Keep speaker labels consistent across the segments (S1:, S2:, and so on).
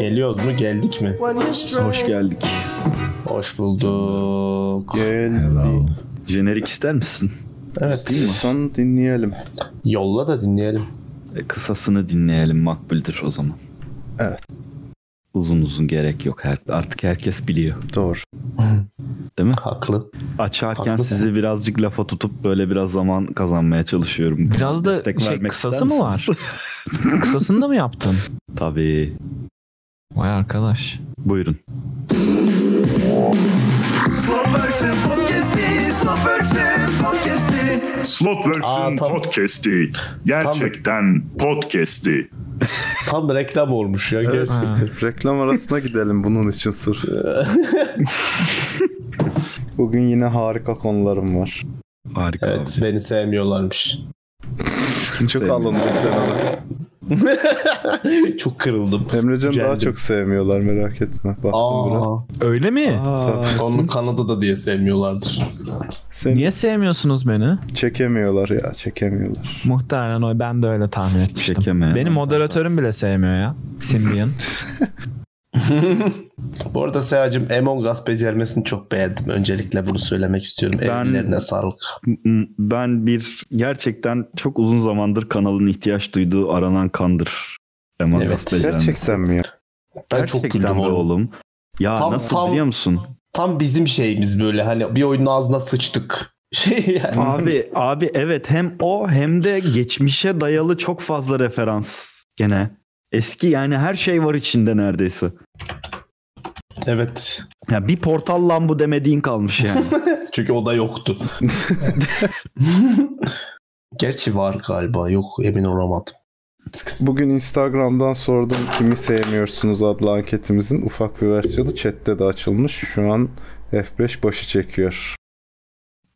S1: Geliyoruz mu geldik mi?
S2: Hoş geldik.
S1: Hoş bulduk.
S2: Geldik.
S3: Jenerik ister misin?
S1: Evet.
S3: Değil mi?
S2: Son dinleyelim.
S1: Yolla da dinleyelim.
S3: E, kısasını dinleyelim makbuldür o zaman.
S2: Evet.
S3: Uzun uzun gerek yok. Her, artık herkes biliyor.
S2: Doğru.
S3: Değil mi?
S1: Haklı.
S3: Açarken
S1: Haklısın.
S3: sizi birazcık lafa tutup böyle biraz zaman kazanmaya çalışıyorum.
S4: Biraz da
S3: Destek
S4: şey
S3: vermek
S4: kısası
S3: ister
S4: mı var?
S3: misiniz?
S4: Kısasını da mı yaptın?
S3: Tabii.
S4: Vay arkadaş.
S3: Buyurun.
S1: Aa,
S5: Slotworks'un
S1: tam-
S5: podcast'i. Gerçekten podcast'i.
S1: Tam reklam olmuş ya. gerçekten.
S2: Reklam arasına gidelim bunun için sırf. Bugün yine harika konularım var.
S3: Harika.
S1: Evet
S3: abi.
S1: beni sevmiyorlarmış.
S2: Çok alındım kenara.
S1: Çok kırıldım.
S2: Emrecan'ı daha
S1: Güzeldi.
S2: çok sevmiyorlar merak etme. Baktım biraz.
S1: Aa,
S4: Öyle mi?
S2: Tabii.
S1: onu Kanada'da diye sevmiyorlardır.
S2: Seni
S4: Niye sevmiyorsunuz beni?
S2: çekemiyorlar ya çekemiyorlar.
S4: Muhtemelen o ben de öyle tahmin etmiştim.
S3: Çekemeyen
S4: Benim moderatörüm bile sevmiyor ya. Symbian.
S1: Bu arada Seyacım Among Us becermesini çok beğendim. Öncelikle bunu söylemek istiyorum.
S3: Ben-
S1: Ellerine sağlık.
S3: M- Ben bir gerçekten çok uzun zamandır kanalın ihtiyaç duyduğu aranan kandır. Among Us
S1: Evet.
S3: becermesi.
S2: Gerçekten mi ya?
S1: Ben
S3: Gerçekten
S1: çok güldüm
S3: be
S1: oğlum.
S3: oğlum. Ya
S1: Tam-
S3: nasıl
S1: tam-
S3: biliyor musun?
S1: Tam bizim şeyimiz böyle hani bir oyunun ağzına sıçtık. Şey yani.
S3: Abi abi evet hem o hem de geçmişe dayalı çok fazla referans gene. Eski yani her şey var içinde neredeyse.
S1: Evet.
S3: Ya bir portal lan bu demediğin kalmış yani.
S1: Çünkü o da yoktu. Gerçi var galiba. Yok emin olamadım.
S2: Bugün Instagram'dan sordum kimi sevmiyorsunuz adlı anketimizin ufak bir versiyonu chatte de açılmış. Şu an F5 başı çekiyor.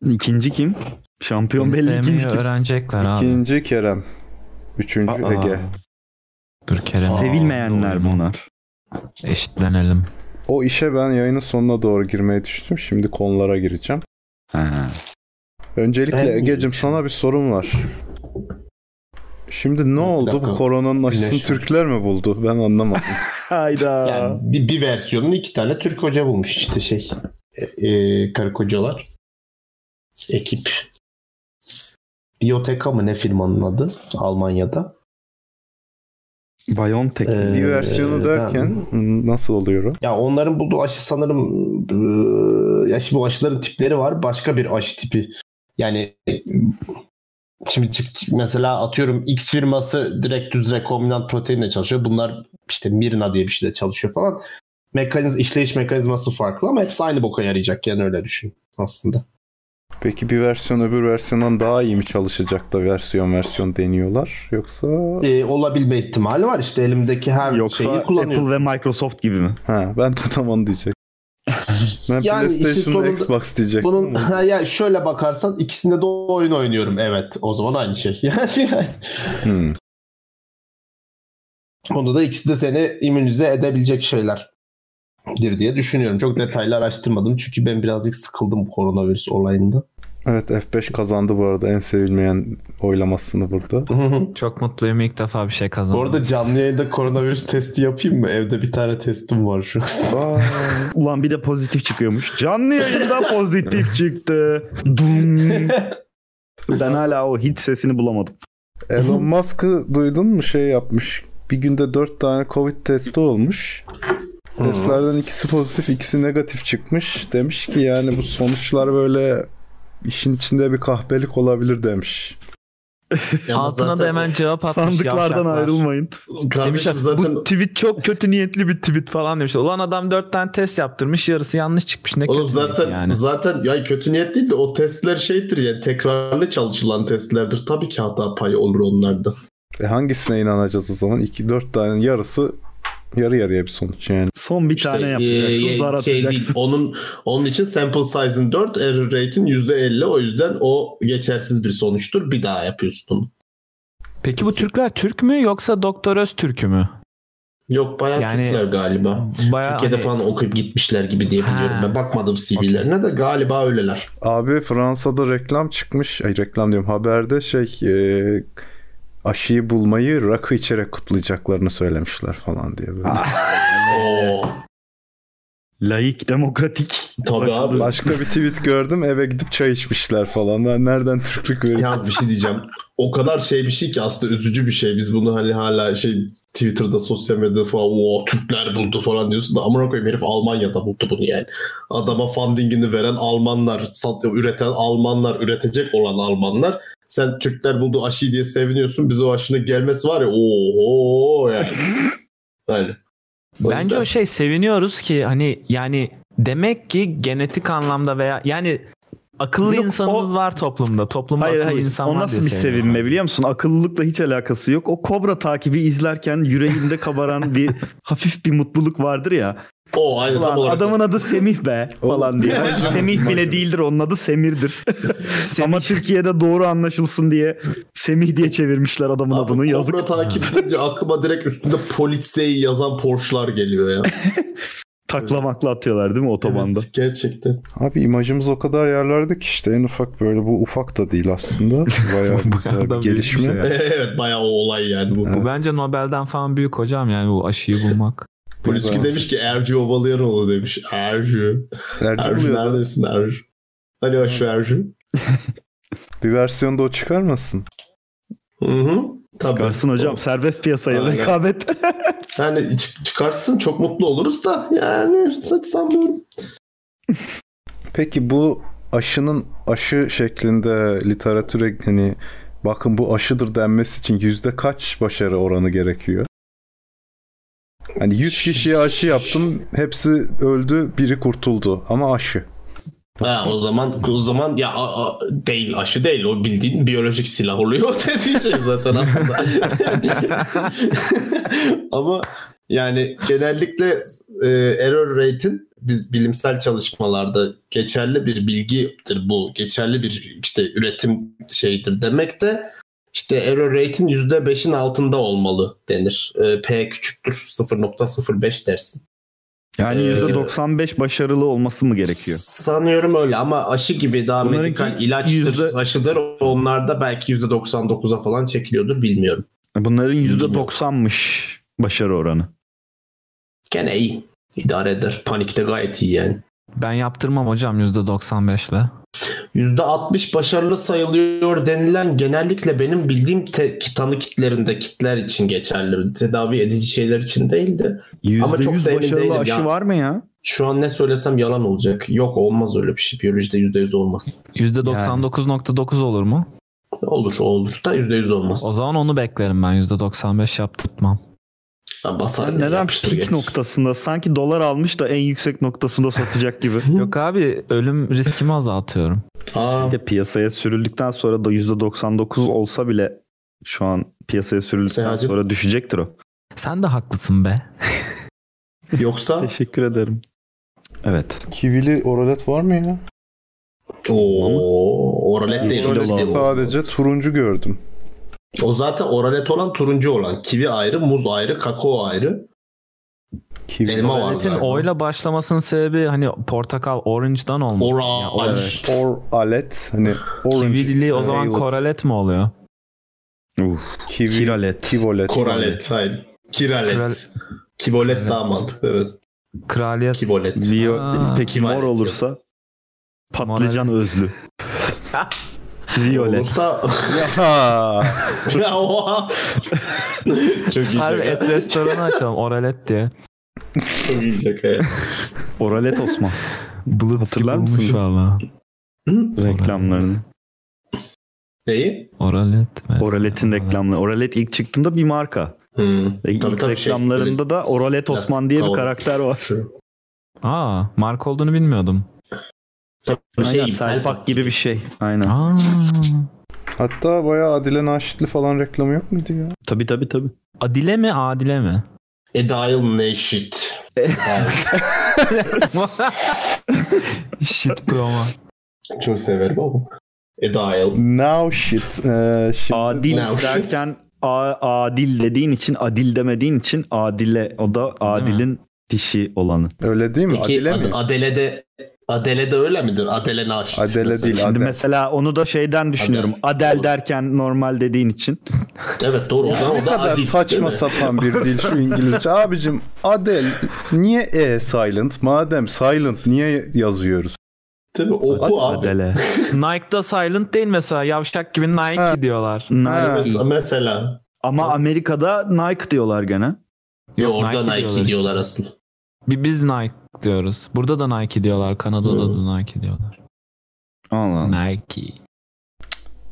S3: ikinci kim?
S4: Beni
S3: Şampiyon belli
S4: sevmeyi
S3: ikinci kim?
S4: öğrenecekler abi.
S2: İkinci Kerem. Üçüncü
S3: Aa.
S2: Ege.
S4: Dur Kerem.
S3: Sevilmeyenler
S4: Doğru.
S3: bunlar.
S4: Eşitlenelim.
S2: O işe ben yayının sonuna doğru girmeyi düşündüm. Şimdi konulara gireceğim.
S3: Ha.
S2: Öncelikle
S1: Ben-
S2: Ege'cim sana bir sorum var. Şimdi ne
S1: Bir
S2: oldu
S1: dakika.
S2: bu koronanın aşısını
S1: Güneş var.
S2: Türkler mi buldu? Ben anlamadım.
S3: Hayda.
S1: Yani bir, bir versiyonunu iki tane Türk hoca bulmuş işte şey. E, e, karı kocalar. Ekip. Biyoteka mı ne firmanın adı Almanya'da.
S3: Biontech.
S1: Ee,
S2: bir versiyonu
S1: ben-
S2: derken nasıl oluyor? o?
S1: Ya onların bulduğu aşı sanırım eee, ya şimdi bu aşıların tipleri var. Başka bir aşı tipi. Yani e, şimdi çık- mesela atıyorum X firması direkt düz rekombinant proteinle çalışıyor. Bunlar işte Mirna diye bir şeyle çalışıyor falan. Mekaniz işleyiş mekanizması farklı ama hepsi aynı boka yarayacak yani öyle düşün aslında.
S2: Peki bir versiyon öbür versiyondan daha iyi mi çalışacak da versiyon versiyon deniyorlar? Yoksa
S1: Ee, olabilme ihtimali var işte elimdeki her
S3: Yoksa
S1: şeyi
S3: Apple
S1: kullanıyorum.
S3: ve Microsoft gibi mi?
S2: ha ben de tam onu diyecek. Ben
S1: Yani işin
S2: PlayStation
S1: sonunda-
S2: Xbox diyecek.
S1: Bunun ha, ya şöyle bakarsan ikisinde de oyun oynuyorum evet o zaman aynı şey. Yani Hmm. Onda da ikisi de seni immünize edebilecek şeylerdir diye düşünüyorum. Çok detaylı araştırmadım çünkü ben birazcık sıkıldım bu koronavirüs olayında.
S2: Evet F5 kazandı bu arada en sevilmeyen oylamasını burada.
S4: Çok mutluyum ilk defa bir şey kazandım.
S1: bu arada canlı yayında koronavirüs testi yapayım mı? Evde bir tane testim var şu an.
S2: Aa,
S3: Ulan bir de pozitif çıkıyormuş. Canlı yayında pozitif çıktı. Dum. Ben hala o hit sesini bulamadım.
S2: Elon Musk'ı duydun mu şey yapmış. Bir günde 4 tane Covid testi olmuş. Testlerden ikisi pozitif, ikisi negatif çıkmış. Demiş ki yani bu sonuçlar böyle işin içinde bir kahpelik olabilir demiş.
S4: Altına da hemen cevap atmış.
S3: Sandıklardan
S4: yavşaklar.
S3: ayrılmayın.
S4: Demişler,
S1: kardeşim zaten
S4: bu tweet çok kötü niyetli bir tweet falan demişler. Ulan adam dört tane test yaptırmış yarısı yanlış çıkmış. Ne
S1: Oğlum
S4: kötü
S1: zaten
S4: niyeti yani.
S1: zaten ya kötü niyet değil de o testler şeydir yani tekrarlı çalışılan testlerdir. Tabii ki hata payı olur onlarda.
S2: E hangisine inanacağız o zaman? 2 4 tane yarısı yarı yarıya bir sonuç yani.
S3: Son bir tane yapacaksın.
S1: e,
S3: zar
S1: şey değil,
S3: atacaksın.
S1: onun onun için sample size'ın 4, error rate'in %50 o yüzden o geçersiz bir sonuçtur. Bir daha yapıyorsun onu.
S4: Peki bu Türkler Türk mü yoksa Doktor Öz Türk'ü mü?
S1: Yok bayağı
S4: Yani-
S1: Türkler galiba.
S4: Bayağı
S1: Türkiye'de
S4: hani-
S1: falan okuyup gitmişler gibi diye biliyorum.
S4: Ha.
S1: Ben bakmadım CV'lerine de galiba öyleler.
S2: Abi Fransa'da reklam çıkmış. Ay reklam diyorum haberde şey e, aşıyı bulmayı rakı içerek kutlayacaklarını söylemişler falan diye böyle.
S1: Oo,
S3: Laik, demokratik.
S1: tabii abi.
S2: Başka bir tweet gördüm eve gidip çay içmişler falan. Ben nereden Türklük veriyorum?
S1: Yalnız bir şey diyeceğim. O kadar şey bir şey ki aslında üzücü bir şey. Biz bunu hani hala şey Twitter'da, sosyal medyada falan o Türkler buldu falan diyorsun da amına koyayım herif Almanya'da buldu bunu yani. Adama fundingini veren Almanlar, sat, üreten Almanlar, üretecek olan Almanlar. Sen Türkler buldu aşıyı diye seviniyorsun. Bize o aşının gelmesi var ya oho yani. yani. O
S6: Bence
S1: yüzden-
S6: o şey seviniyoruz ki hani yani demek ki genetik anlamda veya yani akıllı
S3: Yok,
S6: insanımız var toplumda. Toplumda
S3: Hayır
S6: akıllı
S3: hayır.
S6: insan
S3: O
S6: var
S3: nasıl
S6: diye
S3: bir
S6: seviniyorum.
S3: sevinme biliyor musun? Akıllılıkla hiç alakası yok. O kobra takibi izlerken yüreğinde kabaran bir hafif bir mutluluk vardır ya.
S1: O aynı tam
S3: Ulan
S1: olarak.
S3: adamın adı Semih be falan diye. Halbuki Semih bile değildir onun adı Semir'dir. Ama Türkiye'de doğru anlaşılsın diye Semih diye çevirmişler adamın
S1: Abi,
S3: adını. Yazık.
S1: Kobra takip edince aklıma direkt üstünde politseyi yazan Porsche'lar geliyor ya.
S3: Taklamakla atıyorlar değil mi otobanda?
S1: Evet, gerçekten.
S2: Abi imajımız o kadar yerlerde ki işte en ufak böyle bu ufak da değil aslında. Bayağı güzel bir
S6: Adam
S2: gelişme.
S6: büyük bir şey ya.
S1: evet bayağı o olay yani bu.
S6: Bu bence Nobel'den falan büyük hocam yani bu aşıyı bulmak.
S1: Politski demiş ki Ercü Ovalıyaroğlu demiş. Ercü.
S2: Ercü
S1: Ercü
S2: buluyor.
S1: neredesin Ercü? Alo aşı Ercü.
S2: Bir versiyonda o çıkarmasın.
S1: Hı hı. Tabii.
S3: Garson hocam
S1: O-
S3: serbest piyasaya
S1: Aynen.
S3: rekabet.
S1: Yani çı- çıkartsın çok mutlu oluruz da yani saç sanmıyorum.
S2: Peki bu aşının aşı şeklinde literatüre hani bakın bu aşıdır denmesi için yüzde kaç başarı oranı gerekiyor? Hani 100 kişiye aşı yaptım, hepsi öldü, biri kurtuldu ama aşı.
S1: Ha, o zaman o zaman ya a- a- değil aşı değil o bildiğin biyolojik silah oluyor dediği şey zaten aslında. Ama yani genellikle e, error rate'in biz bilimsel çalışmalarda geçerli bir bilgidir bu. Geçerli bir işte üretim şeyidir demek de işte error rate'in %5'in altında olmalı denir. E, P küçüktür 0.05 dersin.
S3: Yani
S1: Ee,
S3: %95 başarılı olması mı gerekiyor?
S1: Sanıyorum öyle ama aşı gibi daha
S3: Bunlarınki
S1: medikal ilaçtır,
S3: yüzde-
S1: aşıdır. Onlarda belki %99'a falan çekiliyordur bilmiyorum.
S3: Bunların %90'mış başarı oranı.
S1: Gene iyi. İdare eder. Panikte gayet iyi yani.
S6: Ben yaptırmam hocam %95'le.
S1: %60 başarılı sayılıyor denilen genellikle benim bildiğim te- tanı kitlerinde kitler için geçerli. Tedavi edici şeyler için değil de. Ama çok da
S3: %100
S1: emin değilim
S3: başarılı aşı
S1: ya.
S3: var mı ya?
S1: Şu an ne söylesem yalan olacak. Yok olmaz öyle bir şey. Biyolojide %100 olmaz.
S6: %99.9 olur mu?
S1: Olur o olur da %100 olmaz.
S6: O zaman onu beklerim ben %95 yaptırtmam.
S1: Ben
S3: Sen
S1: basarım.
S3: neden
S1: yapıştır
S3: pik
S1: geç.
S3: noktasında sanki dolar almış da en yüksek noktasında satacak gibi.
S6: Yok abi ölüm riskimi azaltıyorum.
S1: Aa,
S3: Bir de piyasaya sürüldükten sonra da %99 olsa bile şu an piyasaya sürüldükten
S1: Seyacım.
S3: sonra düşecektir o.
S6: Sen de haklısın be.
S1: yoksa
S3: Teşekkür ederim. Evet.
S2: Kivili oralet var mı ya?
S1: Oo, oralet değil.
S3: Oralet
S1: oralet değil.
S2: Sadece turuncu gördüm.
S1: O zaten oralet olan turuncu olan. Kivi ayrı, muz ayrı, kakao ayrı.
S2: Kivi.
S1: Elma var
S6: Milletin
S1: galiba.
S6: oyla başlasının sebebi hani portakal orange'dan olmuş. Ya, o-
S1: Oral.
S2: Oralet. Hani orange.
S6: Kivili o zaman
S2: Violet.
S6: koralet mi oluyor?
S2: Kivi.
S3: Kiralet.
S2: Kivolet.
S1: Koralet. Hayır. Kiralet.
S6: Kral-
S1: Kivolet
S6: Kiralet.
S1: daha mantıklı. Evet.
S6: Kraliyet.
S1: Kivolet.
S3: Bio,
S6: Aa.
S3: peki mor
S1: Violet
S3: olursa patlıcan özlü. Violet.
S1: Olursa...
S2: Ya.
S1: Ya, oha! Çok iyi
S6: Harbi
S1: şaka.
S6: et restoranı açalım oralet diye.
S1: Çok iyi şaka. ya.
S3: Oralet Osman. Hatırlar
S6: Bulmuş
S3: mısınız
S6: valla.
S1: Hı?
S3: reklamlarını?
S1: Neyi?
S6: Oralet. mesela.
S3: Oralet'in reklamları. Oralet ilk çıktığında bir marka.
S1: Hı.
S3: Ve
S1: Tabii,
S3: İlk
S1: tabii, şey,
S3: E, reklamlarında da Oralet
S1: Plastik
S3: Osman diye bir
S1: kavanoz.
S3: karakter var.
S1: Şu.
S6: Aa marka olduğunu bilmiyordum.
S1: Tabii şey,
S3: Aynen,
S1: İpsel
S3: Selpak gibi bir şey. Aynen.
S6: Aa.
S2: Hatta bayağı Adile Naşitli falan reklamı yok muydu ya?
S3: Tabii tabii tabii.
S6: Adile mi adile mi?
S1: Edile Neşit.
S6: Shit promo.
S1: Çok severim ama. Edile.
S2: Now shit. Ee, şimdi...
S3: Adil
S1: Ne o? şey-
S3: derken a- adil dediğin için adil demediğin için adile o da adilin dişi olanı.
S2: Öyle değil mi?
S1: Peki
S2: Adile mi?
S1: Ad- Adele'de Adele de öyle midir? Adele Naşit.
S2: Adele
S1: mesela.
S2: değil.
S3: Şimdi
S2: Adel.
S3: mesela onu da şeyden düşünüyorum. Adel, derken normal dediğin için.
S1: Evet doğru. O zaman
S2: Ne
S1: o da
S2: kadar
S1: Adil. değil
S2: saçma
S1: mi?
S2: sapan bir dil şu İngilizce. Abicim Adel niye E silent? Madem silent niye yazıyoruz?
S1: Değil mi? Oku abi.
S3: Adele.
S6: Nike'da silent değil mesela. Yavşak gibi Nike
S2: Ha.
S6: diyorlar.
S3: Nike.
S2: Ha.
S1: Evet, mesela.
S3: Ama Amerika'da Nike diyorlar gene.
S1: Yok, orada
S6: Nike
S1: Nike,
S6: diyorlar.
S1: diyorlar, aslında.
S6: Bir biz Nike diyoruz. Burada da Nike diyorlar. Kanada'da da Nike diyorlar.
S3: Allah Allah.
S6: Nike.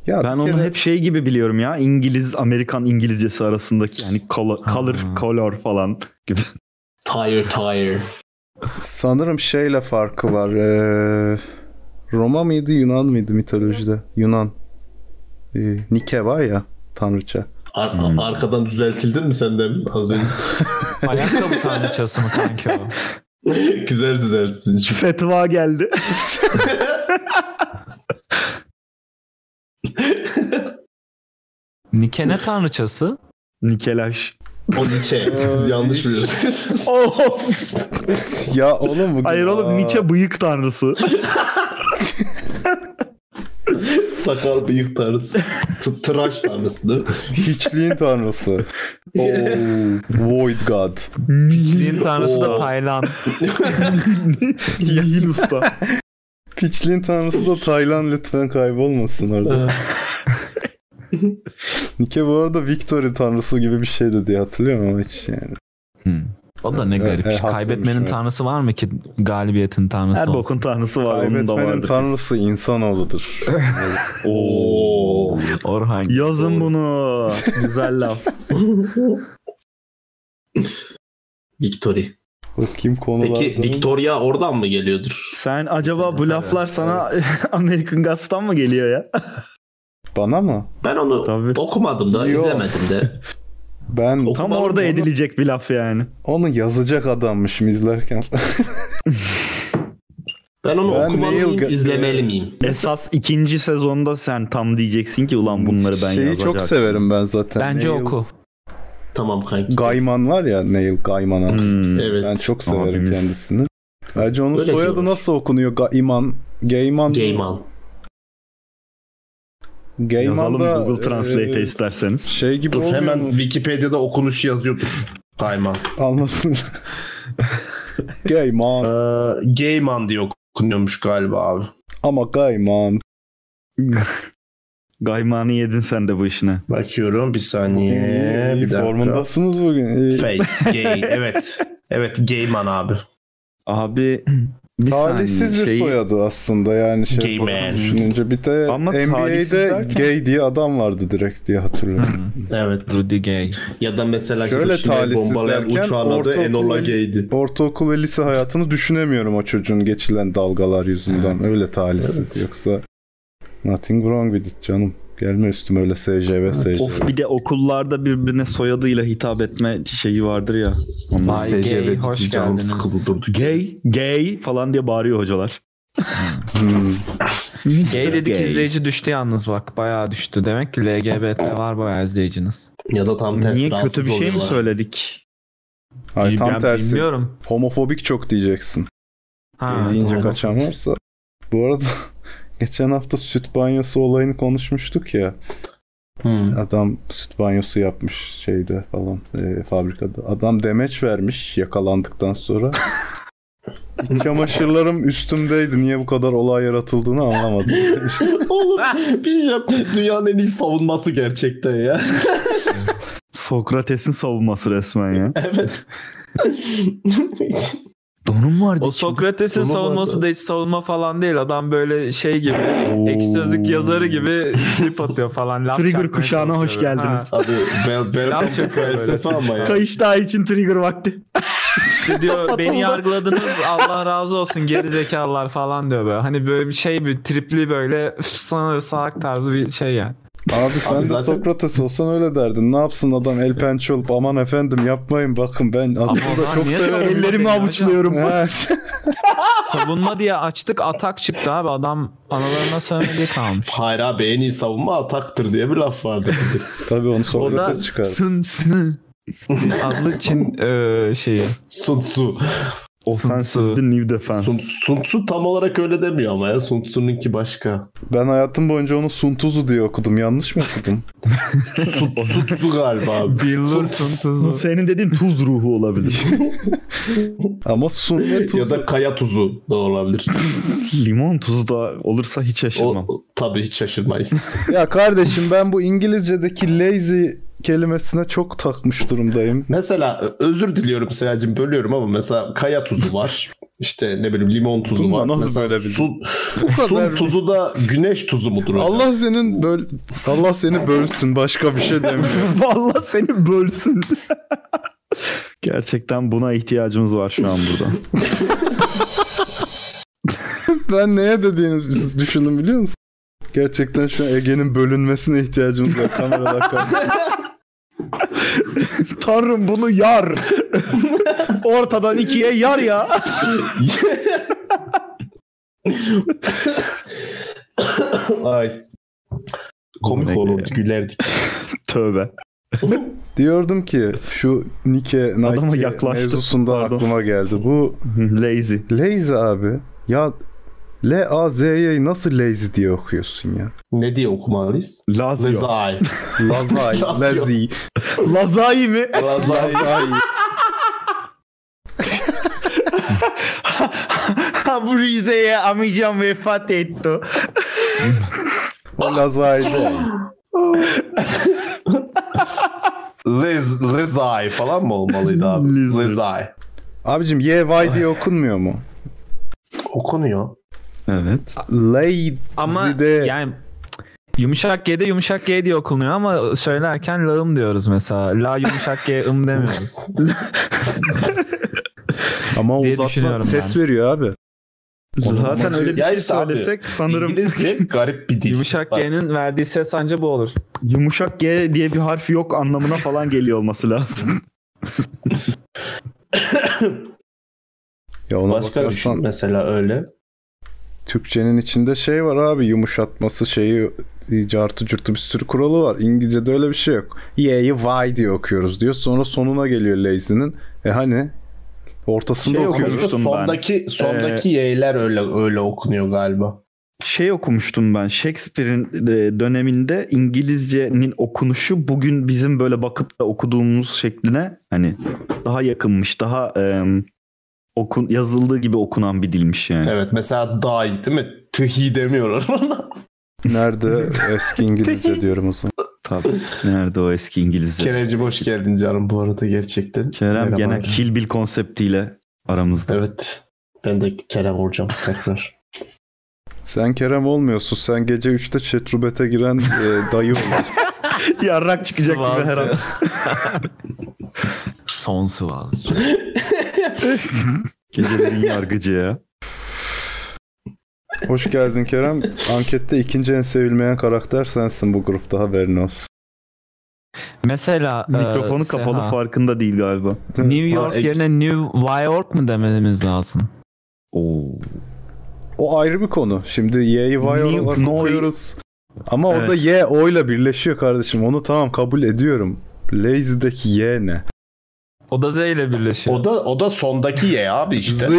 S2: Ya
S3: Ben
S2: bir
S3: onu
S2: kere-
S3: hep şey gibi biliyorum ya. İngiliz Amerikan İngilizcesi arasındaki yani color,
S6: Ha.
S3: color, color falan gibi.
S1: Tire tire.
S2: Sanırım şeyle farkı var. Ee, Roma mıydı Yunan mıydı mitolojide? Yunan. Ee, Nike var ya tanrıça.
S1: Ar-
S3: Hmm.
S1: Arkadan düzeltildin mi sen de az önce?
S6: Ayakkabı tanrıçası mı kanki o?
S1: Güzel düzelttin. Şu-
S3: Fetva geldi.
S6: Nike ne tanrıçası?
S3: Nikelaş.
S1: O Nietzsche. şey, Siz yanlış biliyorsunuz.
S2: ya oğlum bugün...
S3: Hayır
S2: Aa,
S3: oğlum Nietzsche bıyık tanrısı.
S1: Sakal bıyık tanrısı. T- tıraş tanrısı değil mi?
S2: Hiçliğin tanrısı. Oo, void god.
S6: Din tanrısı da
S1: Oo.
S6: Tayland.
S3: Nihil usta.
S2: Piçliğin tanrısı da Taylan lütfen kaybolmasın orada. Nike bu arada Victory tanrısı gibi bir şeydi diye hatırlıyorum ama hiç yani.
S6: O da ne
S2: Evet,
S6: garip.
S2: evet, haklıymış,
S6: Kaybetmenin
S2: evet.
S6: tanrısı var mı ki galibiyetin tanrısı
S3: Her
S6: olsun?
S3: bokun tanrısı var onun da
S2: Kaybetmenin
S3: vardır.
S2: tanrısı insanoğludur.
S1: Oo.
S6: Orhan.
S3: Yazın bunu. Güzel laf.
S1: Victory.
S2: Bakayım konularda.
S1: Peki Victoria oradan mı geliyordur?
S3: Sen acaba bu laflar sana American Gods'tan mı geliyor ya?
S2: Bana mı?
S1: Ben onu
S3: Tabii.
S1: okumadım da,
S2: Yok.
S1: izlemedim de.
S2: Ben
S3: Tam
S1: Okumadım
S3: orada
S1: onu.
S3: edilecek bir laf yani.
S2: onu yazacak adammışım izlerken.
S1: Ben onu
S2: Ben
S1: okumalı
S2: Neil
S1: mıyım,
S2: Ga-
S1: izlemeli miyim?
S3: Esas ikinci sezonda sen tam diyeceksin ki ulan bunları ben
S2: Şeyi
S3: yazacağım.
S2: çok severim ben zaten.
S6: Bence
S2: Neil
S6: oku.
S1: Tamam kanki.
S2: Gayman var ya Neil Gaiman. abi.
S3: Hmm.
S1: Evet.
S2: Ben Ee, çok severim
S3: Abimiz.
S2: kendisini. Bence onun
S1: Öyle
S2: soyadı
S1: diyorlar.
S2: nasıl okunuyor? Gaiman. Gaiman.
S1: Gayman.
S2: Gaiman
S3: Yazalım
S2: da
S3: Google Translate'e
S2: e,
S3: isterseniz.
S2: şey gibi
S7: Dur
S2: olmuyor
S7: hemen
S2: mu?
S7: Wikipedia'da okunuş yazıyordur. Gayman.
S2: Anlasın. Gaiman.
S7: Ee, Gayman diye okunuyormuş galiba abi.
S2: Ama Gaiman.
S3: Gaymanı yedin sen de bu işine.
S7: Bakıyorum bir
S3: Ee,
S7: saniye.
S2: İyi,
S7: bir
S2: iyi
S7: dakika.
S2: formundasınız bugün. İyi.
S7: Face. Gay. Evet. Evet Gayman abi.
S3: Abi bir
S2: Talihsiz bir
S3: saniye şeyi-
S2: soyadı aslında yani şey
S7: Gay
S2: bakın
S7: man.
S2: düşününce bir de
S3: Ama talihsiz
S2: NBA'de
S3: derken- Hmm.
S2: gay diye adam vardı direkt diye hatırlıyorum.
S1: Evet.
S6: Rudy Gay.
S1: Ya da mesela
S2: Şöyle
S1: Hiroşima'yı
S2: talihsiz
S1: bombalayan
S2: derken
S1: uçağın adı
S2: ortaokul-
S1: Enola Gay'di.
S2: Ortaokul ve lise hayatını düşünemiyorum o çocuğun geçilen dalgalar yüzünden. Öyle talihsiz
S1: Evet.
S2: yoksa nothing wrong with it canım. Gelme üstüme öyle SJV SJV.
S3: Of bir de okullarda birbirine soyadıyla hitap etme şeyi vardır ya. Ondan-
S6: Ay, gay, hoş
S1: diyeceğim, canım
S6: geldiniz.
S1: sıkıldı durdu.
S3: Gay, gay falan diye bağırıyor hocalar.
S2: Hmm.
S6: Gay dedik
S3: Gay.
S6: izleyici düştü yalnız bak. Bayağı düştü. Demek ki LGBT var bayağı izleyiciniz.
S1: Ya da tam tersi
S3: Niye kötü
S1: rahatsız
S3: bir şey mi
S1: oluyorlar.
S3: söyledik?
S2: Hayır, tam
S6: Ben
S2: tersi.
S6: Bilmiyorum.
S2: Homofobik çok diyeceksin.
S6: Ha,
S2: deyince
S6: doğru.
S2: kaçan varsa. Bu arada geçen hafta süt banyosu olayını konuşmuştuk ya.
S1: Hmm.
S2: Adam süt banyosu yapmış şeyde falan e, fabrikada. Adam demeç vermiş yakalandıktan sonra. İç çamaşırlarım üstümdeydi. Niye bu kadar olay yaratıldığını anlamadım. demiş.
S1: Oğlum bir şey yap. Dünyanın en iyi savunması gerçekten ya.
S3: Sokrates'in savunması resmen ya.
S1: evet.
S3: Donum var
S6: O
S3: diye.
S6: Sokrates'in
S1: Bunu
S6: savunması
S1: vardı.
S6: da hiç savunma falan değil. Adam böyle şey gibi
S3: Oo.
S6: ekşi sözlük yazarı gibi tip atıyor falan. Laf
S3: Trigger
S6: çakmaya
S3: kuşağına hoş
S6: çalışıyor.
S3: geldiniz.
S1: Abi ben ben
S6: Yapacak
S1: felsefe ama ya.
S3: Kayış daha için trigger vakti.
S6: İşte diyor beni yargıladınız Allah razı olsun geri zekalılar falan diyor böyle. Hani böyle bir şey bir tripli böyle üf, sana salak tarzı bir şey yani.
S2: Abi sen
S1: Abi
S2: de
S1: zaten-
S2: Sokrates olsan öyle derdin. Ne yapsın adam el pençe olup aman efendim yapmayın bakın ben
S6: o
S2: aslında
S6: zaman
S2: çok
S6: niye
S2: severim.
S6: savunma
S3: Ellerimi
S6: değil
S3: avuçluyorum.
S2: Ha,
S6: Savunma diye açtık atak çıktı abi adam analarına sövmediği kalmış.
S1: Hayır abi en iyi savunma ataktır diye bir laf vardı.
S2: Tabii onu
S6: Orada-
S2: Sokrates çıkar.
S6: Sın sın adlı Çin e, şeyi.
S1: Sun Tzu.
S3: Offense is the new defense.
S1: Sun, Sun Tzu tam olarak öyle demiyor ama ya. Sun Tzu'nunki başka.
S2: Ben hayatım boyunca onu Suntuzu diye okudum. Yanlış mı okudum?
S1: Sun Sun Tzu galiba abi.
S4: Billur
S3: Bu
S4: sunsuzu.
S3: senin dediğin tuz ruhu olabilir.
S2: Ama Sun ve Tuzu.
S1: ya da kaya tuzu da olabilir.
S3: Limon tuzu da olursa hiç şaşırmam.
S1: O, tabii hiç şaşırmayız.
S2: Ya kardeşim ben bu İngilizce'deki lazy kelimesine çok takmış durumdayım.
S1: mesela ö- özür diliyorum Seyacım bölüyorum ama mesela kaya tuzu var. İşte ne bileyim limon tuzu
S2: Bunu da
S1: var.
S2: nasıl
S1: mesela
S2: bölebildim?
S1: sun,
S2: Bu kadar.
S1: sun tuzu da güneş tuzu mudur hocam?
S2: Allah senin böl Allah seni bölsün başka bir şey demiyorum.
S3: Vallahi seni bölsün. Gerçekten buna ihtiyacımız var şu an burada.
S2: ben neye dediğini siz düşündüm biliyor musun? Gerçekten şu an Ege'nin bölünmesine ihtiyacımız var kameralar karşısında.
S3: Tanrım bunu yar. Ortadan ikiye yar ya.
S1: Ay. Komik
S3: Komik
S1: olur
S3: ya.
S1: gülerdik.
S3: Tövbe.
S2: Diyordum ki şu Nike Nike
S3: Adama yaklaştım,
S2: mevzusunda
S3: pardon.
S2: aklıma geldi. Bu
S3: Lazy.
S2: lazy abi ya L A Z Y nasıl lazy diye okuyorsun ya?
S1: ne diye okumalıyız?
S3: Lazio.
S1: Lezai.
S2: Lazay,
S1: Lazio.
S2: lazy.
S3: Lazai mi?
S1: Lezai.
S3: Ha bu Rize'ye amicam vefat etti.
S2: O lazaydı.
S1: Lez, lezai falan mı olmalıydı abi?
S3: Lezai.
S1: lezai.
S2: Abicim Y-Y diye okunmuyor mu?
S1: Okunuyor.
S3: Evet.
S2: Lazy
S4: Ama
S2: de
S4: yani yumuşak G'de yumuşak G diye okunuyor ama söylerken lağım diyoruz mesela. La yumuşak G ım demiyoruz.
S2: ama
S4: diye
S2: uzatma
S4: düşünüyorum
S2: ses veriyor abi.
S3: Zaten öyle bir
S1: Ya
S3: şey
S1: işte abi,
S3: söylesek sanırım
S1: İngilizce garip bir dil.
S4: yumuşak
S1: Bak,
S4: G'nin verdiği ses anca bu olur.
S3: yumuşak G diye bir harf yok anlamına falan geliyor olması lazım.
S2: Ya ona
S1: Başka şey. düşün
S2: bakarsan
S1: mesela öyle.
S2: Türkçenin içinde şey var abi yumuşatması şeyi cartı cürtü bir sürü kuralı var. İngilizce'de öyle bir şey yok. Y'yi Y diye okuyoruz diyor. Sonra sonuna geliyor lazy'nin. E hani ortasında
S1: Şey
S2: okuyoruz.
S1: okumuştu,
S3: okumuştum ben. Ee,
S1: sondaki, sondaki y'ler öyle öyle okunuyor galiba.
S3: Şey okumuştum ben Shakespeare'in e, döneminde İngilizcenin okunuşu bugün bizim böyle bakıp da okuduğumuz şekline hani daha yakınmış daha e, okun yazıldığı gibi okunan bir dilmiş yani.
S1: Evet mesela day değil mi? Tıhi demiyorlar ona.
S2: Nerede eski İngilizce diyorum o zaman.
S3: Tabii. Nerede o eski İngilizce?
S1: Kerem'cim hoş geldin canım bu arada gerçekten.
S3: Kerem gene
S1: Merhabalar.
S3: Kill Bill konseptiyle aramızda.
S1: Evet. Ben de Kerem olacağım tekrar.
S2: Sen Kerem olmuyorsun. Sen gece 3'te chatrubete giren e, dayı oluyorsun.
S3: Yarrak çıkacak gibi her an.
S4: Son sıvazcı.
S3: Gecelerin yargıcı ya.
S2: Hoş geldin Kerem. Ankette ikinci en sevilmeyen karakter sensin bu grupta haberin olsun.
S4: Mesela
S3: Mikrofonu
S4: e,
S3: kapalı
S4: Seha,
S3: farkında değil galiba.
S4: New
S1: Ha,
S4: York
S1: ek-
S4: yerine New York mu dememiz lazım?
S3: Oo.
S2: O ayrı bir konu. Şimdi Y'yi Y
S3: New
S2: olarak
S3: Noy.
S2: okuyoruz. Ama orada Y O ile birleşiyor kardeşim. Onu tamam kabul ediyorum. Lazy'deki Y ne?
S4: O da Z ile birleşiyor.
S1: o da o da sondaki y abi işte.
S2: Z.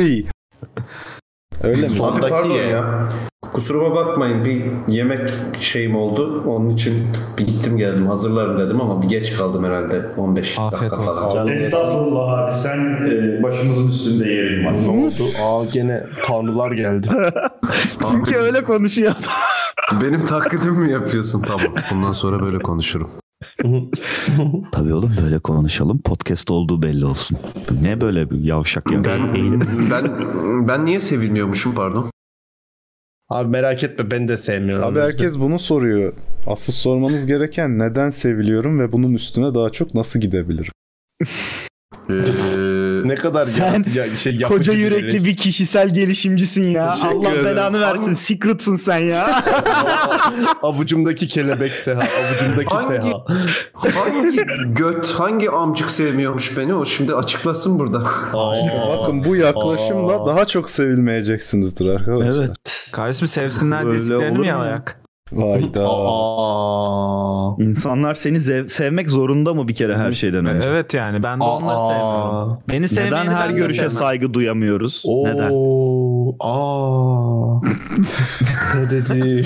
S2: Öyle mi?
S1: Son-
S8: Abi
S1: Ondaki
S8: pardon
S1: ye.
S8: ya. Kusuruma bakmayın bir yemek şeyim oldu. Onun için bir gittim geldim hazırlarım dedim ama bir geç kaldım herhalde 15
S4: Afiyet
S8: dakika
S4: olsun.
S8: falan.
S5: Estağfurullah abi sen e, başımızın üstünde yerin var.
S1: Ne oldu? Aa gene tanrılar geldi.
S3: Çünkü öyle konuşuyor.
S8: Benim taklidimi mi yapıyorsun? Tamam bundan sonra böyle konuşurum.
S3: Tabii oğlum böyle konuşalım. Podcast olduğu belli olsun. Ne böyle bir yavşak ya?
S8: Ben ben ben niye sevilmiyormuşum pardon?
S1: Abi merak etme ben de sevmiyorum.
S2: Abi herkes bunu soruyor. Asıl sormanız gereken neden seviliyorum ve bunun üstüne daha çok nasıl gidebilirim?
S8: Ee,
S1: ne kadar
S3: Sen
S1: ya, ya- şey yapıcı
S3: Koca
S1: bir
S3: yürekli
S1: herif.
S3: bir kişisel gelişimcisin ya.
S1: Teşekkür
S3: Allah
S1: ederim.
S3: belanı versin. Secret'sın sen ya.
S1: avucumdaki kelebek seha, avucumdaki
S8: Hangi-
S1: seha.
S8: hangi göt hangi amcık sevmiyormuş beni o şimdi açıklasın burada.
S1: Aa,
S2: Bakın bu yaklaşımla
S1: Aa.
S2: daha çok sevilmeyeceksinizdir arkadaşlar.
S4: Kardeşim sevsinler
S3: Böyle
S4: dediklerini
S3: olur
S4: mi
S3: mu?
S4: ayak?
S2: Hayda.
S1: Aa.
S3: İnsanlar seni zev- sevmek zorunda mı bir kere her şeyden önce?
S4: Evet yani ben de onları sevmiyorum.
S1: Aa.
S4: Beni sevmeyeni
S3: Neden her
S4: ben de
S3: görüşe
S4: sevmem.
S3: saygı duyamıyoruz?
S1: Oo.
S3: Neden?
S1: Aa. ne dedi?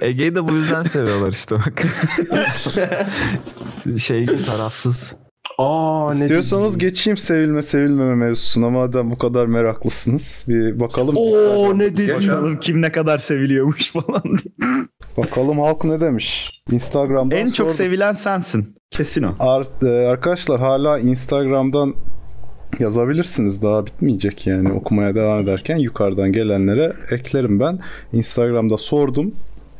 S4: Ege'yi de bu yüzden seviyorlar işte bak. şey tarafsız.
S1: Aa ne
S2: İstiyorsanız
S1: dedi?
S2: geçeyim sevilme sevilmeme mevzusuna madem bu kadar meraklısınız. Bir bakalım
S1: Oo ne dedi?
S3: Bakalım kim ne kadar seviliyormuş falan. diye.
S2: bakalım halk ne demiş. Instagram'dan
S3: en çok
S2: sordum.
S3: sevilen sensin. Kesin o.
S2: Ar- e, arkadaşlar hala Instagram'dan yazabilirsiniz. Daha bitmeyecek yani okumaya devam ederken yukarıdan gelenlere eklerim ben. Instagram'da sordum.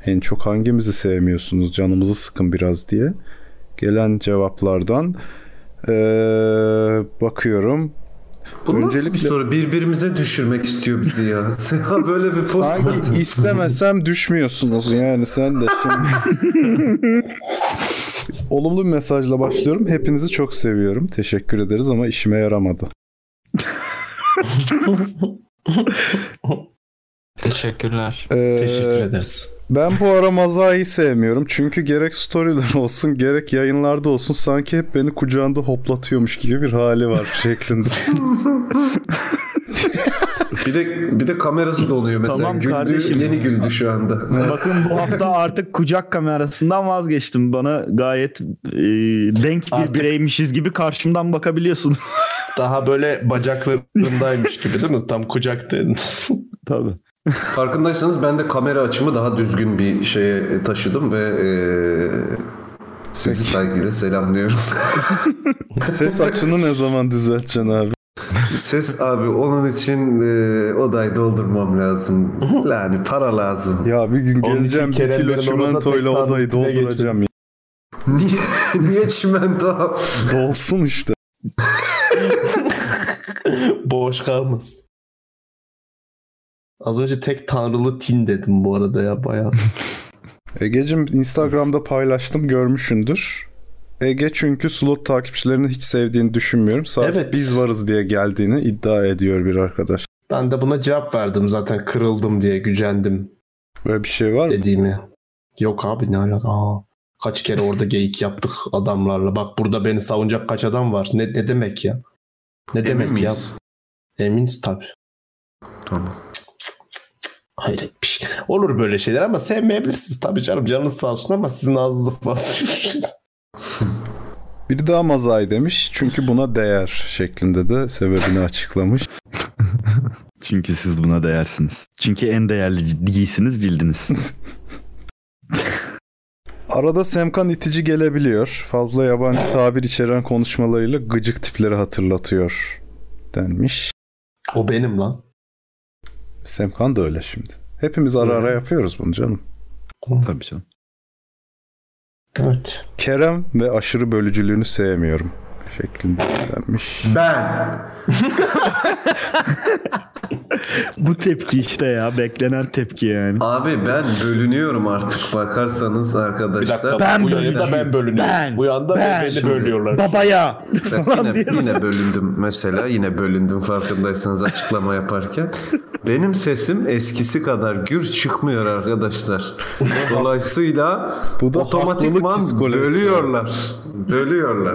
S2: En çok hangimizi sevmiyorsunuz? Canımızı sıkın biraz diye. Gelen cevaplardan e, bakıyorum.
S8: Bu nasıl
S2: Öncelikle-
S8: bir soru? Birbirimize düşürmek istiyor bizi ya. Seha böyle bir post
S2: Sanki istemesem düşmüyorsunuz yani sen de şimdi. Olumlu bir mesajla başlıyorum. Hepinizi çok seviyorum. Teşekkür ederiz ama işime yaramadı.
S4: Teşekkürler.
S2: Ee,
S1: Teşekkür ederiz.
S2: Ben bu ara Mazai'yi sevmiyorum. Çünkü gerek storyler olsun gerek yayınlarda olsun sanki hep beni kucağında hoplatıyormuş gibi bir hali var şeklinde.
S8: Bir de bir de kamerası donuyor mesela.
S3: Tamam
S8: güldü,
S3: kardeşim.
S8: yeni güldü şu anda.
S3: Bakın bu hafta artık kucak kamerasından vazgeçtim. Bana gayet e, denk bir
S1: Artık-
S3: bireymişiz gibi karşımdan bakabiliyorsunuz.
S1: Daha böyle bacaklarındaymış gibi değil mi? Tam kucaktaydı.
S3: Tabii.
S8: Farkındaysanız ben de kamera açımı daha düzgün bir şeye taşıdım ve eee sizi saygıyla selamlıyorum.
S2: Ses açını ne zaman düzelteceksin abi?
S8: Ses abi onun için eee odayı doldurmam lazım. Yani para lazım.
S2: Ya bir gün
S1: Onun için
S2: geleceğim bir
S1: Kerem'lerin
S2: kilo
S1: orada
S2: çimentoyla
S1: tek
S2: odayı
S1: tabletiyle geçelim.
S2: dolduracağım. ya.
S8: Niye niye çimento?
S2: Dolsun işte.
S1: Boş kalmaz. Az önce tek tanrılı tin dedim bu arada ya bayağı.
S2: Ege'cim Instagram'da paylaştım görmüşsündür. Ege çünkü slot takipçilerini hiç sevdiğini düşünmüyorum. Sadece
S1: Evet.
S2: biz varız diye geldiğini iddia ediyor bir arkadaş.
S1: Ben de buna cevap verdim zaten kırıldım diye gücendim
S2: Böyle bir şey var mı?
S1: dediğimi. Yok abi ne alaka? Aa, kaç kere orada geyik yaptık adamlarla. Bak burada beni savunacak kaç adam var. Ne, ne demek ya? Ne demek ya? Eminiz tabii.
S8: Tamam.
S1: Hayret bir şey. Olur böyle şeyler ama sevmeyebilirsiniz tabii canım. Canınız sağ olsun ama sizin ağzınızı falan.
S2: Biri daha mazai demiş çünkü buna değer şeklinde de sebebini açıklamış.
S3: Çünkü siz buna değersiniz. Çünkü en değerli giysiniz cildiniz.
S2: Arada Semkan itici gelebiliyor. Fazla yabancı tabir içeren konuşmalarıyla gıcık tipleri hatırlatıyor denmiş.
S1: o benim lan.
S2: Semkan da öyle şimdi. Hepimiz ara ara yapıyoruz bunu canım.
S3: Tabii canım.
S1: Evet.
S2: Kerem ve aşırı bölücülüğünü sevmiyorum şeklinde denmiş.
S8: Ben
S3: Bu tepki işte ya. Beklenen tepki yani.
S8: abi ben bölünüyorum artık bakarsanız
S1: Bir
S8: arkadaşlar.
S1: dakika.
S3: Ben
S1: bu yanda
S3: bölücüyüm.
S1: ben bölünüyorum.
S3: Ben,
S1: bu yanda
S3: ben
S1: beni
S3: şimdi.
S1: bölüyorlar.
S3: Babaya
S8: Ben
S3: falan diye.
S8: yine, yine bölündüm mesela yine bölündüm farkındaysanız açıklama yaparken. Benim sesim eskisi kadar gür çıkmıyor arkadaşlar. Dolayısıyla
S2: Bu da
S8: otomatikman
S2: haklılık psikolojisi.
S8: bölüyorlar. Bölüyorlar.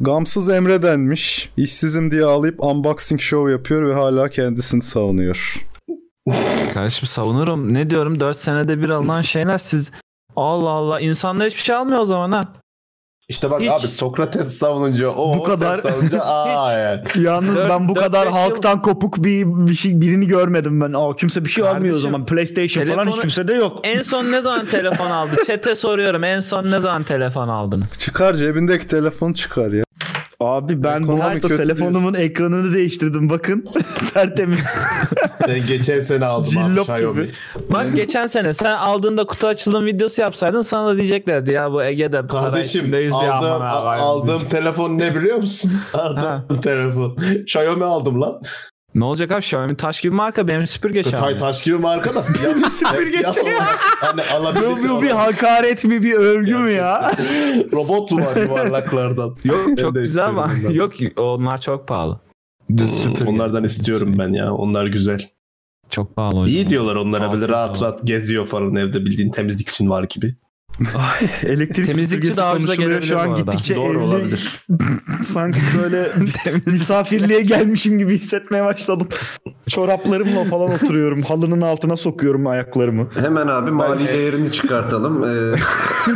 S2: Gamsız Emre denmiş. İşsizim diye ağlayıp unboxing show yapıyor ve hala kendisini savunuyor.
S4: Kardeşim savunurum. Ne diyorum 4 senede bir alınan şeyler siz Allah Allah insanlar hiçbir şey almıyor o zaman ha.
S1: İşte bak
S4: Hiç.
S1: abi Sokrates savununca o
S3: Bu
S1: bu
S3: kadar-
S1: kadar savununca aa yani.
S3: Yalnız
S4: Dört-
S3: ben bu
S4: dört,
S3: kadar
S4: beş
S3: halktan kopuk bir, bir şey birini görmedim ben. Aa, kimse bir şey almıyor o
S4: Kardeşim,
S3: zaman. PlayStation falan hiç
S4: telefonu-
S3: kimse de yok.
S4: En son ne zaman telefon aldı? Çete soruyorum. En son ne zaman telefon aldınız?
S2: Çıkar cebindeki telefon çıkar ya.
S3: Abi ben bu
S2: Ekonomi
S3: hafta
S2: kötü
S3: telefonumun ekranını değiştirdim bakın. Tertemiz.
S1: Ben geçen sene aldım abi
S3: Cillop
S1: Xiaomi.
S3: gibi.
S4: Bak geçen sene sen aldığında kutu açılım videosu yapsaydın sana da diyeceklerdi ya bu Ege'de para içinde
S1: Kardeşim
S4: yüzüyor,
S1: aldığım,
S4: aman Allah'ım.
S1: aldığım telefon ne biliyor musun?
S4: Ha.
S1: Aldığım telefon. Xiaomi aldım lan.
S4: Ne olacak abi Xiaomi taş gibi marka benim süpürge
S1: Tay
S4: Xiaomi.
S1: taş gibi marka da. fiyat-
S3: Süpürge
S1: fiyat
S3: şey.
S1: olarak Hani
S3: bu,
S1: alabilir
S3: bu bir hakaret mi bir övgü mü ya?
S1: Robot var yuvarlaklardan.
S4: Yok
S1: Ben
S4: çok
S1: de
S4: güzel
S1: istiyorum
S4: ama
S1: bundan.
S4: yok onlar çok pahalı. Düz süpürge.
S1: Onlardan istiyorum ben ya. Onlar güzel.
S6: Çok pahalı hocam.
S1: İyi diyorlar onlara böyle
S6: Altın
S1: rahat
S6: falan.
S1: rahat geziyor falan evde bildiğin temizlik için var gibi.
S3: Ay, elektrik
S6: Temizlikçi
S3: süpürgesi
S6: daha ucuza
S3: konuşuluyor
S6: gelebilir
S3: şu
S6: bu
S3: an
S6: arada.
S3: gittikçe
S1: Doğru
S3: evli-
S1: olabilir.
S3: sanki böyle misafirliğe gelmişim gibi hissetmeye başladım. Çoraplarımla falan oturuyorum. Halının altına sokuyorum ayaklarımı.
S8: Hemen abi mali değerini çıkartalım. Ee,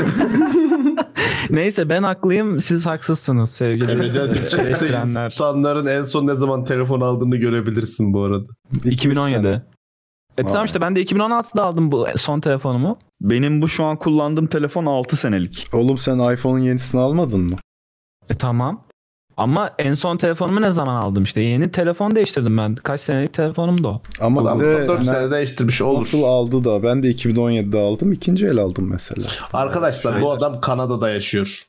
S6: Neyse ben haklıyım siz haksızsınız sevgili
S1: Emrecan chatte
S6: eleştirenler.
S1: insanların en son ne zaman telefon aldığını görebilirsin bu arada.
S6: 2017. E tamam işte ben de 2016'da aldım bu son telefonumu.
S3: Benim bu şu an kullandığım telefon 6 senelik.
S2: Oğlum sen iPhone'un yenisini almadın mı?
S6: E tamam. Ama en son telefonumu ne zaman aldım işte. Yeni telefon değiştirdim ben. Kaç senelik telefonum da o.
S2: Ama
S1: Ulan
S2: bir de
S1: 4
S2: ne-
S1: sene değiştirmiş olur.
S2: nasıl aldı da ben de 2017'de aldım ikinci el aldım mesela.
S1: Arkadaşlar bu adam Kanada'da yaşıyor.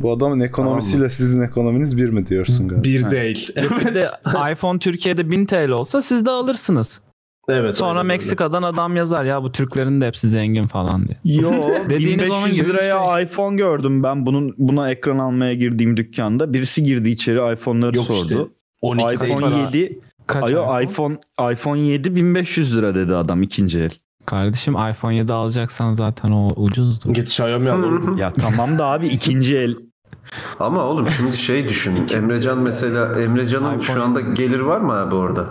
S2: Bu adamın ekonomisiyle sizin ekonominiz bir mi diyorsun galiba?
S1: Bir
S3: Ha.
S1: değil.
S6: Bir de iPhone Türkiye'de 1000 TL olsa siz de alırsınız.
S1: Evet.
S6: Sonra
S1: aynen öyle.
S6: Meksika'dan adam yazar ya bu Türklerin de hepsi zengin falan diye.
S3: Yo,
S6: Dediğiniz onun
S3: 1500
S6: gibi bir
S3: liraya iPhone gördüm ben bunun buna ekran almaya girdiğim dükkanda. Birisi girdi içeri iPhone'ları
S1: Yok işte,
S3: sordu.
S1: 12
S3: iPhone 7,
S6: Kaç
S3: ayo iPhone iPhone 7 1500 lira dedi adam ikinci el.
S6: Kardeşim iPhone 7 alacaksan zaten o ucuzdu.
S1: Git Xiaomi al oğlum.
S3: Ya tamam da abi ikinci el.
S8: ama oğlum şimdi şey düşün. Emrecan mesela Emrecan'ın şu anda gelir var mı abi orada?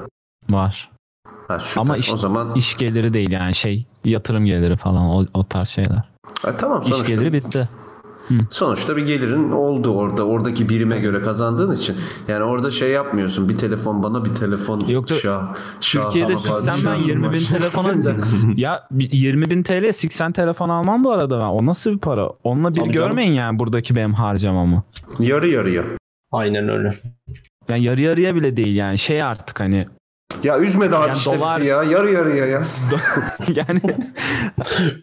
S6: Var.
S8: Ha, süper.
S6: Ama işte-
S8: o zaman
S6: İş geliri değil yani şey yatırım geliri falan o, o tarz şeyler.
S8: Ha, tamam
S6: İş
S8: sonuçta.
S6: geliri bitti.
S8: Sonuçta bir gelirin oldu orada. Oradaki birime göre kazandığın için. Yani orada şey yapmıyorsun. Bir telefon bana bir telefon.
S6: Yok da-
S8: şah, şah,
S6: Türkiye'de
S8: hava
S6: siksen ben
S8: padişahım
S6: 20 bin
S8: var.
S6: telefona ya 20 bin TL 80 telefon almam bu arada ben. O nasıl bir para? Onunla bir
S1: Tabii canım.
S6: görmeyin yani buradaki benim harcamamı.
S8: Yarı yarıya.
S1: Aynen öyle.
S6: Yani yarı yarıya bile değil yani şey artık hani
S8: Ya üzme daha
S6: Yani
S8: işte bizi
S6: dolar-
S8: ya. Yarı yarıya ya.
S6: yani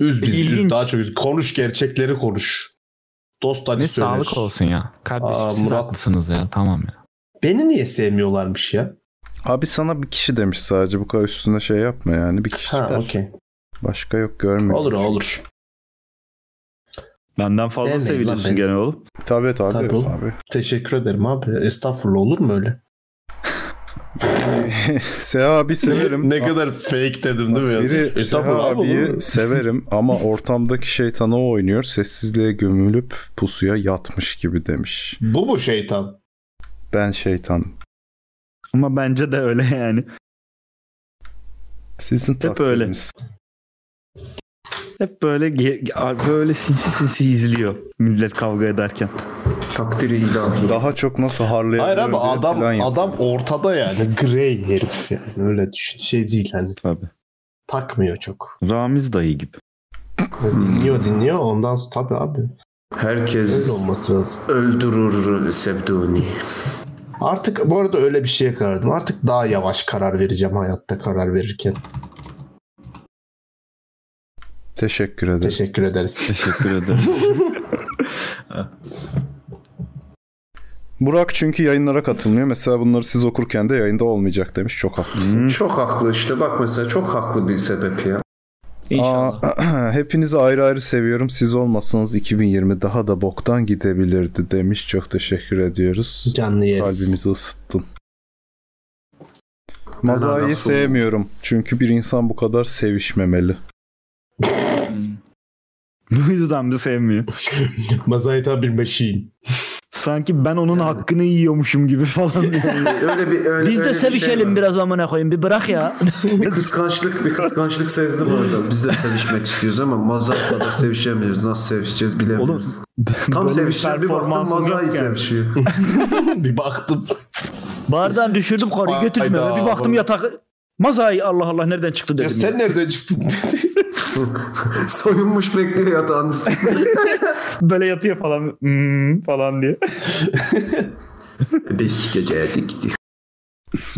S1: Üz biz, üz,
S6: İlginç.
S1: daha çok üz. Konuş gerçekleri konuş. Dost acı
S6: ne
S1: söyler.
S6: sağlık olsun ya. Kardeşim
S1: Aa,
S6: siz
S1: Murat.
S6: haklısınız ya tamam ya.
S1: Beni niye sevmiyorlarmış ya?
S2: Abi sana bir kişi demiş sadece bu kadar üstüne şey yapma yani bir kişi
S1: Ha
S2: çıkar.
S1: okey.
S2: Başka yok görmüyor.
S1: Olur olur.
S3: Benden fazla
S1: Sevmeyin lan
S3: seviliyorsun
S1: beni.
S3: gene oğlum.
S2: Tabii tabii,
S1: Tabii oğlum.
S2: abi.
S1: Teşekkür ederim abi. Estağfurullah olur mu öyle?
S2: Seha abi severim.
S1: ne kadar fake dedim değil mi? ya?
S2: Biri Seha
S1: Estağfurullah abi, olur mu?
S2: abiyi severim ama ortamdaki şeytana o oynuyor. Sessizliğe gömülüp pusuya yatmış gibi demiş.
S1: Bu mu şeytan?
S2: Ben şeytan.
S3: Ama bence de öyle yani.
S2: Sizin
S3: Hep
S2: takdiriniz.
S3: öyle. Hep böyle ge- böyle sinsi sinsi izliyor millet kavga ederken.
S8: Takdiri ilahi.
S2: Daha çok nasıl harlayabilirim
S1: Hayır abi
S2: diye
S1: adam
S2: plan yapıyor.
S1: adam ortada yani. Grey herif yani. Öyle düşün. Şey değil hani.
S3: Tabii.
S1: Takmıyor çok.
S3: Ramiz dayı gibi.
S2: Hmm.
S1: Dinliyor dinliyor. Ondan sonra tabii abi.
S8: Herkes
S1: Öyle olması lazım.
S8: öldürür sevduğunu.
S1: Artık bu arada öyle bir şeye karardım. Artık daha yavaş karar vereceğim hayatta karar verirken.
S2: Teşekkür ederim.
S1: Teşekkür ederiz.
S3: Teşekkür ederiz.
S2: Burak çünkü yayınlara katılmıyor. Mesela bunları siz okurken de yayında olmayacak demiş. Çok haklısın.
S3: Hmm.
S8: Çok haklı işte. Bak mesela çok haklı bir sebep ya.
S6: İnşallah.
S2: Aa, hepinizi ayrı ayrı seviyorum. Siz olmasanız 2020 daha da boktan gidebilirdi demiş. Çok teşekkür ediyoruz.
S1: Canlı yeriz.
S2: Kalbimizi ısıttın. Mazayı
S8: nasıl oldu?
S2: sevmiyorum. Çünkü bir insan bu kadar sevişmemeli.
S3: Bu yüzden de sevmiyor.
S1: Mazayta bir machine.
S3: Sanki ben onun hakkını yiyormuşum gibi falan.
S8: Öyle bir öyle öyle bir şey var.
S3: biraz amına koyayım. Bir bırak ya.
S8: Bir kıskançlık, bir kıskançlık sezdim orada. Biz de sevişmek istiyoruz ama mazat kadar sevişemiyoruz. Nasıl sevişeceğiz bilemiyoruz. Tam sevişen bir baktım mazayı sevişiyor.
S1: bir baktım.
S3: Bardan düşürdüm
S1: Ay- götürmüyor. Hayda. Bir baktım
S3: yatak. Mazayı Allah Allah nereden çıktı
S1: Ya sen nereden çıktın?
S8: Soyunmuş bekliyor yatağın üstünde.
S3: Böyle yatıyor falan. Hmm, falan diye.
S8: Beş gece dikti.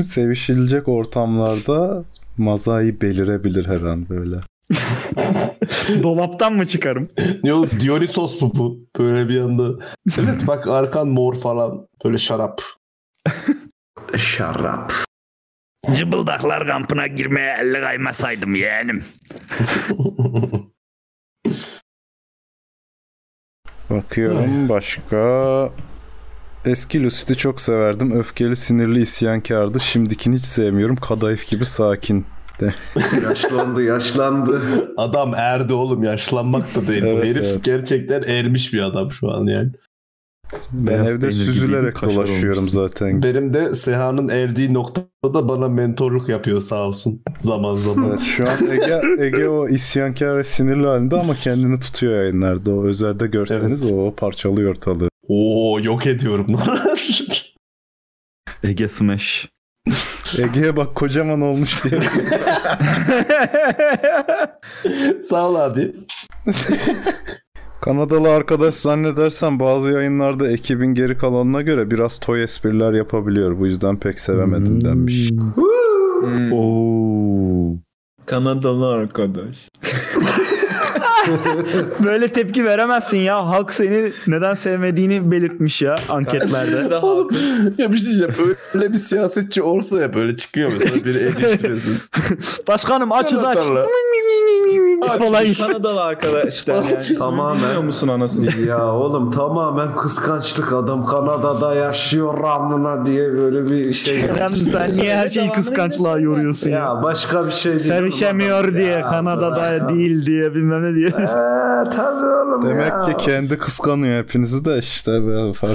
S2: Sevişilecek ortamlarda mazayı belirebilir her an böyle.
S3: Dolaptan mı çıkarım?
S1: ne oğlum Dionysos mu bu? Böyle bir anda. Evet bak arkan mor falan. Böyle şarap.
S8: Şarap.
S3: Cıbıldaklar kampına girmeye elle kaymasaydım yeğenim.
S2: Bakıyorum başka. Eski Lucid'i çok severdim. Öfkeli, sinirli, isyankardı. Şimdikini hiç sevmiyorum. Kadayıf gibi sakin
S8: Yaşlandı yaşlandı.
S1: Adam erdi oğlum yaşlanmak da değil. Bu
S2: Evet,
S1: herif
S2: evet.
S1: gerçekten ermiş bir adam şu an yani.
S2: Ben
S3: Beyaz
S2: evde
S3: peynir gibiydim,
S2: süzülerek
S3: kaşlar
S2: dolaşıyorum
S3: olmuşsun.
S2: zaten.
S1: Benim de Seha'nın erdiği noktada bana mentorluk yapıyor sağ olsun. Zaman zaman.
S2: Evet, şu an Ege, Ege o isyankar ve sinirli halinde ama kendini tutuyor yayınlarda. O özelde görseniz o parçalıyor ortalığı.
S1: Oo yok ediyorum.
S3: Ege Smash.
S2: Ege'ye bak kocaman olmuş diye.
S1: sağ ol abi.
S2: Kanadalı arkadaş zannedersem bazı yayınlarda ekibin geri kalanına göre biraz toy espriler yapabiliyor. Bu yüzden pek sevemedim
S1: Hmm.
S2: denmiş.
S3: Oo.
S6: Kanadalı arkadaş.
S3: Böyle tepki veremezsin ya. Halk seni neden sevmediğini belirtmiş ya anketlerde.
S6: Daha
S1: Oğlum ya bir şey diyeceğim. Böyle bir siyasetçi olsa ya böyle çıkıyor mesela biri eleştiriyorsun.
S3: Başkanım açız aç.
S1: Tarla.
S3: Falan.
S6: Kanadalı arkadaşlar yani.
S1: Açız.
S6: Tamam
S8: Tamamen.
S6: Biliyor musun anasını?
S8: ya oğlum tamamen kıskançlık adam Kanada'da yaşıyor amına diye böyle bir şey.
S3: Sen, sen niye her şeyi kıskançlığa yoruyorsun ya?
S8: ya başka bir şey değil.
S3: Sevişemiyor
S8: Adam-
S3: diye,
S8: Ya,
S3: Kanada'da
S8: ya.
S3: değil diye bilmem ne diye.
S8: Ee, tabii oğlum
S2: Demek
S8: ya.
S2: ki kendi kıskanıyor hepinizi de işte. böyle fark-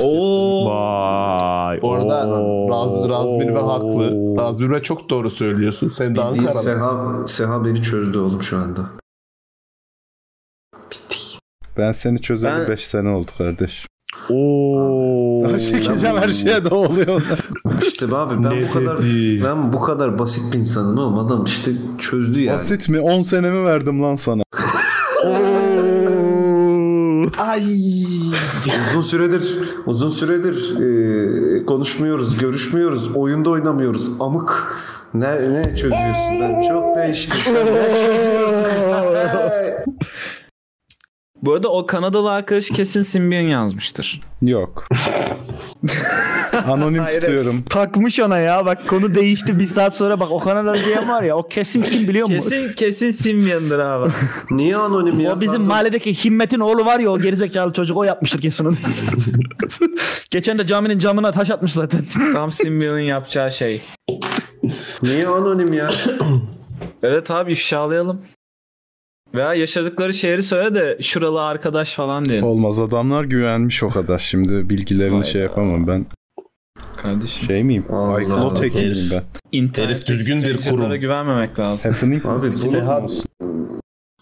S3: Vay.
S1: Orada
S3: oo,
S1: Raz, Razmin ve haklı.
S3: oo.
S1: Razmin ve çok doğru söylüyorsun. Sen de
S8: Bildiğin
S1: Ankara'da.
S8: Seha, Seha beni çözdü oğlum şu anda.
S2: Ben seni çözeli
S6: Ben-
S2: 5 sene oldu kardeş.
S3: Oo.
S2: Çekeceğim her şeye de oluyor.
S8: İşte abi ben bu kadar
S1: dedi?
S8: ben bu kadar basit bir insanım oğlum adam işte çözdü yani.
S2: Basit mi? 10 senemi verdim lan sana.
S8: Uzun süredir uzun süredir e, konuşmuyoruz, görüşmüyoruz, oyunda oynamıyoruz. Amık ne, ne çözüyorsun? Ben çok değiştim. Ne çözüyorsun?
S6: Bu arada o Kanadalı arkadaş kesin Simbiyon yazmıştır.
S2: Yok. Anonim tutuyorum.
S3: Takmış ona ya bak konu değişti bir saat sonra bak o Kanadalı diyen var ya o kesin kim biliyor musun?
S6: Kesin kesin Simbiyon'dur abi.
S8: Niye anonim ya?
S3: O bizim mahalledeki Himmet'in oğlu var ya o gerizekalı çocuk o yapmıştır kesin onu. Geçen de caminin camına taş atmış zaten.
S6: Tam Simbiyon'un yapacağı şey.
S8: Niye anonim ya?
S6: Evet abi ifşalayalım. Veya yaşadıkları şehri söyle de şuralı arkadaş falan diyelim.
S2: Olmaz adamlar güvenmiş o kadar. Şimdi bilgilerini
S6: Vay
S2: şey
S6: be.
S2: yapamam ben.
S6: Kardeşim.
S2: Şey miyim?
S8: Allah
S2: iCloud
S8: Allah.
S2: hackiyim ben.
S6: İnternet
S1: düzgün bir
S6: stratejilerine
S1: kurum.
S6: güvenmemek lazım.
S2: Happening
S8: Abi
S2: mi?
S8: bu-
S1: Seha,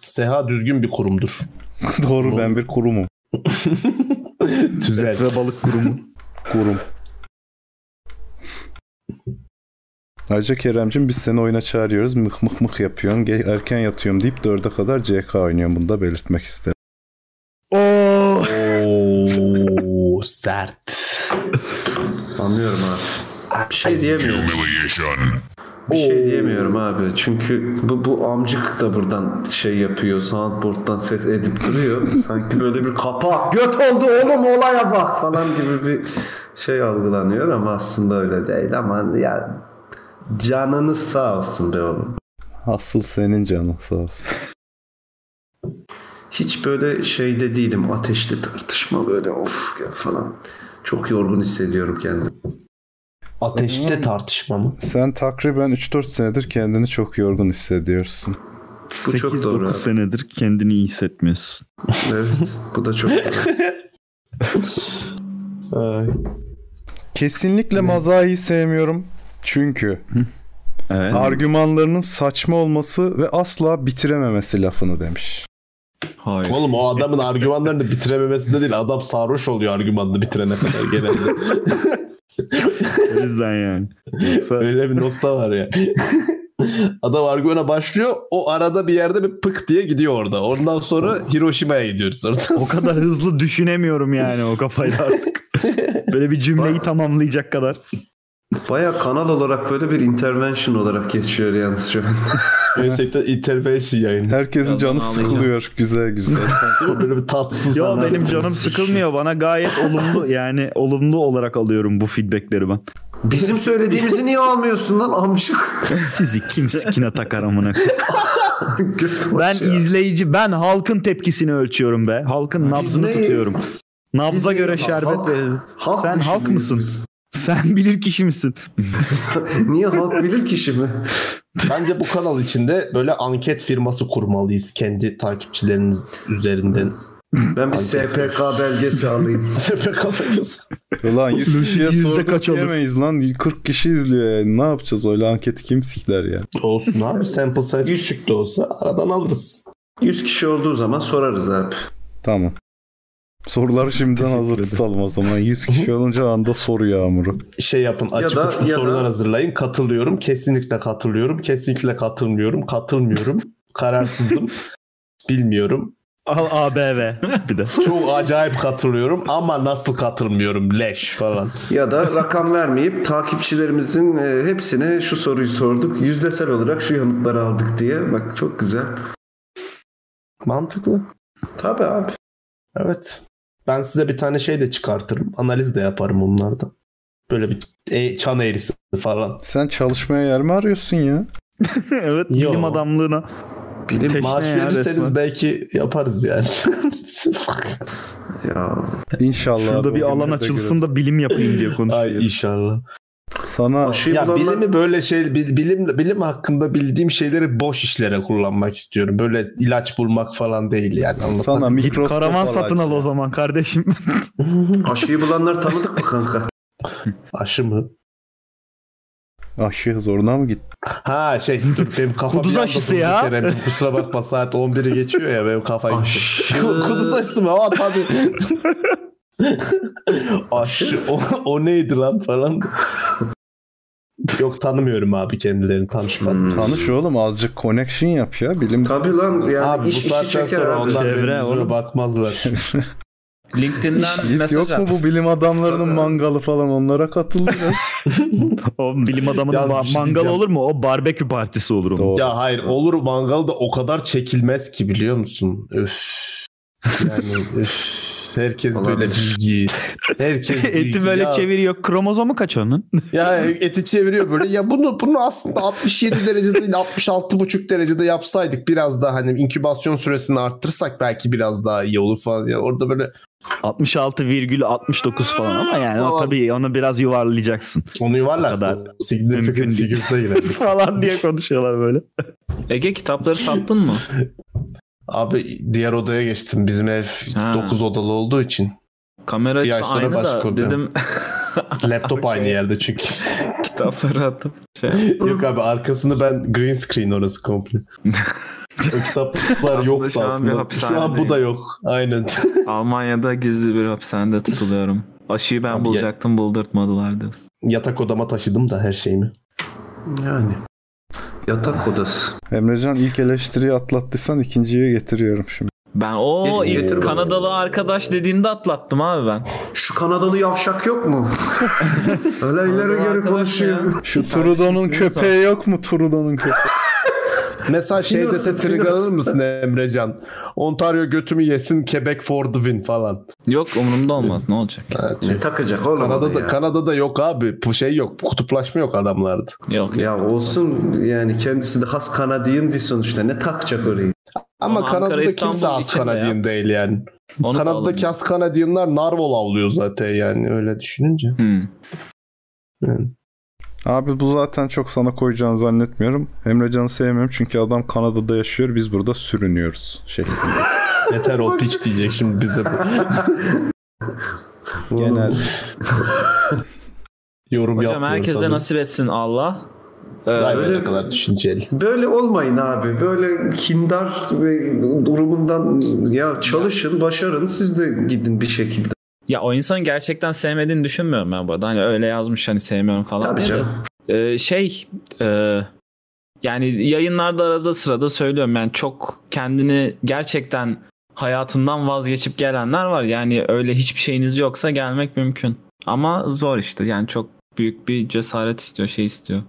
S1: Seha düzgün bir kurumdur.
S2: Doğru ben bir kurumum.
S1: Tüzel.
S3: Ve balık kurumu.
S2: Kurum. Ayrıca Kerem'cim biz seni oyuna çağırıyoruz. Mıh mıh mıh yapıyorsun. Ge- Erken yatıyorum deyip 4'e kadar CK oynuyorum. Bunu da belirtmek istedim.
S3: Oo.
S1: Oo sert.
S8: Anlıyorum abi. Bir şey diyemiyorum. Bir şey diyemiyorum abi. Çünkü bu, bu amcık da buradan şey yapıyor. Soundboard'dan ses edip duruyor. Sanki böyle bir kapak. Göt oldu oğlum olaya bak falan gibi bir şey algılanıyor ama aslında öyle değil ama ya canınız sağ olsun be oğlum.
S2: Asıl senin canın sağ olsun.
S8: Hiç böyle şeyde değilim. Ateşli tartışma böyle of ya falan. Çok yorgun hissediyorum kendimi.
S1: Ateşte tartışma mı?
S2: Sen takriben 3-4 senedir kendini çok yorgun hissediyorsun.
S8: Bu çok doğru
S3: 8-9
S8: abi.
S3: senedir kendini iyi hissetmiyorsun.
S8: Evet. Bu da çok
S1: Ay.
S2: Kesinlikle mazahi sevmiyorum. Çünkü
S3: Evet.
S2: argümanlarının saçma olması ve asla bitirememesi lafını demiş.
S6: Hayır.
S1: Oğlum o adamın argümanlarını bitirememesinde değil. Adam sarhoş oluyor argümanını bitirene kadar genelde.
S3: o yüzden yani. Yoksa
S1: Öyle bir nokta var ya. Adam argümana başlıyor. O arada bir yerde bir pık diye gidiyor orada. Ondan sonra Hiroşima'ya gidiyoruz oradan.
S3: o kadar hızlı düşünemiyorum yani o kafayla artık. Böyle bir cümleyi tamamlayacak kadar.
S8: Baya kanal olarak böyle bir intervention olarak geçiyor yalnız şu an.
S1: Gerçekten intervention yayını.
S2: Herkesin
S6: Birazdan
S2: canı
S6: ağlayacağım.
S2: sıkılıyor. Güzel güzel.
S1: Değil mi? Böyle bir tatsız.
S3: Yo
S1: sanarsız
S3: benim canım
S1: bir şey.
S3: sıkılmıyor. Bana gayet olumlu yani olumlu olarak alıyorum bu feedbackleri ben.
S8: Bizim söylediğimizi niye almıyorsun lan amcık?
S3: Sizi kim sikine takar amına.
S8: Göt
S3: Ben
S8: başı ya.
S3: izleyici, ben halkın tepkisini ölçüyorum be. Halkın nabzını
S8: neyiz?
S3: tutuyorum. Nabza
S8: Biz
S3: göre
S8: neyiz?
S3: şerbet
S8: Halk-
S3: verelim.
S8: Halk
S3: Sen halk
S8: düşünüyoruz
S3: mısın?
S8: biz.
S3: Sen bilir kişi misin?
S8: Niye halk bilir kişi mi?
S1: Bence bu kanal içinde böyle anket firması kurmalıyız kendi takipçileriniz üzerinden.
S8: Ben bir SPK belgesi alayım.
S2: Ulan 100
S3: Lucy
S2: kişiye
S3: yüzde
S2: sorduk
S3: kaç alır?
S2: diyemeyiz lan. 40 kişi izliyor yani. Ne yapacağız öyle anketi kim sikler ya.
S1: Olsun abi sample size küçük de olsa aradan alırız.
S8: 100 kişi olduğu zaman sorarız abi.
S2: Tamam. Soruları şimdiden
S3: Teşekkür
S2: hazır
S3: ederim.
S2: tutalım o zaman. 100 kişi olunca anda soru yağmuru.
S1: Şey yapın açık
S8: da-
S1: uçlu
S8: ya da-
S1: sorular hazırlayın. Katılıyorum, kesinlikle katılıyorum, kesinlikle katılmıyorum, katılmıyorum, kararsızım, bilmiyorum.
S3: Al ABV. Bir de.
S1: Çok acayip katılıyorum ama nasıl katılmıyorum leş falan.
S8: Ya da rakam vermeyip takipçilerimizin e, hepsine şu soruyu sorduk. Yüzdesel olarak şu yanıtları aldık diye. Bak çok güzel.
S1: Mantıklı.
S8: Tabii abi.
S1: Evet. Ben size bir tane şey de çıkartırım. Analiz de yaparım onlardan. Böyle bir e, çan eğrisi falan.
S2: Sen çalışmaya yer mi arıyorsun ya?
S3: evet
S1: Yo.
S3: bilim adamlığına.
S8: Bilim
S3: Teşne
S1: Maaş
S3: ya
S1: verirseniz
S3: resmen.
S1: belki yaparız yani.
S8: Ya
S2: İnşallah.
S3: Şurada
S2: abi,
S3: bir
S2: o
S3: alan
S2: günlerde
S3: açılsın da bilim yapayım diye
S1: Ay
S3: konuşuyor.
S1: inşallah.
S2: görürüz. Sana
S8: aşıyı
S1: ya
S8: bulanlar...
S1: bilimi böyle şey bil- bilim bilim hakkında bildiğim şeyleri boş işlere kullanmak istiyorum. Böyle ilaç bulmak falan değil yani. Anlatan-
S2: sana
S3: Git
S2: mikroskop
S3: karavan
S2: al
S3: satın
S2: aç
S3: al
S2: ya.
S3: o zaman kardeşim.
S8: Aşıyı bulanlar tanıdık mı kanka?
S1: Aşı mı?
S2: Aşı zoruna mı gitti?
S1: Ha şey dur benim kafam
S3: Kuduz
S1: yandı
S3: aşısı
S1: durduk
S3: ya.
S1: yere. Bir Kusura bakma saat 11'i geçiyor ya benim kafa gitti.
S8: Aşı.
S1: Kuduz aşısı mı? Aa tabii. Aşı o, o neydi lan falan. Yok tanımıyorum abi kendilerini tanışmadım.
S8: Hmm.
S2: Tanış oğlum azıcık connection yap ya. Bilim
S8: Tabii lan yani
S1: abi
S8: iş
S1: bu
S8: işi
S1: saatten
S8: çeker
S1: sonra
S8: abi.
S1: onlar
S3: Çevre
S1: benim yüzüme
S3: oğlum.
S1: bakmazlar.
S6: LinkedIn'den
S2: Git
S6: mesaj
S2: yok mu
S6: at.
S2: bu bilim adamlarının mangalı falan onlara katıldı ya.
S3: o bilim adamının
S1: Yalnız bir
S3: ma-
S1: şey
S3: mangal
S1: diyeceğim.
S3: olur mu? O barbekü partisi olur onun.
S2: Doğru.
S1: Ya hayır olur mangal da o kadar çekilmez ki biliyor musun? Öf. Yani öf. Herkes böyle
S8: Olabilir.
S1: bilgi. Herkes bilgi.
S3: Eti böyle
S1: ya,
S3: çeviriyor. Kromozomu kaç onun?
S1: ya eti çeviriyor böyle. Ya bunu bunu aslında 67 derecede değil 66,5 derecede yapsaydık biraz daha hani inkübasyon süresini arttırsak belki biraz daha iyi olur falan. Ya orada böyle
S3: 66,69 falan ama yani o
S1: Falan.
S3: tabii onu biraz yuvarlayacaksın
S1: onu
S3: kadar.
S1: yuvarlarsın.
S3: Mümkün
S1: Significant
S3: değil.
S1: figures'e girer.
S3: falan diye konuşuyorlar böyle.
S6: Ege kitapları sattın mı?
S1: Abi diğer odaya geçtim. Bizim ev
S6: Ha.
S1: 9 odalı olduğu için.
S6: Kamera
S1: Bir ay
S6: açısı
S1: sonra
S6: aynı da
S1: başkomutan.
S6: dedim
S1: Laptop aynı yerde çünkü.
S6: kitapları şey attım.
S1: Yok abi arkasını ben green screen orası komple. o kitaplar
S6: Aslında
S1: yoktu
S6: şu an bir
S1: aslında. Şu an bu da
S6: hapishanedeyim.
S1: yok. Aynen.
S6: Almanya'da gizli bir hapishanede tutuluyorum. Aşıyı ben
S1: Abi ya-
S6: bulacaktım buldurtmadılar diyorsun.
S1: Yatak odama taşıdım da her şeyimi.
S8: Yani. Yatak odası.
S2: Emrecan ilk eleştiriyi atlattıysan ikinciyi getiriyorum şimdi.
S6: Ben o
S8: Gelin,
S6: ilk
S8: getirin.
S6: Kanadalı arkadaş dediğinde atlattım abi ben.
S8: Şu Kanadalı yavşak yok mu? Öyle ileri geri
S6: arkadaş
S8: konuşuyor.
S6: ya.
S2: Şu Trudeau'nun
S6: Kardeşim,
S2: köpeği yok mu Trudeau'nun köpeği?
S1: Mesela şey
S8: Finos,
S1: dese
S8: Finos.
S1: trigger alır mısın Emrecan? Ontario götümü yesin Quebec for the win falan.
S6: Yok umurumda olmaz ne olacak.
S1: Ha,
S8: Ne takacak oğlum onu
S1: Kanada'da,
S8: ya.
S1: Kanada'da yok abi. Bu şey yok. Kutuplaşma yok adamlarda.
S6: Yok
S8: ya olsun yani kendisi de has Kanadiyindi sonuçta. Ne takacak orayı?
S1: Ama
S6: Ama
S1: Kanada'da
S6: Ankara,
S1: kimse
S6: İstanbul
S1: az
S6: içinde
S1: Kanadiyen değil yani.
S6: Onu da
S1: Kanada'daki
S6: alalım.
S1: az Kanadiyenler narval avlıyor zaten yani öyle düşününce.
S6: Hmm.
S2: Abi bu zaten çok sana koyacağını zannetmiyorum. Emrecan'ı sevmiyorum çünkü adam Kanada'da yaşıyor biz burada sürünüyoruz. Şey,
S1: Yeter o piç diyecek şimdi bize.
S2: genel.
S1: Yorum
S6: Hocam
S1: yapmıyor
S6: herkese
S1: sanırım.
S6: nasip etsin Allah. Ee,
S1: Daha
S8: öyle-
S1: böyle kadar düşünceli.
S8: Böyle olmayın abi. Böyle kindar ve durumundan ya çalışın, başarın. Siz de gidin bir şekilde.
S6: Ya o insanın gerçekten sevmediğini düşünmüyorum ben bu arada. Hani öyle yazmış hani sevmiyorum falan.
S8: Tabii
S6: diye de.
S8: canım.
S6: Ee, şey e, yani yayınlarda arada sırada söylüyorum yani çok kendini gerçekten hayatından vazgeçip gelenler var. Yani öyle hiçbir şeyiniz yoksa gelmek mümkün. Ama zor işte yani çok büyük bir cesaret istiyor şey istiyor.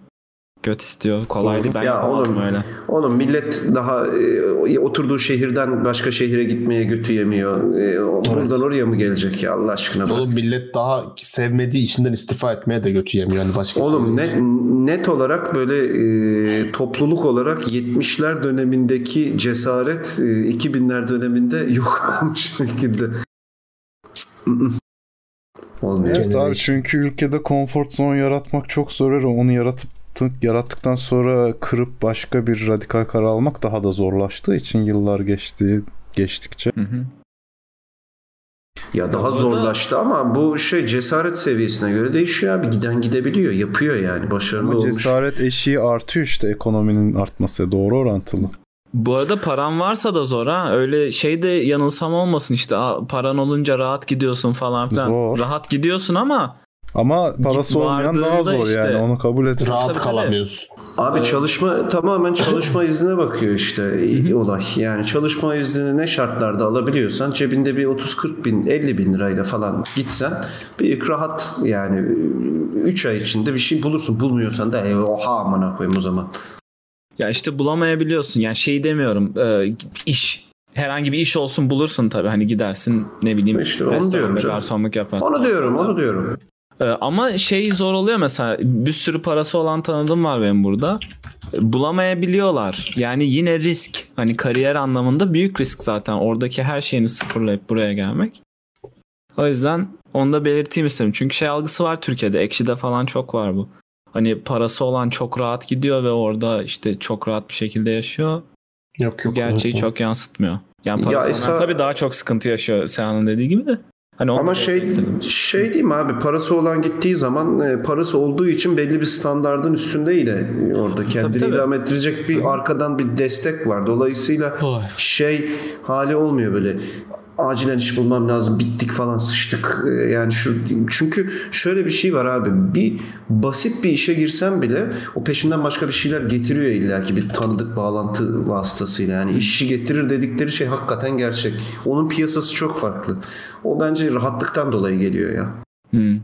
S6: Göt istiyor. Kolay değil. Ben
S8: Ya
S6: yapamazdım
S8: oğlum,
S6: öyle.
S8: Oğlum millet daha e, oturduğu şehirden başka şehire gitmeye götü yemiyor. E, o- Buradan oraya mı gelecek ya Allah aşkına? Oğlum,
S1: Oğlum millet daha sevmediği işinden istifa etmeye de götü yemiyor. Yani başka
S8: Oğlum net,
S1: şey
S8: net olarak böyle e, topluluk olarak 70'ler dönemindeki cesaret e, 2000'ler döneminde yok olmuş şekilde. Olmuyor.
S2: Evet abi çünkü ülkede comfort zone yaratmak çok zor. Eğer Onu yaratıp yarattıktan sonra kırıp başka bir radikal karar almak daha da zorlaştığı için yıllar geçti geçtikçe.
S6: Hı hı.
S8: Ya daha
S6: Orada-
S8: zorlaştı ama bu şey cesaret seviyesine göre değişiyor abi. Giden gidebiliyor. Yapıyor yani. Başarılı
S2: Ama
S8: olmuş.
S2: cesaret eşiği artıyor işte ekonominin artması doğru orantılı.
S6: Bu arada paran varsa da zor ha. Öyle şey de yanılsam olmasın işte. Aa, paran olunca rahat gidiyorsun falan filan.
S2: Zor.
S6: Rahat gidiyorsun ama
S2: Ama parası olmayan daha
S6: Vardığında
S2: zor
S6: işte.
S2: yani onu kabul et.
S1: Rahat
S6: Tabii, tabii.
S1: kalamıyorsun.
S8: Abi çalışma tamamen çalışma iznine bakıyor işte
S6: hı.
S8: olay. Yani çalışma iznini ne şartlarda alabiliyorsan cebinde bir 30-40 bin 50 bin lirayla falan gitsen bir rahat yani 3 ay içinde bir şey bulursun. Bulmuyorsan da "E, oha amına koyayım o zaman.
S6: Ya işte bulamayabiliyorsun. Yani şey demiyorum. e, iş herhangi bir iş olsun bulursun tabii. Hani gidersin ne bileyim.
S8: İşte onu
S6: restoranda
S8: diyorum canım.
S6: Garsonluk yaparsın.
S8: Onu diyorum onu diyorum.
S6: E, ama şey zor oluyor mesela. Bir sürü parası olan tanıdığım var benim burada. E, Bulamayabiliyorlar. Yani yine risk. Hani kariyer anlamında büyük risk zaten. Oradaki her şeyini sıfırlayıp buraya gelmek. O yüzden onu da belirteyim istedim. Çünkü şey algısı var Türkiye'de. Ekşi'de falan çok var bu. Hani parası olan çok rahat gidiyor ve orada işte çok rahat bir şekilde yaşıyor.
S1: Yok
S6: Bu
S1: yok.
S6: gerçeği
S1: yok.
S6: çok yansıtmıyor. Yani
S8: Ya
S6: parası olan
S8: Esa-
S6: tabii daha çok sıkıntı yaşıyor Seha'nın dediği gibi de. Hani onu
S8: Ama
S6: da
S8: şey
S6: istedim.
S8: şey değil mi abi parası olan gittiği zaman e, parası olduğu için belli bir standardın üstündeydi orada kendini
S6: tabii.
S8: idame ettirecek bir arkadan bir destek var. Dolayısıyla
S1: Oy.
S8: şey hali olmuyor böyle acilen iş bulmam lazım bittik falan sıçtık Ee, yani şu çünkü şöyle bir şey var abi bir basit bir işe girsem bile o peşinden başka bir şeyler getiriyor illaki bir tanıdık bağlantı vasıtasıyla yani işi getirir dedikleri şey hakikaten gerçek onun piyasası çok farklı o bence rahatlıktan dolayı geliyor ya
S6: Hı.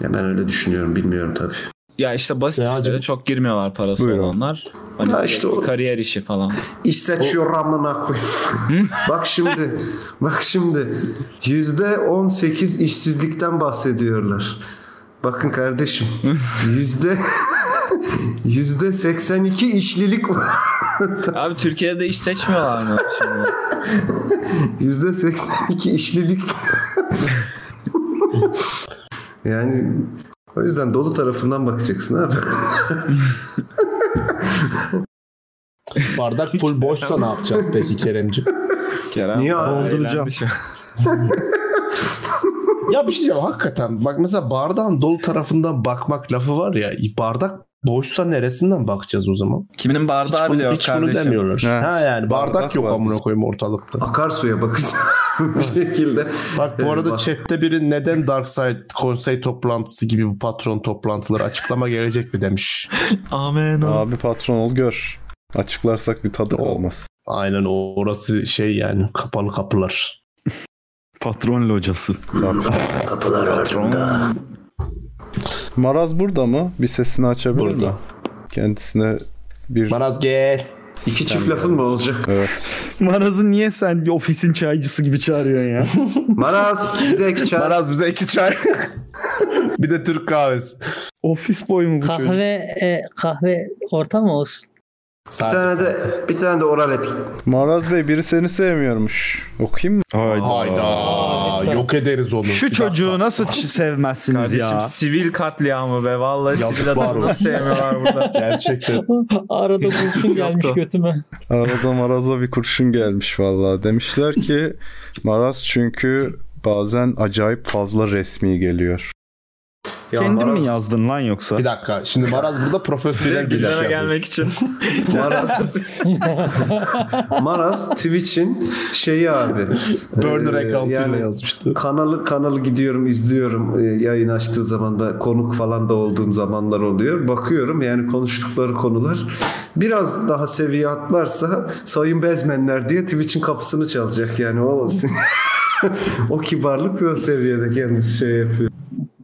S8: ya ben öyle düşünüyorum bilmiyorum tabii.
S6: Ya işte basit
S1: Seha'cığım.
S6: işlere çok girmiyorlar parası
S2: Buyurun.
S6: olanlar. Hani
S8: Ya işte o-
S6: kariyer işi falan.
S8: İş seçiyor amına koyayım. bak şimdi, bak şimdi. Yüzde 18 işsizlikten bahsediyorlar. Bakın kardeşim. Yüzde yüzde 82 işlilik var.
S6: Abi Türkiye'de iş seçmiyorlar mı şimdi?
S8: Yüzde 82 işlilik yani o yüzden dolu tarafından bakacaksın abi.
S1: Bardak full boşsa ne yapacağız peki Keremciğim?
S6: Kerem
S8: Niye abi?
S6: dolduracağım?
S1: ya bir şey diyeceğim hakikaten. Bak mesela bardağın dolu tarafından bakmak lafı var ya. Bardak boşsa neresinden bakacağız o zaman?
S9: Kiminin bardağı
S1: hiç bunu,
S9: bile yok
S1: hiç bunu
S9: kardeşim.
S1: demiyorlar.
S2: He.
S1: Ha, yani bardak,
S2: Bardak
S1: yok
S2: var.
S1: amına koyayım ortalıkta.
S8: Akarsuya bakacağım bir şekilde.
S1: Bak bu arada
S8: Bak.
S1: chatte biri neden Dark Side konsey toplantısı gibi bu patron toplantıları açıklama gelecek mi demiş.
S6: Amen.
S2: Abi patron ol gör. Açıklarsak bir tadı
S1: O-
S2: olmaz.
S1: Aynen orası şey yani kapalı kapılar.
S3: Patron locası.
S8: Kapılar ardında.
S2: Maraz burada mı? Bir sesini açabilir
S1: Burada.
S2: mi? Kendisine bir
S1: Maraz gel.
S8: İki çift lafın mı olacak?
S2: Evet.
S3: Maraz'ı niye sen bir ofisin çaycısı gibi çağırıyorsun ya?
S8: Maraz, Zek, Çağ.
S1: Maraz bize iki çay. bir de Türk kahvesi.
S3: Ofis boy mu bu çocuk?
S10: Kahve e, kahve ortam olsun.
S8: Bir tane de bir tane de oral et.
S2: Maraz Bey biri seni sevmiyormuş. Okuyayım mı?
S1: Hayda. Yok ederiz onu.
S3: Şu
S1: Bir dakika.
S3: çocuğu nasıl ç- sevmezsiniz
S4: Kardeşim
S3: ya?
S4: sivil katliamı be. Vallahi sivil
S1: Yazıklar
S4: adamı
S1: olsun.
S4: nasıl sevmiyorlar burada.
S1: Gerçekten.
S10: Arada buluşun gelmiş
S4: Yoktu.
S10: götüme.
S2: Arada Maraz'a bir kurşun gelmiş vallahi. Demişler ki Maraz çünkü bazen acayip fazla resmi geliyor.
S8: Ya
S3: Kendin
S8: Maraz-
S3: mi yazdın lan yoksa?
S1: Bir dakika. Şimdi Maraz burada profesyonel bir
S4: Gündeme
S1: iş yapıyor.
S4: gelmek için.
S8: Maraz, Maraz Twitch'in şeyi abi.
S1: Burner
S8: Ee,
S1: account'uyla
S8: yani
S1: yazmıştı.
S8: Kanalı kanalı gidiyorum izliyorum Ee, yayın açtığı zaman da konuk falan da olduğum zamanlar oluyor. Bakıyorum yani konuştukları konular biraz daha seviye atlarsa sayın bezmenler diye Twitch'in kapısını çalacak yani o olsun. o kibarlık ve o seviyede kendisi şey yapıyor.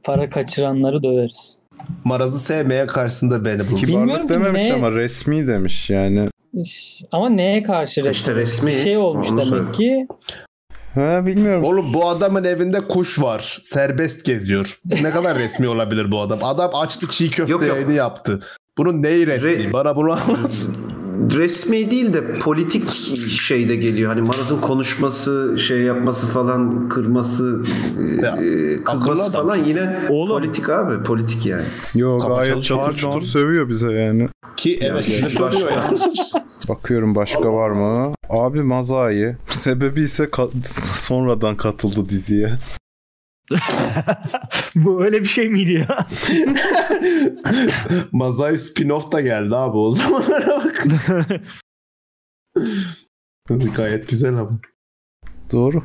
S10: Para kaçıranları döveriz.
S1: Maraz'ı sevmeye karşısında beni buldu.
S2: Kibarlık
S10: Bilmiyorum ki
S2: dememiş
S10: ne-
S2: ama resmi demiş yani.
S10: Üş, Ama neye karşı resmi?
S8: İşte resmi.
S10: şey olmuş
S8: Onu
S10: demek
S8: söyle.
S10: ki.
S2: Ha bilmiyorum.
S1: Oğlum bu adamın evinde kuş var. Serbest geziyor. Ne kadar resmi olabilir bu adam? Adam açtı çiğ köfte
S8: Yok, yok.
S1: yayını yaptı. Bunun neyi resmi?
S8: Re-
S1: Bana bunu
S8: resmi değil de politik şeyde geliyor. Hani Marat'ın konuşması, şey yapması falan, kırması, e, kızması
S11: akıllı adam.
S8: falan yine politik abi. Politik yani.
S2: Yok
S8: Kapaçalı
S2: gayet
S8: çatır
S2: çatır
S8: çutur
S2: çutur sövüyor bize yani.
S1: Ki
S8: evet,
S2: yani.
S8: sizi başka-
S2: Bakıyorum başka var mı? Abi Mazai. Sebebi ise ka- sonradan katıldı diziye.
S3: Bu öyle bir şey miydi ya?
S1: Mazai spin-off da geldi abi o zamanlara bak. Gayet güzel ama.
S2: Doğru.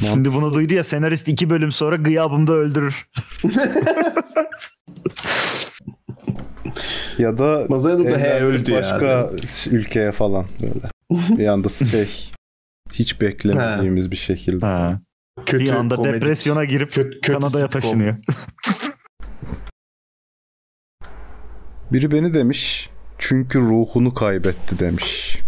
S9: Şimdi bunu duydu ya senarist iki bölüm sonra gıyabımda öldürür.
S2: Ya da
S1: Mazai Duka,
S2: evlenmiş
S1: he, öldü ya
S2: başka ülkeye falan böyle. Bir anda şey hiç beklemediğimiz bir şekilde.
S9: bir anda
S2: komedi.
S9: depresyona girip Kanada'ya taşınıyor.
S2: Biri beni demiş çünkü ruhunu kaybetti demiş.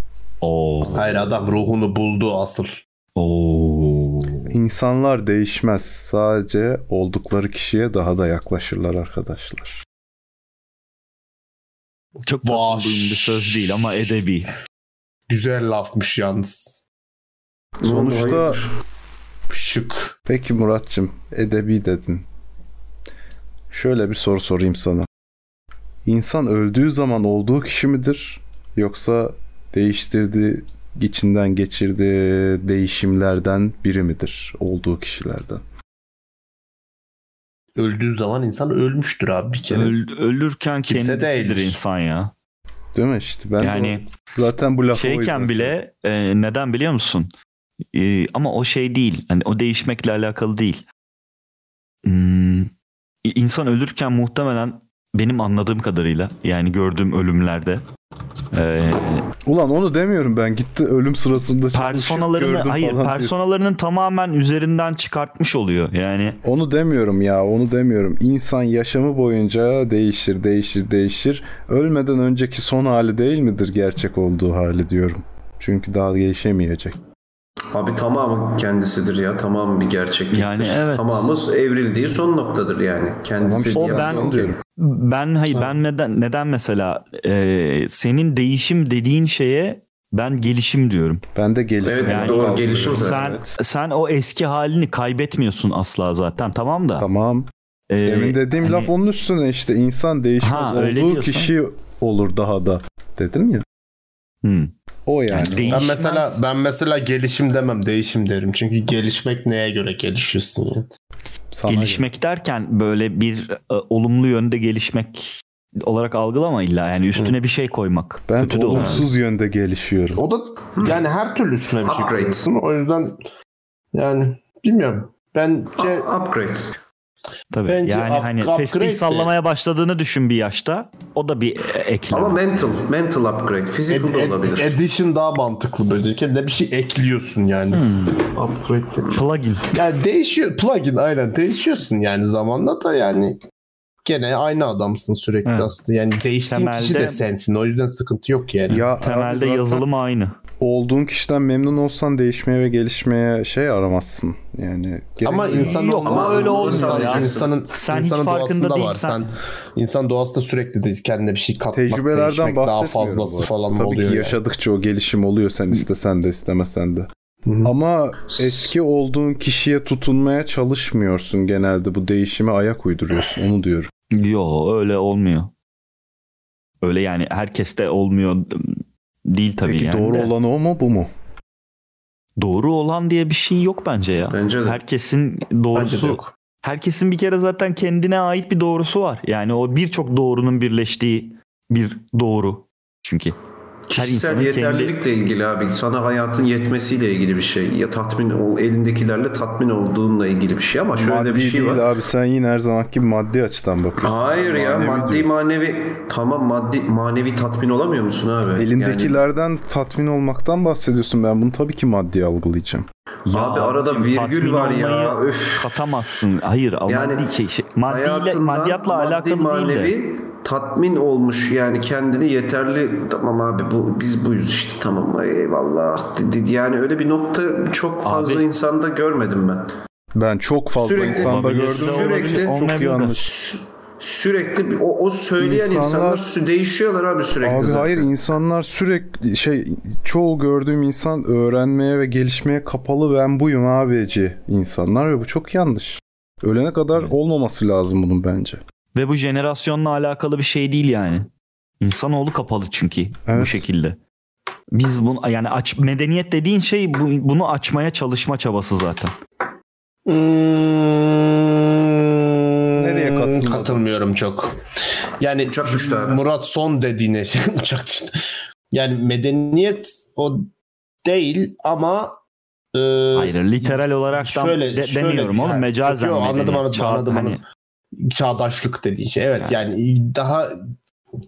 S9: Oo.
S1: Hayır adam ruhunu buldu asıl.
S9: Oo.
S2: İnsanlar değişmez. Sadece oldukları kişiye daha da yaklaşırlar arkadaşlar.
S9: Çok
S1: Vaş.
S9: bir söz değil ama edebi.
S1: Güzel lafmış yalnız.
S2: Sonuçta
S1: şık.
S2: Peki Muratçım, edebi dedin. Şöyle bir soru sorayım sana. İnsan öldüğü zaman olduğu kişi midir? Yoksa değiştirdiği, içinden geçirdiği değişimlerden biri midir olduğu kişilerden?
S1: Öldüğü zaman insan ölmüştür abi bir kere.
S9: Öl- ölürken
S1: Kimse
S9: kendisidir
S1: değildir.
S9: insan ya.
S2: Değil mi işte? Ben de
S9: Yani
S2: o- zaten bu lafa o yüzden
S9: Şeyken bile e, neden biliyor musun? E, ama o şey değil. Hani o değişmekle alakalı değil. Hmm, i- insan ölürken muhtemelen benim anladığım kadarıyla yani gördüğüm ölümlerde e,
S2: Ulan onu demiyorum ben. Gitti ölüm sırasında
S9: personalarını
S2: gördüm
S9: hayır
S2: falan diyorsun.
S9: personalarının tamamen üzerinden çıkartmış oluyor. Yani
S2: Onu demiyorum ya, onu demiyorum. İnsan yaşamı boyunca değişir, değişir, değişir. Ölmeden önceki son hali değil midir gerçek olduğu hali diyorum. Çünkü daha değişemeyecek.
S8: Abi tamamı kendisidir ya. Tamamı bir gerçekliktir.
S9: Yani evet.
S8: Tamamı evrildiği son noktadır yani. Kendisi
S9: O
S8: diye
S9: ben-
S8: bir şey.
S9: Ben hayır ben neden neden mesela e, senin değişim dediğin şeye ben gelişim diyorum.
S2: Ben de gelişim.
S8: Evet doğru gelişim zaten.
S9: Sen sen o eski halini kaybetmiyorsun asla zaten tamam da.
S2: Tamam.
S9: E,
S8: Ee,
S2: Demin dediğim
S9: hani-
S2: laf onun üstüne işte insan değişmez
S9: Ha, öyle
S2: olduğu
S9: diyorsan.
S2: kişi olur daha da. Dedim ya.
S9: Hmm.
S2: O yani.
S1: Ben
S9: Değişmez.
S1: mesela ben mesela gelişim demem, değişim derim. Çünkü gelişmek neye göre gelişiyorsun yani?
S2: Sana
S9: gelişmek derken böyle bir e, olumlu yönde gelişmek olarak algılama illa yani üstüne bir şey koymak.
S2: göre. Ben
S9: Kötü de olur.
S2: olumsuz yönde gelişiyorum.
S1: O da yani her türlü üstüne bir şey
S8: Upgrade.
S1: koyuyorsun. O yüzden yani bilmiyorum. Bence
S8: Ha, Upgrades.
S9: Tabii.
S1: Bence
S9: yani
S1: up-
S9: hani
S1: upgrade
S9: tespih
S1: de-
S9: sallamaya başladığını düşün bir yaşta. O da bir e, ekleme.
S8: Ama mental, mental upgrade.
S1: ed-
S8: Physical da
S1: ed-
S8: olabilir.
S1: addition daha mantıklı böyle. Kendine bir şey ekliyorsun yani.
S9: Hmm.
S8: upgrade de.
S9: Plugin.
S1: Yani değişiyor. Plugin aynen değişiyorsun yani zamanla da yani gene aynı adamsın sürekli
S9: Evet.
S1: aslında. Yani değiştiğin kişi de
S9: Temelde-
S1: sensin. O yüzden sıkıntı yok yani.
S2: Ya abi
S9: Temelde
S2: zaten-
S9: yazılım aynı.
S2: olduğun kişiden memnun olsan değişmeye ve gelişmeye şey aramazsın. Yani gerek
S1: Ama
S2: yok.
S1: insan
S9: Yok, ama öyle olmuyor
S1: insan,
S9: ya.
S1: insanın
S9: Sen hiç
S1: insanın
S9: farkında
S1: doğasında var.
S9: değilsen.
S1: Sen insan doğasında sürekli de kendine bir şey katmak,
S2: tecrübelerden
S1: değişmek daha
S2: bahsetmiyorum. bu
S1: fazlası
S2: arada.
S1: falan
S2: Tabii
S1: oluyor.
S2: ki
S1: yani.
S2: yaşadıkça o gelişim oluyor sen istesen de istemesen de.
S1: Hı hı.
S2: Ama eski olduğun kişiye tutunmaya çalışmıyorsun genelde. Bu değişime ayak uyduruyorsun onu diyorum.
S9: Yo öyle olmuyor. Öyle yani herkeste olmuyor değil tabii
S2: Peki
S9: yani.
S2: doğru
S9: de.
S2: olan o mu bu mu?
S9: Doğru olan diye bir şey yok bence ya.
S8: Bence de.
S9: Herkesin
S1: Bence de
S9: doğrusu
S1: yok.
S9: herkesin bir kere zaten kendine ait bir doğrusu var. Yani o birçok doğrunun birleştiği bir doğru. Çünkü her
S8: Kişisel
S9: insanın kendi
S8: yeterlilikle ilgili abi. Sana hayatın yetmesiyle ilgili bir şey. Ya tatmin ol, elindekilerle tatmin olduğunla ilgili bir şey ama şöyle
S2: maddi
S8: bir şey
S2: değil
S8: var.
S2: abi sen yine her zamanki maddi açıdan bakıyorsun.
S8: Hayır ya
S2: Manevi
S8: maddi
S2: diyor.
S8: manevi tamam maddi manevi tatmin olamıyor musun abi? Yani-
S2: Elindekilerden tatmin olmaktan bahsediyorsun. Ben bunu tabii ki maddi algılayacağım.
S9: Ya
S8: abi arada
S9: abicim,
S8: virgül
S9: tatmin
S8: var ya.
S9: olmayı
S8: Öf.
S9: katamazsın. Hayır,
S8: Yani
S9: maddi şey, şey- maddiyle,
S8: Hayatından
S9: maddiyatla
S8: maddi,
S9: alakalı değil de.
S8: manevi tatmin olmuş yani kendini yeterli tamam abi bu biz buyuz işte tamam eyvallah dedi. yani öyle bir nokta çok fazla
S9: Abi-
S8: insanda görmedim ben.
S2: Ben çok fazla
S8: Sürekli-
S2: insanda
S8: Olabilir,
S2: gördüm.
S8: olabilir,
S2: çok
S9: olmayabilir de.
S2: yanlış.
S8: Sü- Sürekli bir- o, o söyleyen
S2: İnsanlar-
S8: insanlar, sü- değişiyorlar abi sürekli
S2: Abi
S8: zaten.
S2: hayır insanlar sürekli şey çoğu gördüğüm insan öğrenmeye ve gelişmeye kapalı ben buyum abici insanlar ve bu çok yanlış. Ölene kadar olmaması lazım bunun bence.
S9: Ve bu jenerasyonla alakalı bir şey değil yani. İnsanoğlu kapalı çünkü bu şekilde. Biz bunu yani aç, medeniyet dediğin şey bu- bunu açmaya çalışma çabası zaten.
S1: Nereye Katılmıyorum çok. Yani Murat son dediğine şey uçak düştü. Yani medeniyet o değil ama e,
S9: Hayır literal olarak da
S1: şöyle,
S9: de-
S1: şöyle
S9: demiyorum
S1: bir-
S9: oğlum,
S1: ha,
S9: mecazen
S1: yok, anladım
S9: medeniyet,
S1: anladım
S9: çağ-
S1: anladım,
S9: hani-
S1: anladım. Çağdaşlık dediğin şey. Evet yani. daha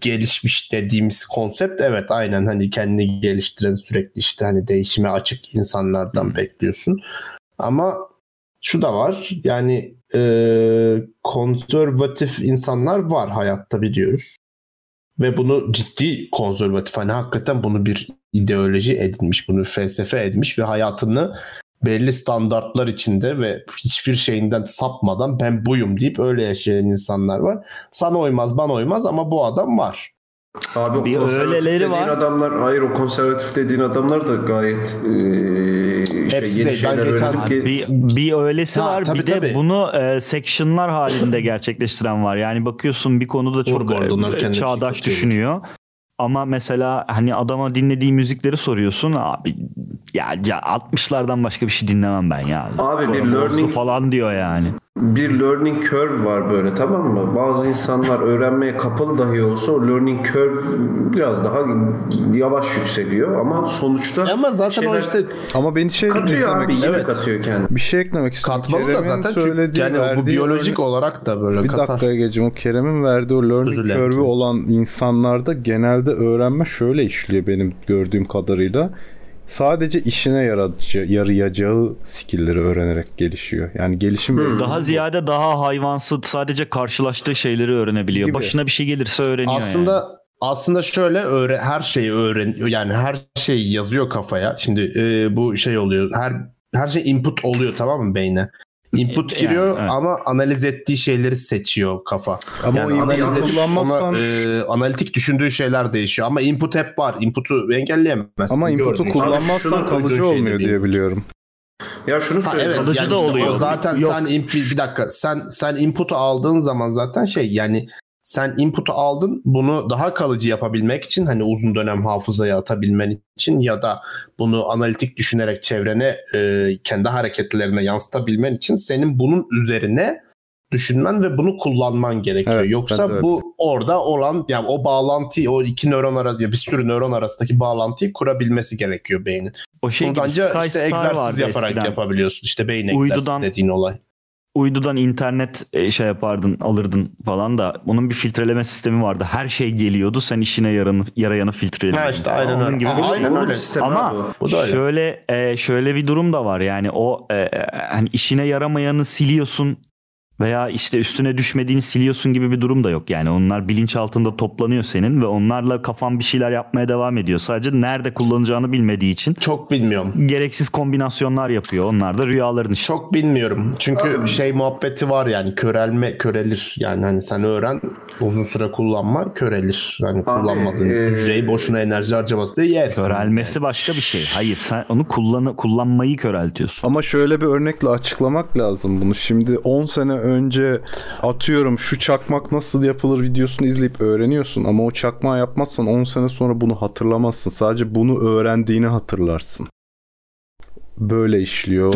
S1: gelişmiş dediğimiz konsept evet aynen hani kendini geliştiren sürekli işte hani değişime açık insanlardan
S9: Hmm.
S1: bekliyorsun. Ama şu da var yani e, konservatif insanlar var hayatta biliyoruz. Ve bunu ciddi konservatif hani hakikaten bunu bir ideoloji edinmiş, bunu felsefe edinmiş ve hayatını belli standartlar içinde ve hiçbir şeyinden sapmadan ben buyum deyip öyle yaşayan insanlar var. Sana uymaz, bana uymaz ama bu adam var.
S8: Abi o konservatif dediğin adamlar hayır o konservatif dediğin adamlar da gayet eee şey,
S9: Hepsi
S8: yeni
S9: değil. Ben
S8: şeyler
S9: geçen-
S8: öğrenip ge-
S9: bir, bir öylesi
S8: Ha,
S9: var
S8: tabii,
S9: bir de
S8: tabii.
S9: bunu e, sectionlar halinde gerçekleştiren var. Yani bakıyorsun bir konuda çok
S1: Gordon'lar
S9: e,
S1: kendi
S9: çağdaş düşünüyor. Ama mesela hani adama dinlediği müzikleri soruyorsun abi ya, ya 60'lardan başka bir şey dinlemem ben ya.
S8: Abi bir
S9: Sonra Bozdu
S8: learning-
S9: falan diyor yani.
S8: bir learning curve var böyle tamam mı? Bazı insanlar öğrenmeye kapalı dahi olsa o learning curve biraz daha yavaş yükseliyor ama sonuçta
S1: ama zaten
S2: o işte- Ama beni şey
S8: katıyor
S2: eklemek
S8: abi yine
S2: istiyorum.
S8: katıyor kendini.
S2: Bir şey eklemek istiyorum.
S8: Katmalı da zaten çünkü yani bu biyolojik
S1: olarak da böyle
S2: bir
S1: katar.
S2: dakika Egeciğim o Kerem'in verdiği o learning
S1: Özür dilerim.
S2: curve'ü olan insanlarda genelde öğrenme şöyle işliyor benim gördüğüm kadarıyla. Sadece işine yarayacağı, yarayacağı skill'leri öğrenerek gelişiyor. Yani gelişim
S1: Hmm.
S2: böyle.
S9: Daha ziyade daha hayvansı sadece karşılaştığı şeyleri öğrenebiliyor.
S1: Gibi.
S9: Başına bir şey gelirse öğreniyor
S1: aslında aslında şöyle öğre, her şeyi öğren yani her şeyi yazıyor kafaya. Şimdi e, bu şey oluyor. Her her şey input oluyor tamam mı beyne? Input
S9: E, Yani,
S1: giriyor
S9: evet.
S1: ama analiz ettiği şeyleri seçiyor kafa.
S2: Ama o input'u
S1: edip
S2: kullanmazsan-
S1: ona, e, analitik düşündüğü şeyler değişiyor ama input hep var. Input'u engelleyemezsin.
S2: Ama input'u
S1: Gördüğün- şey.
S2: kullanmazsan kalıcı olmuyor diye biliyorum.
S8: Ya şunu
S1: Ha,
S8: söyle.
S1: evet, yani işte O zaten sen imp- bir dakika sen sen input'u aldığın zaman zaten şey yani sen input'u aldın bunu daha kalıcı yapabilmek için hani uzun dönem hafızaya atabilmen için ya da bunu analitik düşünerek çevrene e, kendi hareketlerine yansıtabilmen için senin bunun üzerine düşünmen ve bunu kullanman gerekiyor.
S2: Evet,
S1: Yoksa
S2: ben de öyle.
S1: bu orada olan yani o bağlantıyı o iki nöron arası ya bir sürü nöron arasındaki bağlantıyı kurabilmesi gerekiyor beynin.
S9: O şey
S1: Bunu da
S9: gibi
S1: anca
S9: Sky
S1: işte
S9: Star
S1: egzersiz
S9: vardı
S1: yaparak
S9: eskiden.
S1: yapabiliyorsun. İşte beyin
S9: Uydudan-
S1: egzersizi dediğin olay.
S9: uydudan internet e, şey yapardın alırdın falan da onun bir filtreleme sistemi vardı. Her şey geliyordu sen işine yaranı, yarayanı filtreledin.
S1: Ha işte, aynen
S9: Onun
S1: öyle.
S9: gibi bir
S1: Aynen
S9: şey.
S1: öyle. Bunun sistemi
S9: Ama
S1: abi o. Bu da öyle.
S9: şöyle e, şöyle bir durum da var yani o e, e, hani işine yaramayanı siliyorsun veya işte üstüne düşmediğini siliyorsun gibi bir durum da yok. Yani onlar bilinç altında toplanıyor senin ve onlarla kafan bir şeyler yapmaya devam ediyor. Sadece nerede kullanacağını bilmediği için.
S1: Çok bilmiyorum.
S9: Gereksiz kombinasyonlar yapıyor. Onlar da rüyaların işi.
S1: Çok bilmiyorum. Çünkü şey muhabbeti var yani körelme körelir. Yani hani sen öğren uzun süre kullanma körelir. Yani kullanmadığın hücreyi boşuna enerji harcaması diye yersin.
S9: Körelmesi başka bir şey. Hayır sen onu kullan kullanmayı köreltiyorsun.
S2: Ama şöyle bir örnekle açıklamak lazım bunu. Şimdi 10 sene önce atıyorum şu çakmak nasıl yapılır videosunu izleyip öğreniyorsun. Ama o çakmağı yapmazsan 10 sene sonra bunu hatırlamazsın. Sadece bunu öğrendiğini hatırlarsın. Böyle işliyor.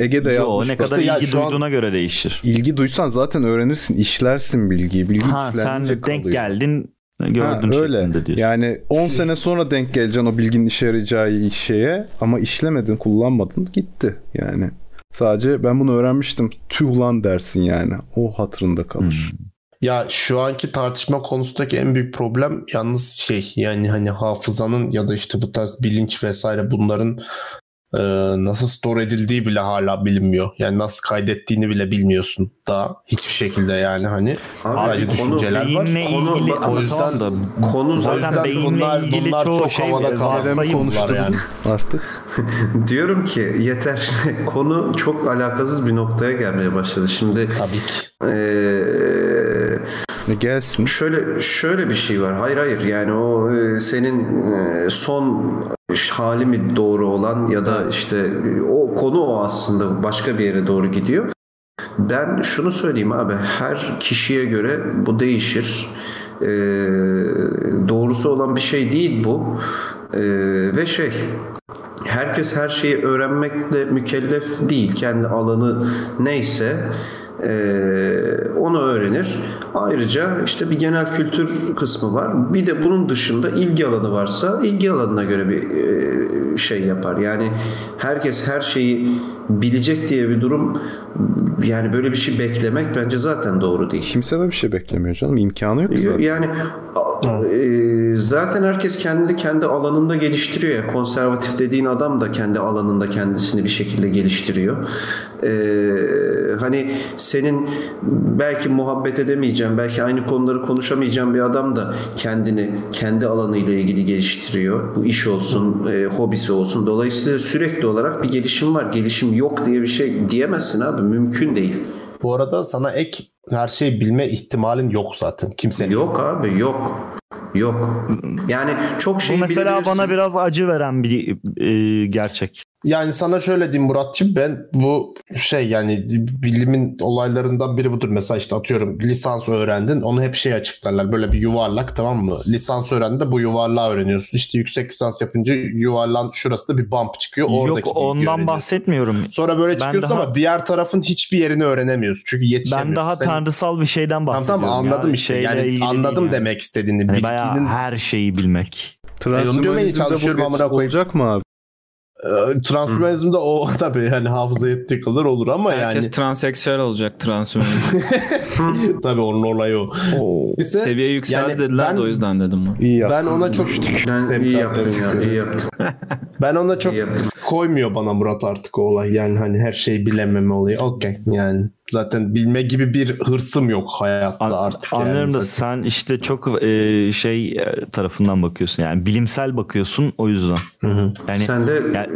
S2: Ege de
S9: Yo,
S2: yapmış.
S9: ne kadar
S2: İşte ya
S9: ilgi
S2: şu an
S9: duyduğuna göre değişir.
S2: İlgi duysan zaten öğrenirsin, işlersin bilgiyi. Bilgi
S9: Ha, sen
S2: işlenince
S9: denk
S2: kalıyor.
S9: geldin, gördün
S2: öyle. Yani 10 sene sonra denk geleceksin o bilginin işe yarayacağı şeye ama işlemedin, kullanmadın, gitti yani. Sadece ben bunu öğrenmiştim. Tüh lan dersin yani. O hatırında kalır.
S1: Ya şu anki tartışma konusundaki en büyük problem yalnız şey yani hani hafızanın ya da işte bu tarz bilinç vesaire bunların e, nasıl store edildiği bile hala bilinmiyor. Yani nasıl kaydettiğini bile bilmiyorsun daha hiçbir şekilde yani hani sadece
S8: konu
S1: düşünceler var.
S8: beyinle ilgili-
S1: o yüzden
S8: Tamam da konu
S1: o
S8: zaten
S1: yüzden
S8: beyinle
S1: bunlar,
S8: ilgili
S1: bunlar
S8: çoğu
S1: çok
S8: şey
S1: havada
S8: var.
S1: kalan
S8: Zaten
S1: konular
S8: konuştuk.
S1: yani.
S2: Artık.
S8: Diyorum ki yeter. Konu çok alakasız bir noktaya gelmeye başladı. Şimdi
S1: tabii ki.
S2: Gelsin.
S8: Şöyle şöyle bir şey var. Hayır hayır yani o e, senin e, son hali mi doğru olan ya da işte e, o konu o aslında başka bir yere doğru gidiyor. Ben şunu söyleyeyim abi her kişiye göre bu değişir. E, doğrusu olan bir şey değil bu. E, ve şey herkes her şeyi öğrenmekle mükellef değil. Kendi alanı neyse eee, onu öğrenir. Ayrıca işte bir genel kültür kısmı var. Bir de bunun dışında ilgi alanı varsa ilgi alanına göre bir eee, şey yapar. Yani herkes her şeyi bilecek diye bir durum yani böyle bir şey beklemek bence zaten doğru değil.
S2: Kimse de bir şey beklemiyor canım. İmkanı
S1: E,
S2: yok ki zaten.
S8: Yani a- e, zaten herkes kendini kendi alanında geliştiriyor. ya. Konservatif dediğin adam da kendi alanında kendisini bir şekilde geliştiriyor. E, hani senin belki muhabbet edemeyeceğim, belki aynı konuları konuşamayacağım bir adam da kendini kendi alanıyla ilgili geliştiriyor. Bu iş olsun, e, hobisi olsun. Dolayısıyla sürekli olarak bir gelişim var. Gelişim yok diye bir şey diyemezsin abi. Mümkün değil.
S1: Bu arada sana ek her şeyi bilme ihtimalin yok zaten. Kimsenin.
S8: Yok abi yok. Yok. Yani çok
S1: şey
S9: Bu mesela bana biraz acı veren bir e, gerçek.
S1: Yani sana şöyle diyeyim Muratçım ben bu şey yani bilimin olaylarından biri budur. Mesela işte atıyorum lisans öğrendin onu hep şey açıklarlar böyle bir yuvarlak tamam mı? Lisans öğrendin de bu yuvarlağı öğreniyorsun. İşte yüksek lisans yapınca yuvarlan şurası da bir bump çıkıyor. Oradaki
S9: Yok
S1: bilgiyi
S9: ondan
S1: öğreniyorsun.
S9: bahsetmiyorum.
S1: Sonra böyle çıkıyorsun ama diğer tarafın hiçbir yerini öğrenemiyorsun. Çünkü yetişemiyorsun.
S9: Ben daha
S1: Şey Senin-
S9: tanrısal bir şeyden
S1: Tamam
S9: bahsediyorum.
S1: tamam anladım
S9: ya.
S1: işte.
S9: Şeyle
S1: Yani
S9: ilgili
S1: anladım
S9: değil yani.
S1: demek istediğini.
S9: Hani
S1: Bilginin
S9: bayağı her şeyi bilmek.
S1: Transhumanizmde çalışıyorum amına koyayım.
S2: Olacak mı abi?
S1: e, Transhumanizmde o tabii yani hafızaya tıkılır olur ama
S6: Herkes
S1: yani
S6: transseksüel olacak transhumanizm.
S1: tabii onun olayı o. Neyse,
S6: Seviye yükseldi
S1: yani
S6: dediler de
S1: ben-
S6: o yüzden dedim bunu.
S1: ben ona çok
S8: Ben iyi yaptın ya, iyi yaptın.
S1: Ben ona çok koymuyor bana Murat artık o olay. Yani hani her şeyi bilememe olayı. Okey yani zaten bilme gibi bir hırsım yok hayatta artık. yani.
S9: Anlarım da
S1: Zaten-
S9: sen işte çok e, şey e, tarafından bakıyorsun yani bilimsel bakıyorsun o yüzden. Yani,
S8: Sen de- e,
S9: yani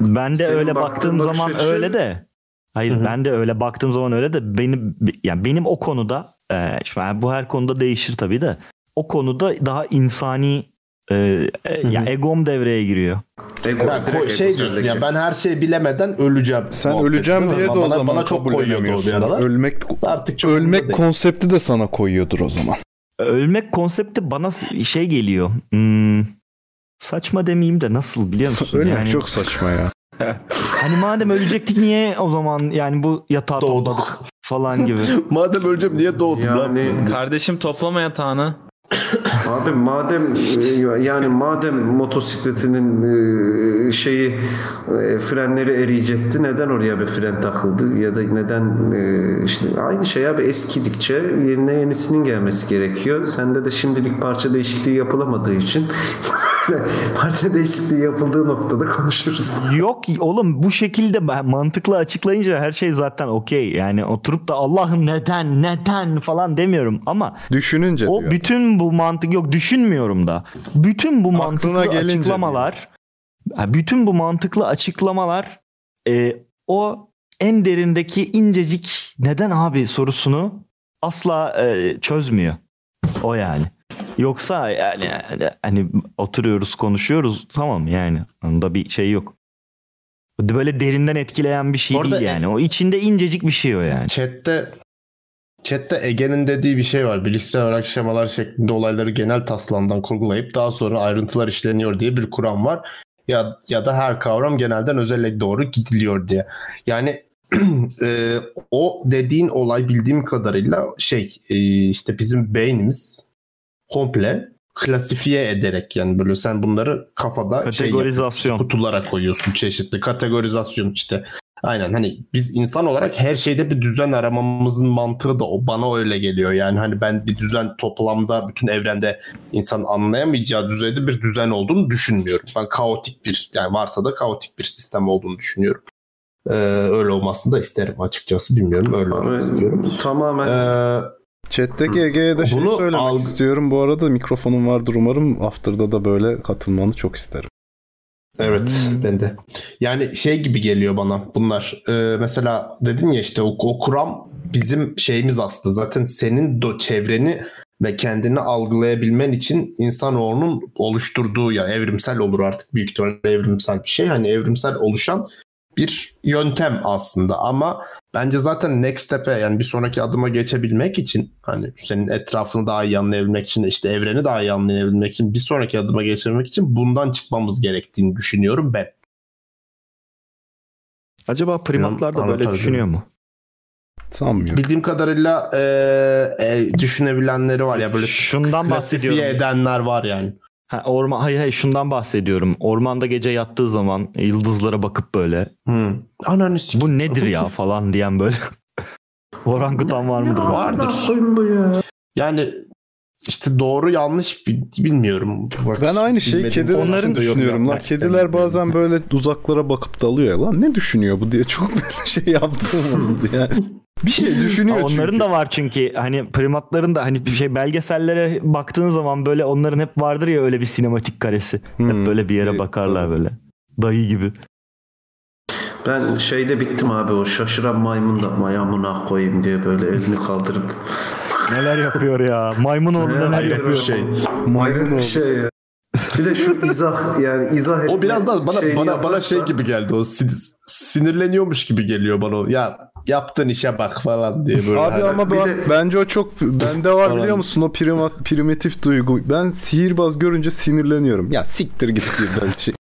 S9: ben de
S8: senin
S9: öyle
S8: baktığın
S9: baktığım
S8: bakış
S9: zaman
S8: açı-
S9: öyle de. Hayır ben de öyle baktığım zaman öyle de benim yani benim o konuda e, şimdi yani bu her konuda değişir tabii de o konuda daha insani e, e, ya egom devreye giriyor.
S1: Ben ko- şey diyorsun ya ben her şeyi bilemeden öleceğim.
S2: Sen
S1: muhabbeti
S2: öleceğim
S1: değil mi?
S2: diye de o
S1: bana,
S2: zaman
S1: bana çok koyuyordu o bir
S2: kabullenemiyorsun.
S1: aralar.
S2: Ölmek,
S1: artık
S2: ölmek konsepti de sana koyuyordur o zaman.
S9: Ölmek konsepti bana s- şey geliyor. Hmm, saçma demeyeyim de nasıl biliyor musun?
S2: Ölmek
S9: Yani-
S2: çok saçma ya.
S9: Hani madem ölecektik niye o zaman yani bu yatağa topladık falan gibi.
S1: madem öleceğim niye doğdum
S8: Yani
S6: Kardeşim toplama yatağını.
S8: Abi madem e, yani madem motosikletinin e, şeyi e, frenleri eriyecekti neden oraya bir fren takıldı ya da neden e, işte aynı şey abi eskidikçe yerine yenisinin gelmesi gerekiyor. Sende de şimdilik parça değişikliği yapılamadığı için parça değişikliği yapıldığı noktada konuşuruz.
S9: Yok oğlum bu şekilde ben- mantıklı açıklayınca her şey zaten okey. Yani oturup da Allah'ım neden neden falan demiyorum ama
S2: Düşününce
S9: o
S2: Şey diyor.
S9: bütün bu mantık yok düşünmüyorum da. Bütün bu mantıklı
S2: gelince
S9: açıklamalar Ha, bütün bu mantıklı açıklamalar e, o en derindeki incecik neden abi sorusunu asla e, çözmüyor. O yani. Yoksa yani, yani hani oturuyoruz konuşuyoruz tamam yani onda bir şey yok. Böyle derinden etkileyen bir şey
S1: Orada
S9: değil yani. O içinde incecik bir şey o yani.
S1: Chat'te Chat'te Ege'nin dediği bir şey var. Bilişsel olarak şemalar şeklinde olayları genel taslamdan kurgulayıp daha sonra ayrıntılar işleniyor diye bir kuram var. Ya ya da her kavram genelden özele doğru gidiliyor diye. Yani e, o dediğin olay bildiğim kadarıyla şey e, işte bizim beynimiz komple klasifiye ederek yani böyle sen bunları kafada şey
S9: Kategorizasyon.
S1: yapıyorsun, kutulara koyuyorsun çeşitli kategorizasyon işte aynen hani biz insan olarak her şeyde bir düzen aramamızın mantığı da o bana öyle geliyor yani hani ben bir düzen toplamda bütün evrende insan anlayamayacağı düzeyde bir düzen olduğunu düşünmüyorum ben kaotik bir yani varsa da kaotik bir sistem olduğunu düşünüyorum Ee, öyle olmasını da isterim açıkçası bilmiyorum öyle olsun istiyorum
S8: tamamen
S1: Ee,
S2: Chat'teki Ege'ye de şey
S1: Bunu
S2: söylemek istiyorum. Bu arada mikrofonum vardır umarım. After'da da böyle katılmanı çok isterim.
S1: Evet dendi. Yani şey gibi geliyor bana bunlar. Ee, mesela dedin ya işte o, o kuram bizim şeyimiz aslında. Zaten senin do çevreni ve kendini algılayabilmen için insanoğlunun oluşturduğu ya evrimsel olur artık büyük ihtimalle evrimsel bir şey. Hani evrimsel oluşan bir yöntem aslında ama bence zaten next step'e yani bir sonraki adıma geçebilmek için hani senin etrafını daha iyi anlayabilmek için işte evreni daha iyi anlayabilmek için bir sonraki adıma geçebilmek için bundan çıkmamız gerektiğini düşünüyorum ben.
S3: Acaba primatlar da böyle
S1: Anlatabildim.
S3: düşünüyor mu?
S2: Sanmıyorum.
S1: Bildiğim kadarıyla e, e, düşünebilenleri var ya böyle
S9: Şundan
S1: klasifiye
S9: bahsediyorum.
S1: edenler var yani.
S9: Ha, orman, hayır hayır şundan bahsediyorum. Ormanda gece yattığı zaman yıldızlara bakıp böyle.
S1: Hmm.
S9: Bu nedir ya falan diyen böyle. Orangutan var mıdır?
S1: Yani işte doğru yanlış bi- bilmiyorum. Bak,
S2: Ben aynı şeyi
S1: bilmediğim
S2: kediler
S1: konuda
S2: için
S1: da yorum
S2: düşünüyorum lan.
S1: yapmak istemiyorum.
S2: Kediler bazen böyle uzaklara bakıp dalıyor ya lan. Ne düşünüyor bu diye çok böyle şey yaptım oldu ya. Bir şey düşünüyor
S9: Ha, Onların
S2: çünkü.
S9: da var çünkü hani primatların da hani bir şey belgesellere baktığın zaman böyle onların hep vardır ya öyle bir sinematik karesi.
S2: Hmm.
S9: Hep böyle bir yere bakarlar böyle. Dayı gibi.
S8: Ben şeyde bittim abi o şaşıran maymun da mayamına koyayım diye böyle elini kaldırıp.
S9: Neler yapıyor ya? Maymun oğlu
S8: Ya,
S9: neler
S8: ayrı bir
S9: yapıyor?
S8: şey. Ayrı bir şey ya. Bir de şu izah yani izah etme
S1: O biraz daha bana
S8: şeyini
S1: bana bana
S8: yaparsa-
S1: şey gibi geldi. O sin- sinirleniyormuş gibi geliyor bana. o. Ya yaptığın işe bak falan diye böyle.
S2: Abi
S1: hani-
S2: ama ben- bence o çok bende var
S1: Falan.
S2: biliyor musun o primat, primitif duygu. Ben sihirbaz görünce sinirleniyorum. Ya siktir git diye ben şey.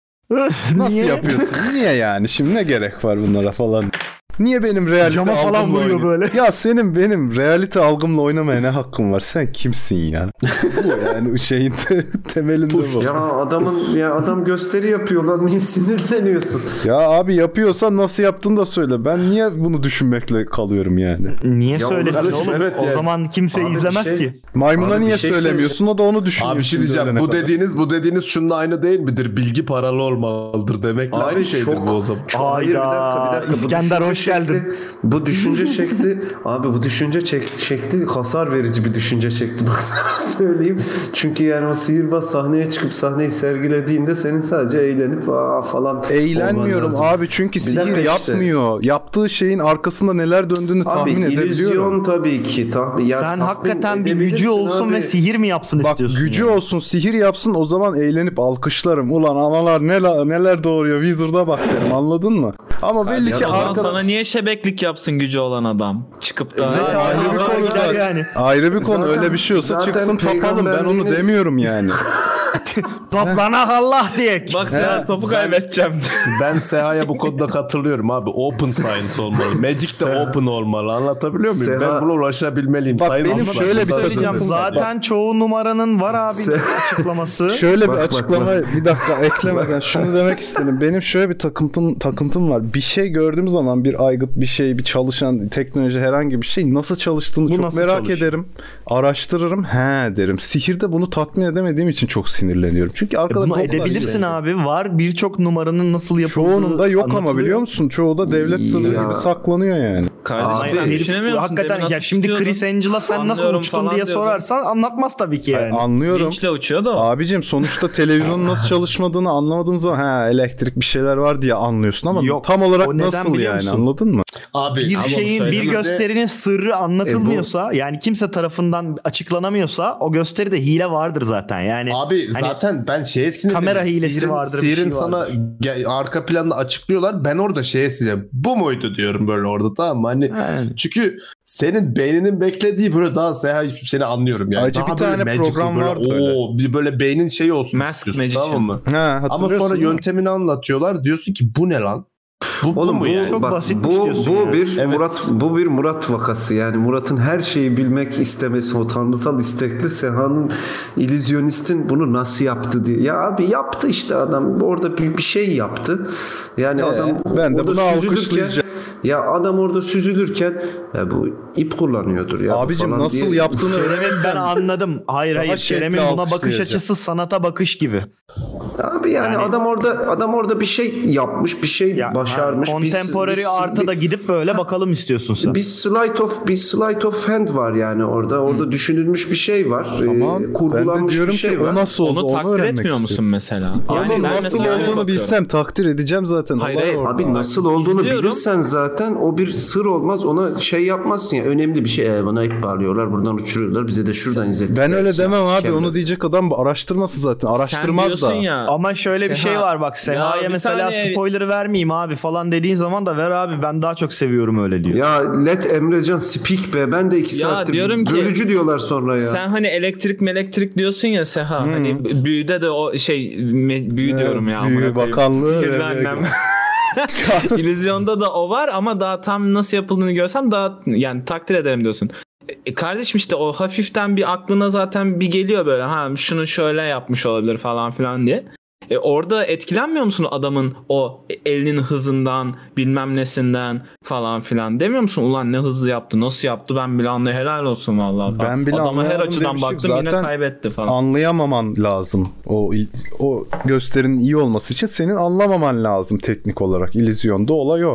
S2: Nasıl
S9: Niye?
S2: yapıyorsun? Niye yani? Şimdi ne gerek var bunlara falan? Niye benim realite
S9: Cama
S2: algımla
S9: falan vuruyor
S2: oynuyor-
S9: böyle.
S2: Ya senin benim realite algımla oynamaya ne hakkım var? Sen kimsin ya? Bu yani şeyin te- temelinde bu.
S8: Ya adamın ya adam gösteri yapıyor lan niye sinirleniyorsun?
S2: Ya abi yapıyorsan nasıl yaptın da söyle. Ben niye bunu düşünmekle kalıyorum yani?
S9: Niye
S8: Ya
S9: söylesin
S8: oğlum,
S9: oğlum?
S1: evet
S9: o
S1: yani.
S9: zaman kimse
S8: Abi bir
S9: izlemez
S8: şey-
S9: ki.
S2: Maymuna
S8: Abi bir
S2: niye
S8: şey
S2: söylemiyorsun? O da onu düşünüyor.
S1: Abi bir şey
S2: şimdi
S1: diyeceğim.
S2: ölene
S1: Bu
S2: kadar.
S1: dediğiniz bu dediğiniz şununla aynı değil midir? Bilgi paralı olmalıdır demekle
S8: Abi
S1: aynı şeydir
S8: çok-
S1: bu o zaman.
S8: Çok- Hayır bir dakika bir dakika. Bu
S9: İskender
S8: düşünce
S9: hoş geldin.
S8: şekli- bu düşünce şekli abi bu düşünce çek, şekli hasar verici bir düşünce şekli bak sana söyleyeyim. Çünkü yani o sihirbaz sahneye çıkıp sahneyi sergilediğinde senin sadece eğlenip aa falan
S2: Eğlenmiyorum
S8: olman lazım.
S2: abi çünkü sihir
S8: dakika işte.
S2: yapmıyor. Yaptığı şeyin arkasında neler döndüğünü
S8: Abi
S2: tahmin edebiliyorum.
S8: illüzyon tabii ki. Tahmin, ya
S9: Sen
S8: tahmin
S9: hakikaten bir gücü
S8: edebilirsin
S9: olsun
S8: abi.
S9: ve sihir mi yapsın
S2: Bak
S9: istiyorsun?
S2: gücü
S9: yani?
S2: olsun sihir yapsın o zaman eğlenip alkışlarım. Ulan analar neler, neler doğuruyor Wizard'a bak derim anladın mı? Ama belli ki
S6: O zaman
S2: arkada...
S6: sana niye şebeklik yapsın gücü olan adam? Çıkıp da
S2: Evet,
S6: "Ha,
S2: ayrı bir
S6: ha,
S2: konu
S6: güzel
S2: zaten.
S9: yani.
S2: Ayrı bir konu
S8: Zaten-
S2: öyle bir şey olsa
S8: zaten
S2: çıksın tapalım ben onu
S8: peygamberliğini-
S2: demiyorum yani.
S9: Toplanak Allah diyek.
S6: Bak sen topu kaybedeceğim.
S1: Ben Seha'ya bu konuda katılıyorum abi. Open science olmalı. Magic de open olmalı. Anlatabiliyor muyum? Ben
S8: Seha-
S1: buna ulaşabilmeliyim.
S2: Bak
S1: Sayın
S2: benim
S1: Aslan.
S2: şöyle bir
S1: Zaten-
S2: takım-
S9: Zaten çoğu numaranın var abi
S8: Sen-
S9: açıklaması.
S2: Şöyle
S8: Bak,
S2: bir
S8: bak,
S2: açıklama bir dakika ekleme. Ben şunu demek istedim. Benim şöyle bir takıntım takıntım var. Bir şey gördüğüm zaman bir aygıt bir şey bir çalışan teknoloji herhangi bir şey nasıl çalıştığını
S9: Bu
S2: çok
S9: nasıl
S2: merak
S9: çalışıyor?
S2: ederim. Araştırırım. He derim. Sihirde bunu tatmin edemediğim için çok sinirleniyorum. Çünkü
S9: E
S2: arkada
S9: Bunu
S2: boklar
S9: edebilirsin
S2: gibi.
S9: abi. Var birçok numaranın nasıl yapıldığı
S2: Çoğununda yok ama
S9: anlatılıyor.
S2: biliyor musun? Çoğu da devlet sırrı
S8: Ya.
S2: gibi saklanıyor yani.
S6: Kardeşim
S9: Ay,
S6: sen
S9: herif-
S6: düşünemiyorsun. Demin
S9: hakikaten ya
S6: atıp
S9: şimdi
S6: tutuyordun.
S9: Chris Angel'a sen nasıl
S6: Anlıyorum
S9: uçtun
S6: falan
S9: diye
S6: diyordun.
S9: sorarsan anlatmaz tabii ki yani.
S2: Anlıyorum.
S6: Vinçle uçuyor da o.
S2: Abicim sonuçta televizyonun nasıl çalışmadığını anlamadığım zaman ha elektrik bir şeyler var diye anlıyorsun ama
S9: Yok,
S2: tam
S9: o
S2: olarak
S9: neden
S2: nasıl
S9: biliyor
S2: yani
S9: musun?
S2: anladın mı?
S1: Abi
S9: bir
S1: ama
S9: şeyin bir
S1: söylemede-
S9: gösterinin sırrı
S2: E,
S9: anlatılmıyorsa yani kimse tarafından açıklanamıyorsa o gösteride hile vardır zaten. Yani
S1: Abi
S9: Hani-
S1: zaten ben şeye sinirliyim.
S9: Kamera hilesi vardır, bir
S1: Sihirin
S9: şey
S1: sana
S9: vardır.
S1: ge- arka planını açıklıyorlar. Ben orada şeye sinirliyim. Bu muydu diyorum böyle orada tamam mı? Hani
S9: Yani.
S1: çünkü senin beyninin beklediği böyle daha seha- seni anlıyorum yani.
S2: Acı
S1: daha
S2: bir tane
S1: magical,
S2: program
S1: böyle,
S2: vardı öyle.
S1: Oo, bir böyle beynin şeyi olsun
S6: Masked
S1: istiyorsun,
S6: Magician.
S1: tamam mı?
S2: Ha,
S1: Ama sonra
S2: hatırlıyorsun değil mi?
S1: yöntemini anlatıyorlar. Diyorsun ki bu ne lan? Bu, bu
S8: Oğlum
S1: mu
S8: bu
S1: yani?
S9: Çok
S8: bak,
S9: basitmiş
S8: bu
S9: diyorsun
S8: bu
S9: yani.
S8: bir
S1: Evet.
S8: şey Murat bu bir Murat vakası. Yani Murat'ın her şeyi bilmek istemesi, o tanrısal istekli Seha'nın illüzyonistin bunu nasıl yaptı diye. Ya abi yaptı işte adam. Orada bir, bir şey yaptı. Yani
S2: Ee,
S8: adam
S2: ben de
S8: orada
S2: bunu
S8: süzülürken-
S2: alkışlayacağım.
S8: Ya adam orada süzülürken ya bu ip kullanıyordur ya. bu
S2: Abicim
S8: falan
S2: nasıl
S8: diye-
S2: yaptığını
S9: Kerem'in ben
S2: öğrenirsen
S9: anladım. Hayır
S2: Daha
S9: hayır.
S2: şevkle
S9: Kerem'in buna bakış
S2: alkışlayacak.
S9: açısı sanata bakış gibi.
S8: Abi yani, adam orada adam orada bir şey yapmış, bir şey başarmış. bir-
S9: Contemporary
S8: bir-
S9: arta
S8: bir-
S9: da gidip böyle bakalım istiyorsun sen.
S8: bir sleight of bir sleight of hand var yani orada. Orada düşünülmüş bir şey var. Ee,
S2: Tamam. Ben de
S8: kurgulanmış
S2: diyorum
S8: bir şey
S2: ki o
S8: var.
S2: nasıl oldu
S6: Onu
S2: onu,
S6: takdir
S2: öğrenmek
S6: etmiyor musun
S2: istiyorum.
S6: mesela?
S2: Ama
S6: Yani ben
S2: nasıl
S6: mesela öyle
S2: olduğunu
S6: bakıyorum.
S2: bilsem takdir edeceğim zaten.
S6: Hayır,
S2: Olay
S6: hayır.
S2: orada.
S8: Abi nasıl olduğunu
S6: İzliyorum.
S8: bilirsen zaten o bir sır olmaz. Ona şey yapmazsın ya. Önemli bir şey. Ee, bana ip bağlıyorlar. Buradan uçuruyorlar. Bize de şuradan izlettiler.
S2: Ben öyle
S8: Ya,
S2: demem abi.
S8: sikerler.
S2: Onu diyecek adam araştırması zaten. Araştırmaz
S6: diyorsun
S2: da.
S6: ya,
S9: Ama şöyle bir şey
S6: Seha-
S9: var bak Seha'ya
S6: Ya bir
S9: mesela
S6: saniye.
S9: spoiler vermeyeyim abi falan dediğin zaman da ver abi ben daha çok seviyorum öyle diyor.
S8: Ya let Emrecan speak be. Ben de iki
S6: Ya
S8: saattir
S6: diyorum ki-
S8: bölücü diyorlar sonra ya.
S6: Sen hani elektrik melektrik diyorsun ya Seha.
S2: Hmm.
S6: Hani büyüde de o şey me- büyü
S2: Evet,
S6: diyorum ya.
S2: büyü
S6: amına koyayım.
S2: bakanlığı
S6: Sihirli
S2: ve-
S6: annem. İllüzyonda da o var ama daha tam nasıl yapıldığını görsem daha yani takdir ederim diyorsun. E, kardeşim işte o hafiften bir aklına zaten bir geliyor böyle ha şunu şöyle yapmış olabilir falan filan diye. E, orada etkilenmiyor musun adamın o elinin hızından bilmem nesinden falan filan demiyor musun ulan ne hızlı yaptı nasıl yaptı ben bile anlayamadım helal olsun vallahi. falan.
S2: Ben bile
S6: Adama her
S2: anlayamadım
S6: açıdan
S2: demişim.
S6: baktım yine
S2: Zaten
S6: kaybetti falan.
S2: Anlayamaman lazım. O il- o gösterinin iyi olması için senin anlamaman lazım teknik olarak. İllüzyonda olay o.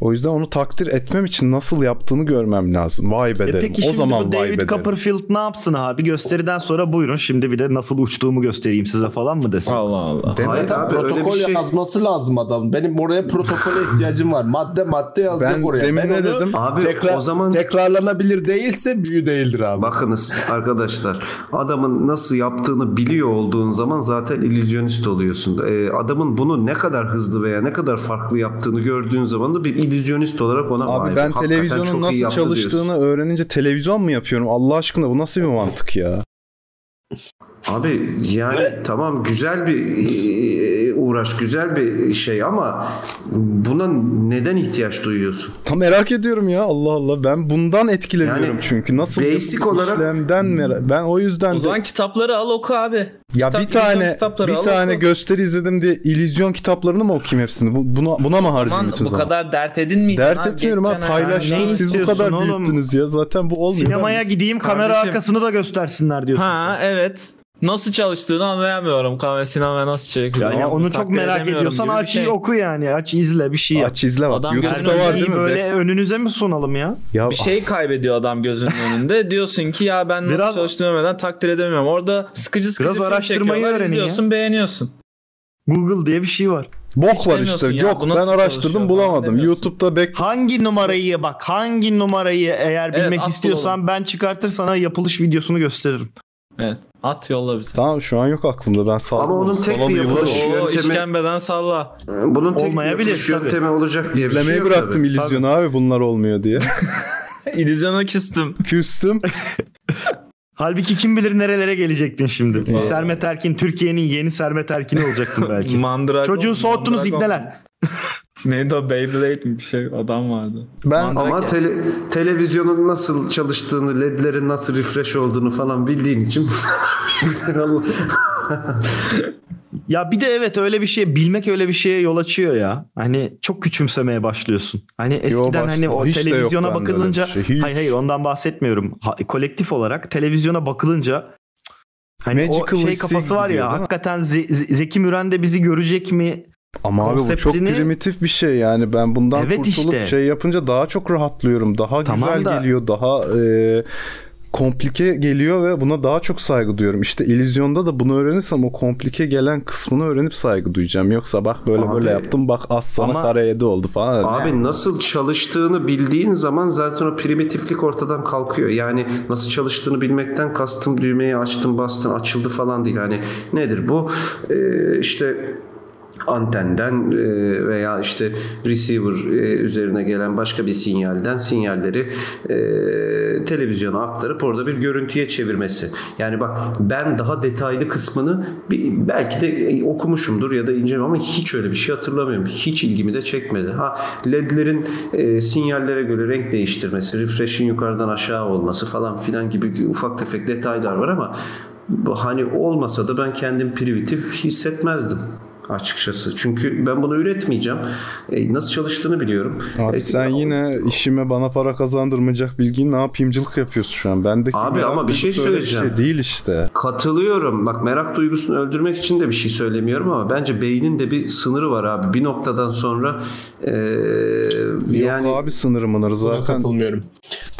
S2: O yüzden onu takdir etmem için nasıl yaptığını görmem lazım. Vay be
S9: E
S2: derim.
S9: peki
S2: o
S9: şimdi
S2: zaman
S9: bu
S2: vay be
S9: David
S2: derim.
S9: Copperfield ne yapsın abi gösteriden sonra buyurun şimdi bir de nasıl uçtuğumu göstereyim size falan mı desin?
S6: Allah Allah.
S8: Hayır
S1: Zaten
S8: abi öyle bir
S1: protokol
S8: şey.
S1: yazması lazım adam. Benim oraya protokole ihtiyacım var. Madde madde yazacak
S2: Ben
S1: oraya.
S2: demin ne
S1: onu
S2: dedim?
S8: Abi
S1: tekrar-
S8: o zaman
S1: Tekrarlanabilir değilse büyü değildir abi.
S8: Bakınız arkadaşlar adamın nasıl yaptığını biliyor olduğun zaman zaten illüzyonist oluyorsun. Ee, adamın bunu ne kadar hızlı veya ne kadar farklı yaptığını gördüğün zaman da bir illüzyonist olarak ona
S2: Abi
S8: "Vay be,
S2: ben
S8: hakikaten çok
S2: televizyonun
S8: iyi
S2: nasıl
S8: yaptı"
S2: çalıştığını
S8: diyorsun.
S2: öğrenince televizyon mu yapıyorum? Allah aşkına bu nasıl bir mantık ya?
S8: Abi yani tamam güzel bir e, uğraş güzel bir şey ama buna neden ihtiyaç duyuyorsun?
S2: Tam merak ediyorum ya Allah Allah. Ben bundan etkileniyorum
S8: Yani
S2: çünkü. Nasıl
S8: basic
S2: yapıp
S8: olarak-
S2: işlemden merak... Ben o yüzden
S6: O
S2: de-
S6: zaman kitapları al oku abi.
S2: ya
S6: kitap-
S2: bir tane
S6: illüzyon kitapları
S2: bir
S6: al,
S2: tane
S6: oku.
S2: gösteri izledim diye illüzyon kitaplarını mı okuyayım hepsini? Bu- Buna buna mı
S6: Aman,
S2: harcayayım bütün
S6: bu
S2: zaman?
S6: kadar dert edinmeyeceksin.
S2: Dert etmiyorum abi.
S6: geçeceksin
S2: Paylaştım.
S9: ne
S2: Siz bu kadar
S9: istiyorsun oğlum?
S2: büyüttünüz ya. Zaten bu olmuyor.
S9: Sinemaya
S2: Ben-
S9: gideyim kamera
S6: Kardeşim.
S9: arkasını da göstersinler diyorsun.
S6: Ha evet. Nasıl çalıştığını anlayamıyorum. Kahve sinema nasıl şey çekiyor.
S9: Yani onu çok merak ediyorsan aç
S6: şey.
S9: iyi oku yani. Aç izle bir şey yap.
S2: Aç izle bak.
S6: Adam
S2: YouTube'da
S6: gelmedi,
S2: var değil mi?
S9: Böyle
S2: Be-
S9: önünüze mi sunalım ya?
S2: Ya,
S6: Bir şey kaybediyor adam gözünün önünde. Diyorsun ki ya ben nasıl
S9: Biraz-
S6: çalıştığını bilmeden takdir edemiyorum. Orada sıkıcı sıkıcı
S9: Biraz
S6: film
S9: araştırmayı
S6: çekiyorlar,
S9: öğrenin ya.
S6: izliyorsun beğeniyorsun.
S9: Google diye bir şey var.
S2: bok var işte.
S6: demiyorsun ya,
S2: Yok
S6: bu
S2: ben
S6: nasıl
S2: araştırdım
S6: çalışıyor falan
S2: bulamadım.
S6: demiyorsun.
S2: YouTube'da back
S9: Hangi numarayı bak hangi numarayı eğer
S6: Evet,
S9: bilmek
S6: at
S9: istiyorsan ben çıkartır sana yapılış videosunu gösteririm.
S6: Evet. At yolla bize.
S2: Tamam şu an yok aklımda ben sağlam.
S8: Ama onun tek bir yapılış
S6: Oo
S8: yöntemi
S6: işkembeden salla.
S8: bunun tek bir
S9: Olmayabilir
S8: yapılış
S9: tabii.
S8: yöntemi olacak diye bir şey
S2: İzlemeyi
S8: yok
S2: bıraktım
S8: tabii.
S2: illüzyonu abi bunlar olmuyor diye.
S6: İllüzyona küstüm.
S2: Küstüm.
S9: Halbuki kim bilir nerelere gelecektin şimdi. Sermet Erkin Türkiye'nin yeni Sermet Erkin'i olacaktın belki.
S6: Mandragon.
S9: Çocuğu soğuttunuz
S6: Mandragon.
S9: ibneler.
S6: Neydi o Beyblade mi bir şey adam vardı.
S2: Ben
S8: Ama tele- televizyonun nasıl çalıştığını, ledlerin nasıl refresh olduğunu falan bildiğin için
S9: Ya bir de evet öyle bir şey bilmek öyle bir şeye yol açıyor ya. Hani çok küçümsemeye başlıyorsun. Hani eskiden
S2: başlıyor.
S9: hani o
S2: Hiç de yok
S9: televizyona
S2: bende öyle bir
S9: bakılınca
S2: şey. Hiç.
S9: hayır hayır ondan bahsetmiyorum. Ha- kolektif olarak televizyona bakılınca cık, hani
S2: Magical
S9: o şey
S2: hissi
S9: kafası var
S2: gidiyor,
S9: ya
S2: değil mi?
S9: hakikaten Ze- Ze- Zeki Müren de bizi görecek mi?
S2: ama abi bu çok
S9: konseptini-
S2: primitif bir şey yani ben bundan
S9: Evet
S2: kurtulup
S9: işte.
S2: şey yapınca daha çok rahatlıyorum. Daha
S9: Tamam
S2: güzel
S9: da-
S2: geliyor. Daha e, komplike geliyor ve buna daha çok saygı duyuyorum. İşte illüzyonda da bunu öğrenirsem o komplike gelen kısmını öğrenip saygı duyacağım. Yoksa bak böyle
S8: Abi-
S2: böyle yaptım bak az sana
S9: Ama-
S2: kara yedi oldu falan.
S8: Abi nasıl çalıştığını bildiğin zaman zaten o primitiflik ortadan kalkıyor. Yani nasıl çalıştığını bilmekten kastım düğmeyi açtım bastım açıldı falan değil. Hani nedir bu? Ee, işte antenden e, veya işte receiver e, üzerine gelen başka bir sinyalden sinyalleri e, televizyona aktarıp orada bir görüntüye çevirmesi. Yani bak ben daha detaylı kısmını bir, belki de e, okumuşumdur ya da incelim ama hiç öyle bir şey hatırlamıyorum. Hiç ilgimi de çekmedi. Ha ledlerin e, sinyallere göre renk değiştirmesi, refresh'in yukarıdan aşağı olması falan filan gibi ufak tefek detaylar var ama bu hani olmasa da ben kendim primitif hissetmezdim. açıkçası. Çünkü ben bunu üretmeyeceğim. E, nasıl çalıştığını biliyorum.
S2: Abi
S8: E,
S2: sen yine işime bana para kazandırmayacak bilgin ne yapayımcılık yapıyorsun şu an. Bendeki
S8: Abi
S2: merak
S8: ama bir şey
S2: duygusu öyle
S8: söyleyeceğim.
S2: şey değil işte.
S8: Katılıyorum. Bak merak duygusunu öldürmek için de bir şey söylemiyorum ama bence beynin de bir sınırı var abi. Bir noktadan sonra e, yani
S2: abi sınırı mınır
S1: Buna katılmıyorum.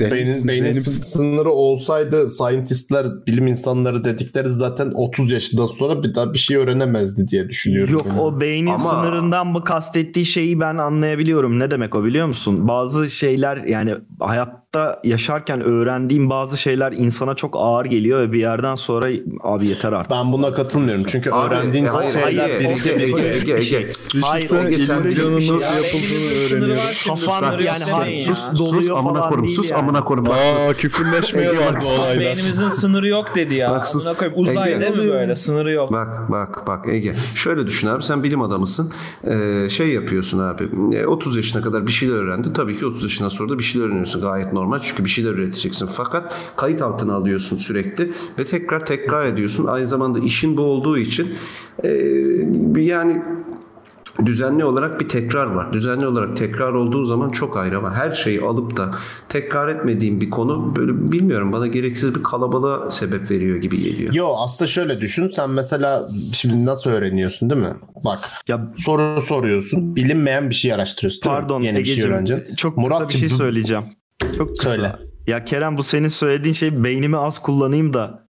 S1: Beynin, beynin sınırı olsaydı scientistler, bilim insanları dedikleri zaten 30 yaşından sonra bir daha bir şey öğrenemezdi diye düşünüyorum.
S9: Yok o beynin
S1: Ama-
S9: sınırından mı kastettiği şeyi ben anlayabiliyorum. Ne demek o biliyor musun? Bazı şeyler yani hayatta yaşarken öğrendiğim bazı şeyler insana çok ağır geliyor ve bir yerden sonra abi yeter artık.
S1: Ben buna katılmıyorum. Çünkü
S9: Abi,
S1: öğrendiğin
S9: e, hayır,
S1: şeyler
S9: hayır,
S1: birikti,
S9: Ege,
S1: birikti,
S9: Ege,
S1: birikti.
S9: Ege, Ege. Hayır, Düşünsene Ege, sen illüzyonun birikti. nasıl Ya, yapıldığını illüzyonun sınırı var öğreniyorsun. şimdi, şey Kafan sınırı yani yok demeyin sus, ya. sus,
S12: Sus
S9: doluyor
S12: amına
S9: falan
S12: koyayım
S9: değil
S12: sus
S9: yani.
S12: amına koyayım.
S2: Aa küfürleşmeye
S12: bak bu olaylar.
S6: Beynimizin sınırı yok dedi ya.
S8: Bak sus.
S6: Amına koyayım uzay
S8: Ege.
S6: değil mi böyle? Sınırı yok.
S8: Bak bak bak Ege. Şöyle düşün abi sen bilim adamısın. Ee, şey yapıyorsun abi. e, 30 yaşına kadar bir şeyler öğrendin. Tabii ki 30 yaşından sonra da bir şeyler öğreniyorsun. Gayet normal çünkü bir şeyler üreteceksin. Fakat kayıt altına alıyorsun sürekli ve tekrar tekrar ediyorsun. Aynı zamanda işin bu olduğu için e, yani düzenli olarak bir tekrar var. Düzenli olarak tekrar olduğu zaman çok ayrı ama her şeyi alıp da tekrar etmediğim bir konu böyle bilmiyorum bana gereksiz bir kalabalığa sebep veriyor gibi geliyor.
S1: Yo aslında şöyle düşün. Sen mesela şimdi nasıl öğreniyorsun değil mi? Bak soru soruyorsun. Bilinmeyen bir şey araştırıyorsun. değil mi?
S9: Pardon
S1: Yeni bir şey
S9: Egeciğim,
S1: öğreneceksin.
S9: çok kısa bir şey
S1: bu-
S9: söyleyeceğim. Çok kısa. Ya Kerem bu senin söylediğin şey beynimi az kullanayım da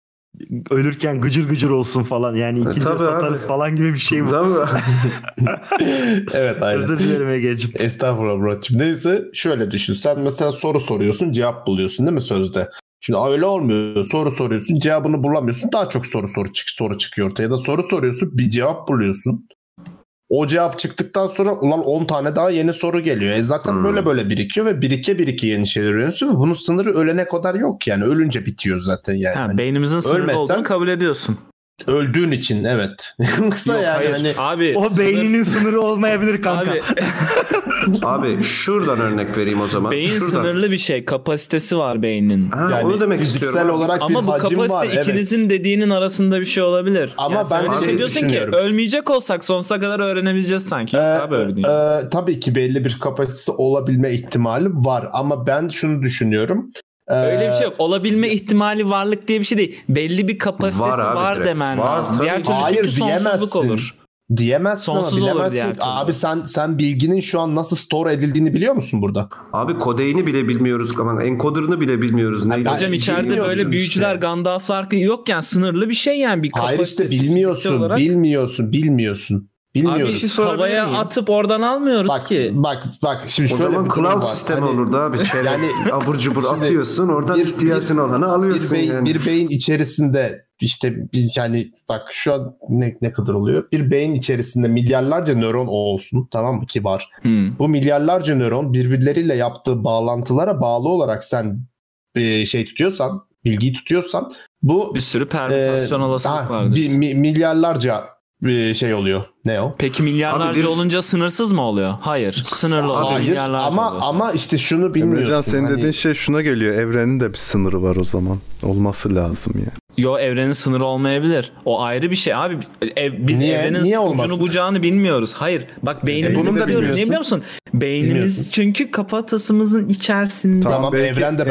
S9: ölürken gıcır gıcır olsun falan yani ikinci
S1: tabii
S9: satarız
S1: abi.
S9: falan gibi bir şey bu.
S1: evet aynen.
S9: Özür dilerim Ege'ciğim.
S1: Estağfurullah Murat'cığım. Neyse şöyle düşün. Sen mesela soru soruyorsun cevap buluyorsun değil mi sözde? Şimdi öyle olmuyor. Soru soruyorsun cevabını bulamıyorsun. Daha çok soru soru, çık soru çıkıyor ortaya. Ya da soru soruyorsun bir cevap buluyorsun. O cevap çıktıktan sonra ulan 10 tane daha yeni soru geliyor. E zaten böyle böyle birikiyor ve birike birike yeni şeyler öğreniyorsun. Ve bunun sınırı ölene kadar yok yani. Ölünce bitiyor zaten yani.
S6: Ha, beynimizin sınırlı olduğunu kabul ediyorsun.
S1: Öldüğün için evet. Kısa
S6: Yok,
S1: yani.
S6: hayır.
S1: Hani...
S6: Abi,
S9: O beyninin sınırı olmayabilir kanka.
S8: Abi şuradan örnek vereyim o zaman.
S6: Beyin
S8: şuradan.
S6: sınırlı bir şey. Kapasitesi var beynin.
S8: Ha, Yani onu demek
S1: fiziksel istiyorum. olarak
S6: Ama
S1: bir
S6: bu
S1: hacim
S6: kapasite
S1: var, evet.
S6: ikinizin dediğinin arasında bir şey olabilir.
S1: Ama
S6: Yani sen
S1: ben
S6: öyle
S1: şey
S6: şey diyorsun ki
S1: düşünüyorum.
S6: ölmeyecek olsak sonsuza kadar öğrenebileceğiz sanki. Tabii öyle değil.
S1: Ee, tabii ki belli bir kapasitesi olabilme ihtimali var ama ben şunu düşünüyorum. Ee,
S6: Öyle bir şey yok. Olabilme ihtimali varlık diye bir şey değil. Belli bir kapasitesi var,
S1: abi direkt.
S6: demen
S1: Var,
S6: lazım.
S1: tabii
S6: Diğer
S1: ki.
S6: türlü
S1: Hayır,
S6: çünkü sonsuzluk
S1: diyemezsin.
S6: olur.
S1: Diyemezsin
S6: Sonsuz olur
S1: ama bilemezsin.
S6: diğer türlü.
S1: Abi sen sen bilginin şu an nasıl store edildiğini biliyor musun burada?
S8: Abi kodeyini bile bilmiyoruz. Aman encoder'ını bile bilmiyoruz. Ne?
S6: Hocam içeride böyle büyücüler, Gandalflar yok yani sınırlı bir şey yani bir
S1: Hayır
S6: kapasitesi.
S1: işte bilmiyorsun,
S6: fiziksel olarak. şey
S1: bilmiyorsun, bilmiyorsun. Bilmiyoruz.
S6: Abi işi havaya atıp oradan almıyoruz ki.
S1: Bak bak şimdi
S8: O
S1: şöyle
S8: zaman
S1: bir durum
S8: cloud
S1: var. Hani
S8: sistemi olurdu abi. Çerez, abur cubur atıyorsun, oradan ihtiyacın olanı alıyorsun
S1: bir beyin,
S8: yani.
S1: Bir beyin içerisinde işte bir yani bak şu an ne, ne kadar oluyor? Bir beyin içerisinde milyarlarca nöron olsun tamam mı ki var.
S6: Hmm.
S1: Bu milyarlarca nöron birbirleriyle yaptığı bağlantılara bağlı olarak sen e, şey tutuyorsan, bilgiyi tutuyorsan bu Ah,
S6: bir sürü permütasyon olasılık vardır.
S1: Bir mi- milyarlarca e, şey oluyor. Ne o?
S6: Peki milyarlarca
S1: Abi bir-
S6: olunca sınırsız mı oluyor? Hayır. Sınırlı oluyor.
S1: Hayır
S6: milyarlarca
S1: ama
S6: oluyor.
S1: ama işte şunu bilmiyorsun.
S2: Emrecan senin
S1: Hani-
S2: dediğin şey şuna geliyor. Evrenin de bir sınırı var o zaman. Olması lazım yani.
S6: Yo evrenin sınırı olmayabilir. O ayrı bir şey abi. Ev, biz
S1: Niye?
S6: evrenin
S1: Niye
S6: ucunu
S1: olmasın?
S6: bucağını bilmiyoruz. Hayır. Bak beynimizi
S1: bunu da
S6: biliyoruz. Niye
S1: bilmiyorsun.
S6: biliyor musun? Beynimiz
S1: Bilmiyorsun.
S6: çünkü kafatasımızın içerisinde.
S2: belki- evren de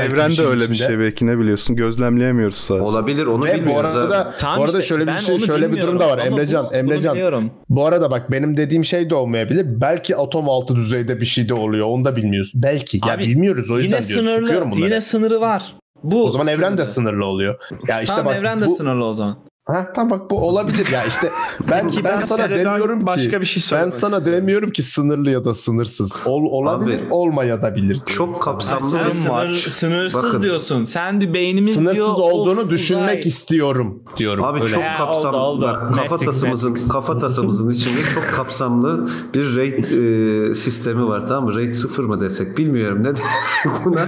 S2: öyle bir şey belki ne biliyorsun. Gözlemleyemiyoruz sadece.
S8: Olabilir onu
S1: Ve bu arada, bu arada şöyle bir şey, şöyle bir durum da var Emrecan. Emrecan. Bu arada bak benim dediğim şey de olmayabilir. Belki atom altı düzeyde bir şey de oluyor. Onu da bilmiyorsun. Belki. ya
S6: Abi,
S1: bilmiyoruz o yüzden
S6: Yine
S1: diyorum. Sıkıyorum
S6: sınırlı.
S1: bunları.
S6: Yine sınırı var. Bu
S1: o zaman evren de sınırlı oluyor. Ya işte
S6: tamam
S1: bak
S6: evren de
S1: bu,
S6: sınırlı o zaman.
S1: Ha tamam bak bu olabilir ya işte ben
S6: Peki,
S1: ben
S6: ben
S1: sana
S6: size ben
S1: demiyorum ki
S6: başka bir şey
S1: ben
S6: söylemek
S1: sana demiyorum ki sınırlı ya da sınırsız Ol, olabilir
S8: Abi,
S1: olmaya da bilir. Çok
S8: kapsamlı
S6: Sen sınır, sınırsız diyorsun. Sen de beynimiz
S1: Sınırsız
S6: diyor. of,
S1: olduğunu düşünmek
S6: uzay.
S1: istiyorum diyorum.
S8: Abi
S1: öyle.
S8: çok
S1: He,
S8: kapsamlı.
S1: oldu, oldu.
S8: Bak, kafa
S1: Matrix,
S8: tasımızın kafa tasımızın içinde çok kapsamlı bir raid e, sistemi var tamam mı? Raid sıfır mı desek bilmiyorum ne de- buna.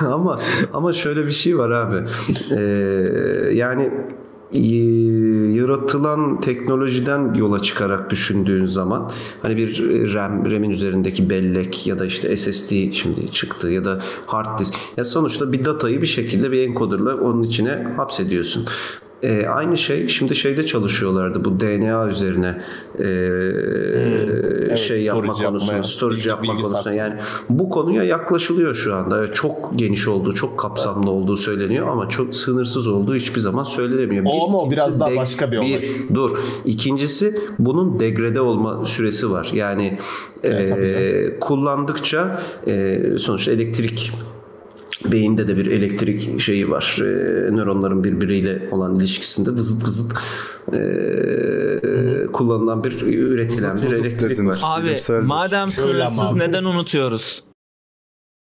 S8: ama ama şöyle bir şey var abi. E, yani e, yaratılan teknolojiden yola çıkarak düşündüğün zaman hani bir e, RAM, RAM'in üzerindeki bellek ya da işte SSD şimdi çıktı ya da hard disk. Ya sonuçta bir datayı bir şekilde bir encoder'la onun içine hapsediyorsun. E, aynı şey şimdi şeyde çalışıyorlardı bu DNA üzerine e, şey yapma
S11: Hmm,
S8: konusunda,
S11: storage yapmaya,
S8: storage
S11: bilgi-
S8: yapma
S11: bilgi
S8: konusunda.
S11: saklı.
S8: Yani bu konuya yaklaşılıyor şu anda. Evet, Çok geniş olduğu, çok kapsamlı olduğu söyleniyor ama çok sınırsız olduğu hiçbir zaman söylenemiyor.
S1: O ama o biraz
S8: ikincisi
S1: daha başka bir olay.
S8: dur. İkincisi bunun degrede olma süresi var. Yani e, kullandıkça e, sonuçta elektrik beyinde de bir elektrik şeyi var. E, nöronların birbiriyle olan ilişkisinde vızıt vızıt e, kullanılan bir üretilen
S2: Vızıt
S8: bir
S2: vızıt
S8: elektrik
S2: dediniz.
S8: var.
S6: Abi
S2: Bilimsel bir-
S6: madem
S1: Şöyle ama
S6: sınırsız
S1: abi.
S6: neden unutuyoruz?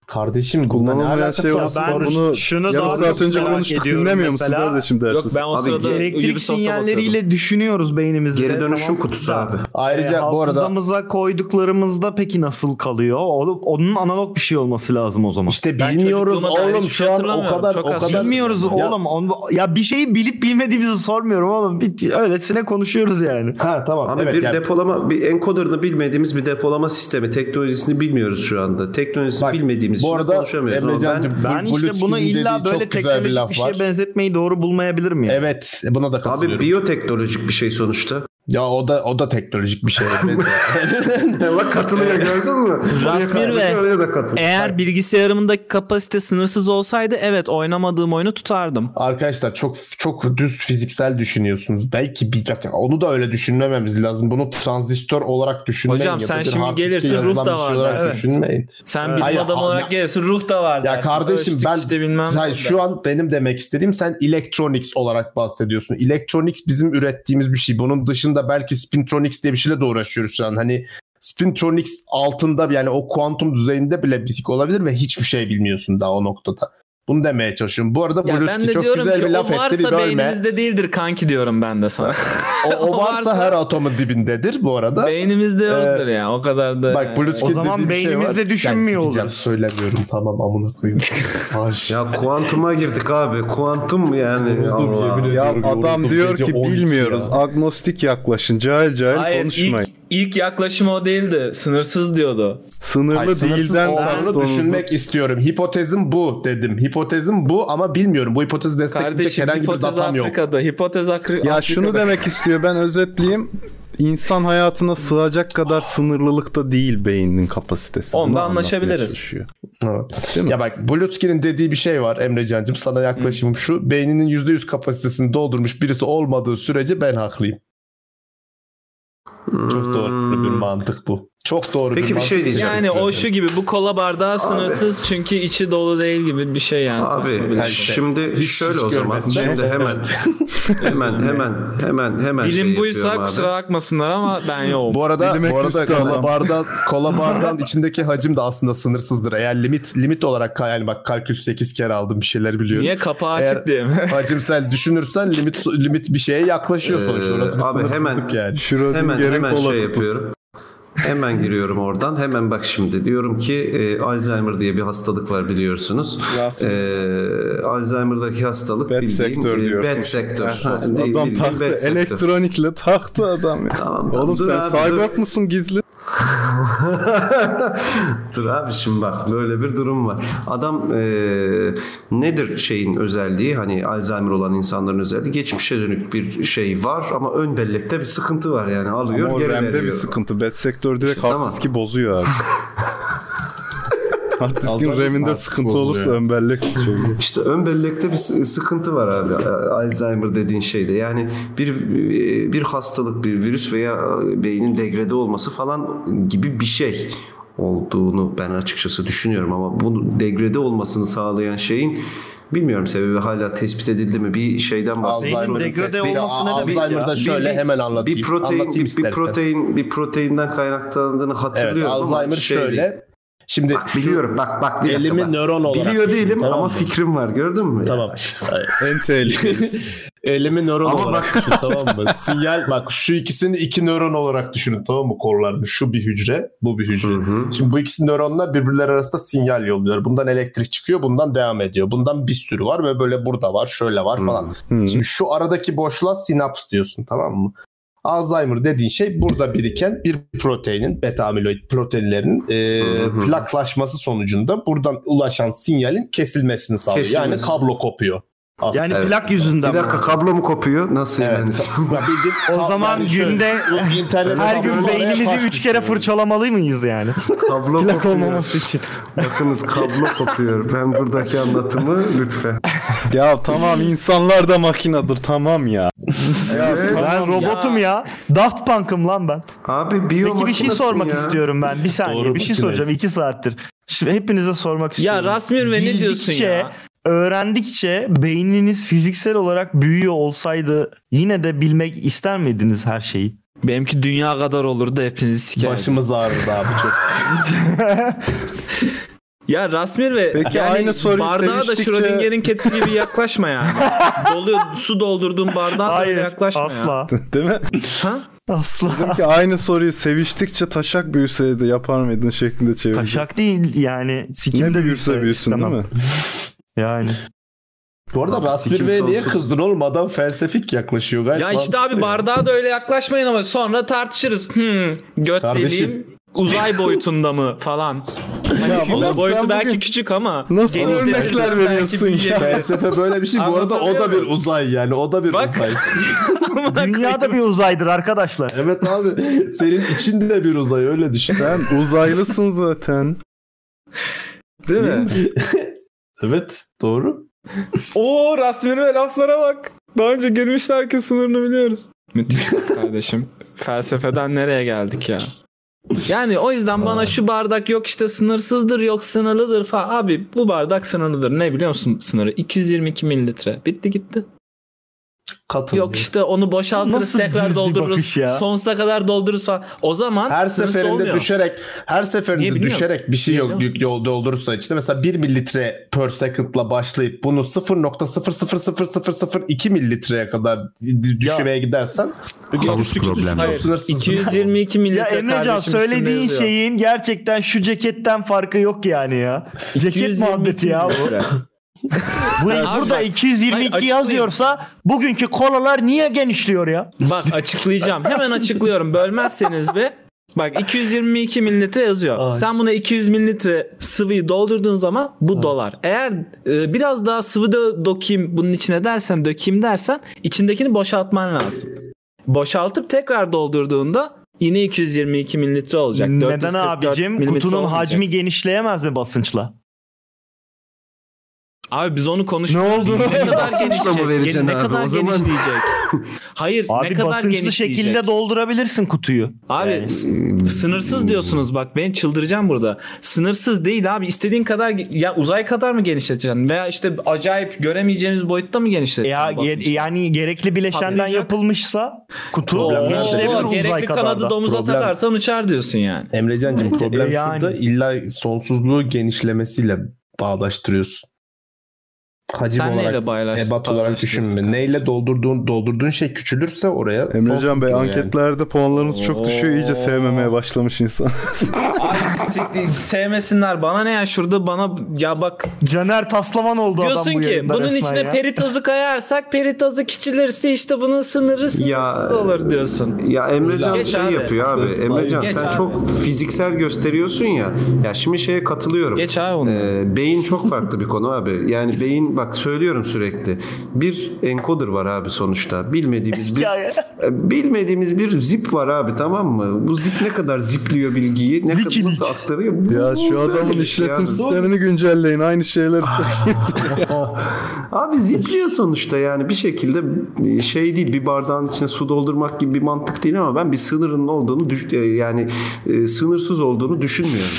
S1: Kardeşim bununla ne
S2: Kullanılmayan
S1: alakası
S2: şey
S1: var?
S2: olsa ben bunu
S9: şunu
S2: yarım
S9: daha
S2: saat
S9: çok
S2: önce
S9: merak
S2: konuştuk
S9: ediyorum
S2: dinlemiyor musun
S9: mesela.
S2: kardeşim dersin.
S6: Yok ben o
S8: Abi,
S6: sırada
S9: Elektrik
S6: Ubisoft'a bakıyordum.
S9: sinyalleriyle düşünüyoruz beynimizde.
S8: Geri dönüşüm
S9: Tamam.
S8: kutusu abi.
S1: Ayrıca bu arada
S9: Hafızamıza koyduklarımızda peki nasıl kalıyor? Onu- Onun analog bir şey olması lazım o zaman.
S1: işte
S6: Ben
S1: bilmiyoruz
S6: çocukluğuma dair
S1: oğlum
S6: hiçbir
S1: şu
S6: şey
S1: an o
S6: hatırlamıyorum.
S1: kadar
S6: Çok
S1: o
S6: az
S1: kadar
S9: Bilmiyoruz
S1: Ya-
S9: oğlum. onu- ya bir şeyi bilip bilmediğimizi sormuyorum oğlum. Bir, öylesine konuşuyoruz yani.
S1: Ha tamam
S8: Abi
S1: evet.
S8: bir
S1: yani-
S8: depolama, bir encoder'ını bilmediğimiz bir depolama sistemi. Teknolojisini bilmiyoruz şu anda. Teknolojisini
S1: Bak,
S8: bilmediğimiz
S1: bu
S8: için
S1: arada
S8: konuşamıyoruz. Ama
S1: Emrecan'cığım
S8: ben-
S1: bu-
S9: Ben
S1: Bluetooth'un
S9: işte bunu
S1: dediği
S9: illa böyle
S1: çok güzel bir
S9: teknolojik
S1: laf
S9: bir
S1: var.
S9: şeye benzetmeyi doğru bulmayabilirim ya.
S1: Evet buna da
S8: Abi
S1: katılıyorum.
S8: biyoteknolojik bir şey sonuçta.
S1: ya o da o da teknolojik bir şey. Ben-
S8: Bak katılıyor gördün mü?
S6: Rasmir
S8: Oraya
S6: ve-
S8: katılıyor, oraya da katılıyor.
S6: Eğer bilgisayarımdaki kapasite sınırsız olsaydı evet oynamadığım oyunu tutardım.
S1: Arkadaşlar çok çok düz fiziksel düşünüyorsunuz. Belki bir dakika onu da öyle düşünmememiz lazım. Bunu transistör olarak düşünmeyin.
S6: Hocam
S1: ya da
S6: sen
S1: bir
S6: şimdi
S1: hard diskte
S6: gelirsin, ruh
S1: yazılan
S6: da
S1: bir şey
S6: var
S1: olarak
S6: da, evet.
S1: düşünmeyin.
S6: Sen bilim
S1: Hayır,
S6: adamı
S1: ha-
S6: olarak gelirsin ruh da var.
S1: Ya
S6: dersin.
S1: kardeşim
S6: Ölçtük
S1: ben-
S6: işte bilmem
S1: Sen
S6: ne
S1: şu an benim demek istediğim sen electronics olarak bahsediyorsun. Electronics bizim ürettiğimiz bir şey. Bunun dışında belki spintronics diye bir şeyle de uğraşıyoruz şu an. Hani spintronics altında yani o kuantum düzeyinde bile bisik olabilir ve hiçbir şey bilmiyorsun daha o noktada. Bunu demeye çalışıyorum. Bu arada
S6: Ya ben
S1: Bluetooth
S6: de
S1: çok
S6: diyorum
S1: güzel
S6: ki
S1: bir laf
S6: o
S1: etti. Bir
S6: varsa
S1: bölme.
S6: beynimizde değildir kanki diyorum ben de sana.
S1: O, o varsa her atomun dibindedir bu arada.
S6: beynimizde yoktur ya o kadar da.
S1: Ee, Bak Bluetooth
S9: O zaman
S1: dediği bir şey var.
S9: beynimizle
S1: Yani
S9: düşünmüyor
S1: sikeceğim,
S9: oluruz.
S1: Söylemiyorum tamam amına koyayım. Ay,
S8: Ya kuantuma girdik abi. Kuantum yani. Allah.
S2: Ya adam diyor
S1: gece
S2: ki
S1: 12
S2: bilmiyoruz. Agnostik yaklaşın. Cahil cahil
S6: Hayır
S2: konuşmayın.
S6: ilk, ilk yaklaşımı o değildi. Sınırsız diyordu.
S2: Sınırlı
S1: Ay, sınırsız
S2: değilden
S1: olmanı
S2: kastı onun-
S1: düşünmek istiyorum. Hipotezim bu dedim. Hipotezim bu ama bilmiyorum. Bu hipotezi destekleyecek
S6: Kardeşim
S1: herhangi bir
S6: hipotez
S1: datam yok.
S6: Afrika'da. Hipotez Akri-
S2: Ya şunu
S6: Afrika'da.
S2: demek istiyor ben özetleyeyim. İnsan hayatına sığacak kadar sınırlılıkta değil beynin kapasitesi.
S6: Onda
S2: Bunu anlatmaya
S6: anlaşabiliriz.
S2: çalışıyor.
S1: Evet.
S2: Değil mi?
S1: Ya bak Blutsky'nin dediği bir şey var Emrecan'cığım. Sana yaklaşımım şu. Beyninin %100 kapasitesini doldurmuş birisi olmadığı sürece ben haklıyım. Çok doğru bir
S8: Hmm.
S1: mantık bu. Çok doğru
S8: Peki
S1: bir
S8: bir
S1: mantık.
S8: şey diyeceğim.
S6: Yani o şu gibi bu kola bardağı sınırsız çünkü içi dolu değil gibi bir şey yani. saçma bir
S8: Abi
S6: laf.
S1: işte.
S8: şimdi
S1: şey. Hiç-
S8: şöyle
S1: hiç
S8: o zaman.
S1: görmezsen.
S8: Şimdi hemen hemen hemen hemen hemen şey
S6: Bilim
S8: yapıyorum
S6: buysa
S8: abi.
S6: kusura bakmasınlar ama ben yoğum.
S1: Bu arada
S2: Dilime
S1: bu arada
S2: küstü
S1: kola
S2: adam.
S1: bardan kola bardan içindeki hacim de aslında sınırsızdır. Eğer limit limit olarak ka- yani bak kalkül 8 kere aldım bir şeyler biliyorum.
S6: Niye kapağı açık
S1: Eğer-
S6: diye mi?
S1: Hacimsel düşünürsen limit limit bir şeye yaklaşıyor sonuçta.
S8: Ee,
S1: Orası bir
S8: abi
S1: sınırsızlık
S8: hemen-
S1: yani.
S8: Hemen
S2: Schrödinger'in
S8: hemen
S2: kola
S8: şey
S2: kutusu.
S8: yapıyorum. Hemen giriyorum oradan. Hemen bak şimdi diyorum ki e, Alzheimer diye bir hastalık var biliyorsunuz.
S6: Rahatsız.
S8: E, Alzheimer'daki hastalık
S2: Bad
S8: bildiğin
S2: sektör
S8: e,
S2: diyorsun.
S8: bad sektör.
S2: Ha,
S8: Ha, değil,
S2: adam
S8: bildiğin
S2: taktı.
S8: bad sektör.
S2: Elektronikle taktı adam ya.
S8: Tamam, tamam.
S2: Oğlum
S8: Dur
S2: sen
S8: abi,
S2: cyborg
S8: dur.
S2: musun gizli?
S8: Dur abi şimdi bak böyle bir durum var. Adam e, nedir şeyin özelliği hani Alzheimer olan insanların özelliği geçmişe dönük bir şey var ama ön bellekte bir sıkıntı var yani alıyor
S2: Ama o
S8: geri
S2: RAM'de
S8: veriyor.
S2: bir sıkıntı. Bad sektör direkt
S8: İşte
S2: hard
S8: tamam.
S2: diski bozuyor abi. hard diskin
S1: Alzheimer
S2: RAM'inde
S1: hard disk
S2: sıkıntı
S1: bozuyor.
S2: olursa ön bellek sıçrıyor.
S8: İşte ön bellekte bir sı- sıkıntı var abi e, Alzheimer dediğin şeyde. Yani bir e, bir hastalık, bir virüs veya e, beynin degrede olması falan gibi bir şey olduğunu ben açıkçası düşünüyorum ama bunu degrede olmasını sağlayan şeyin bilmiyorum sebebi hala tespit edildi mi bir şeyden bahsediyorum.
S1: Alzheimer'ın
S9: degrade
S1: tespiti-
S9: olması ne demek
S1: Alzheimer'da
S9: ya?
S1: şöyle hemen anlatayım.
S8: Bir protein
S1: anlatayım
S8: bir, bir
S1: istersen.
S8: protein bir proteinden kaynaklandığını
S1: Evet,
S8: hatırlıyorum ama
S1: Alzheimer
S8: şey
S1: şöyle.
S8: değil.
S1: Şimdi
S8: Bak,
S1: şu
S8: biliyorum bak bak bir dakika,
S1: elimi
S8: bak.
S1: nöron olarak
S8: Biliyor
S1: düşün,
S8: değilim
S1: tamam
S8: ama
S1: mı?
S8: fikrim var gördün mü?
S1: Tamam.
S2: En tehlikelisi.
S1: Elimi nöron
S8: Ama
S1: olarak düşün tamam mı? Sinyal bak şu ikisini iki nöron olarak düşünün tamam mı korlarını? Şu bir hücre, bu bir hücre.
S8: Hı hı.
S1: Şimdi bu ikisi nöronlar birbirleri arasında sinyal yolluyor. Bundan elektrik çıkıyor, bundan devam ediyor. Bundan bir sürü var ve böyle burada var, şöyle var
S8: Hı.
S1: falan.
S2: Hmm.
S1: Şimdi şu aradaki boşluğa sinaps diyorsun tamam mı? Alzheimer dediğin şey burada biriken bir proteinin, beta amiloid proteinlerinin e,
S8: Hı hı.
S1: plaklaşması sonucunda buradan ulaşan sinyalin kesilmesini sağlıyor. Yani
S8: Kesilmesi.
S1: kablo kopuyor.
S13: Aslında-
S9: Yani
S13: Evet.
S9: plak yüzünden.
S13: Bir dakika,
S9: kablo mu kopuyor?
S8: Nasıl yani?
S9: o zaman
S13: yani şöyle,
S9: günde
S13: bu internet
S9: her gün
S13: kablosu araya
S9: beynimizi
S13: taş
S9: üç kere fırçalamalı mıyız yani?
S8: kablo
S9: plak
S8: kopuyor.
S9: olmaması için.
S8: Bakınız kablo kopuyor. Ben buradaki anlatımı lütfen.
S2: Ya tamam insanlar da makinadır tamam ya.
S9: ben robotum ya. Daft Punk'ım lan ben.
S8: Abi biyo
S9: Peki bir şey
S8: makinasın
S9: sormak
S8: ya.
S9: istiyorum ben. Bir saniye
S8: Doğru
S9: bir şey
S8: makinesi.
S9: soracağım. iki saattir. Şimdi hepinize sormak istiyorum.
S6: Rasmir ve ne diyorsun
S9: Bildikçe,
S6: ya?
S9: Öğrendikçe beyniniz fiziksel olarak büyüyor olsaydı yine de bilmek ister miydiniz her şeyi?
S6: Benimki dünya kadar olurdu hepinizi sikerdim.
S1: Başımız ağrıdı abi çok.
S6: Ya Rasmir ve
S2: Peki
S6: yani
S2: aynı soruyu
S6: bardağa da
S2: seviştikçe-
S6: Schrödinger'in kedisi gibi yaklaşma yani. Doluyor, su doldurduğun bardağa da yaklaşma ya.
S2: Değil mi?
S6: Ha?
S9: Asla.
S2: Dedim ki aynı soruyu seviştikçe taşak büyüseydi yapar mıydın şeklinde çevirdim.
S9: Taşak değil yani
S2: ne
S9: sikim de
S2: büyürse
S9: büyüse
S2: büyüsün
S9: istemem.
S2: değil mi?
S9: Yani.
S1: Bu arada
S9: Abi,
S1: Raspberry
S9: sikim
S1: Bey'e niye
S9: sonsuz.
S1: kızdın oğlum? Adam felsefik yaklaşıyor gayet.
S6: Ya işte abi bardağa da öyle yaklaşmayın ama sonra tartışırız. Hmm, göt
S1: Kardeşim.
S6: deliğim uzay boyutunda mı falan. Hani
S1: oğlum sen
S6: boyutu
S1: bugün
S6: belki küçük ama.
S2: nasıl
S6: genişletirsen
S2: örnekler
S6: belki
S2: veriyorsun
S6: büyüyebilir.
S2: ya?
S1: Felsefe böyle bir şey. Bu arada o da bir
S6: Anlatabiliyor
S1: uzay yani. O da bir uzay.
S9: Dünyada bir uzaydır arkadaşlar.
S1: Evet abi. Senin için de bir uzay öyle düşün.
S2: Sen uzaylısın zaten.
S6: Değil mi?
S1: evet doğru.
S6: Oo Rasmir'e ve laflara bak. Daha önce girmişler ki sınırını biliyoruz. Müthiş kardeşim. Felsefeden nereye geldik ya? Yani o yüzden bana şu bardak yok işte sınırsızdır yok sınırlıdır falan. Abi bu bardak sınırlıdır. Ne biliyor musun sınırı? 222 mililitre. Bitti gitti.
S1: Katıl.
S6: Yok işte onu boşaltırız
S9: Nasıl düz
S6: tekrar
S9: bir
S6: doldururuz.
S9: bakış ya?
S6: Sonsuza kadar doldururuz falan. O zaman
S1: Her
S6: sınırsız
S1: seferinde
S6: olmuyor.
S1: düşerek her
S6: Niye
S1: seferinde
S6: biliyor
S1: düşerek
S6: musun?
S1: bir şey
S6: Niye
S1: yok
S6: biliyor
S1: yük yolda olursa işte mesela 1 mililitre per second'la başlayıp bunu 0.0000002 mililitreye kadar düşürmeye gidersen
S6: Hayır,
S1: Sınırsız.
S6: 222
S9: Ya
S6: mililitre
S9: Emrecan
S6: kardeşim
S9: söylediğin
S6: üstünde yazıyor.
S9: şeyin gerçekten şu ceketten farkı yok yani ya. Ceket
S6: 222
S9: muhabbeti ya bu.
S6: mililitre.
S9: Bu-
S6: Hayır,
S9: burada
S6: bak-
S9: 222
S6: Hayır,
S9: yazıyorsa bugünkü kolalar niye genişliyor ya?
S6: Bak açıklayacağım. Hemen açıklıyorum. Bölmezseniz be. Bak 222 mililitre yazıyor.
S1: Ay.
S6: Sen buna 200 mililitre sıvıyı doldurduğun zaman bu dolar. Eğer e, biraz daha sıvı dö- dokayım bunun içine dersen, dökeyim dersen içindekini boşaltman lazım. Boşaltıp tekrar doldurduğunda yine 222 mililitre olacak.
S9: Neden
S6: 444
S9: abicim?
S6: mililitre
S9: Kutunun
S6: olmayacak.
S9: hacmi genişleyemez mi basınçla?
S6: Abi biz onu konuşmuyoruz.
S9: Ne olduğunu
S6: ne kadar
S9: basınçla mı
S6: genişleyecek?
S8: vereceksin
S6: Gene- Ne
S8: abi?
S6: kadar
S8: O zaman-
S6: genişleyecek? Hayır,
S9: Abi
S6: ne kadar
S9: basınçlı
S6: genişleyecek?
S9: şekilde doldurabilirsin kutuyu.
S6: Abi
S9: Yani-
S6: s- sınırsız diyorsunuz bak ben çıldıracağım burada. Sınırsız değil abi istediğin kadar ge- ya uzay kadar mı genişleteceksin veya işte acayip göremeyeceğiniz boyutta mı
S9: Ya
S6: genişleteceksin?
S9: ge- yani gerekli bileşenden
S6: Patlayacak.
S9: yapılmışsa kutu
S6: Oo,
S9: genişleyebilir
S6: oo,
S9: uzay
S6: gerekli
S9: kadar
S6: kanadı
S9: da.
S6: domuza
S1: Problem.
S6: takarsan uçar diyorsun yani.
S1: Emrecan'cığım problem
S9: E, yani.
S1: şurada illa sonsuzluğu genişlemesiyle bağdaştırıyorsun. Hacim
S6: Sen neyle
S1: olarak,
S6: baylaş-
S1: ebat olarak
S6: bağdaştırıyorsun
S1: düşünme. Neyle doldurduğun doldurduğun şey küçülürse oraya
S2: Emrecan Bey
S1: sonsuzluğu yani.
S2: anketlerde puanlarınız çok düşüyor iyice
S6: Oo.
S2: sevmemeye başlamış insan.
S6: Ay siktir, sevmesinler bana ne ya şurada bana ya bak
S9: Caner Taslaman oldu adam
S6: diyorsun
S9: bu
S6: ki
S9: yayında
S6: bunun
S9: resmen
S6: içine
S9: ya.
S6: peritozu kayarsak peritozu küçülürse işte bunun sınırı sınırsız olur diyorsun.
S8: Ya Emrecan
S6: Geç
S8: şey
S6: abi.
S8: yapıyor abi.
S1: Geç
S8: Emrecan
S6: abi.
S8: sen
S6: Geç
S8: çok fiziksel gösteriyorsun ya. Ya şimdi şeye katılıyorum.
S6: Geç abi onu.
S8: Ee, beyin çok farklı bir konu abi. Yani beyin bak söylüyorum sürekli. Bir encoder var abi sonuçta. Bilmediğimiz bir
S9: Ya-
S8: e, bilmediğimiz bir zip var abi tamam mı? Bu zip ne kadar zipliyor bilgiyi? Ne kadar
S9: Wikileaks.
S8: nasıl aktarıyor? Bu-
S2: ya
S8: bu
S2: şu adamın
S8: böyle bir şey
S2: işletim
S8: abi.
S2: sistemini güncelleyin aynı şeyleri sayın.
S8: Abi zipliyor sonuçta yani bir şekilde şey değil bir bardağın içine su doldurmak gibi bir mantık değil ama ben bir sınırın olduğunu düş- e, yani e, sınırsız olduğunu düşünmüyorum.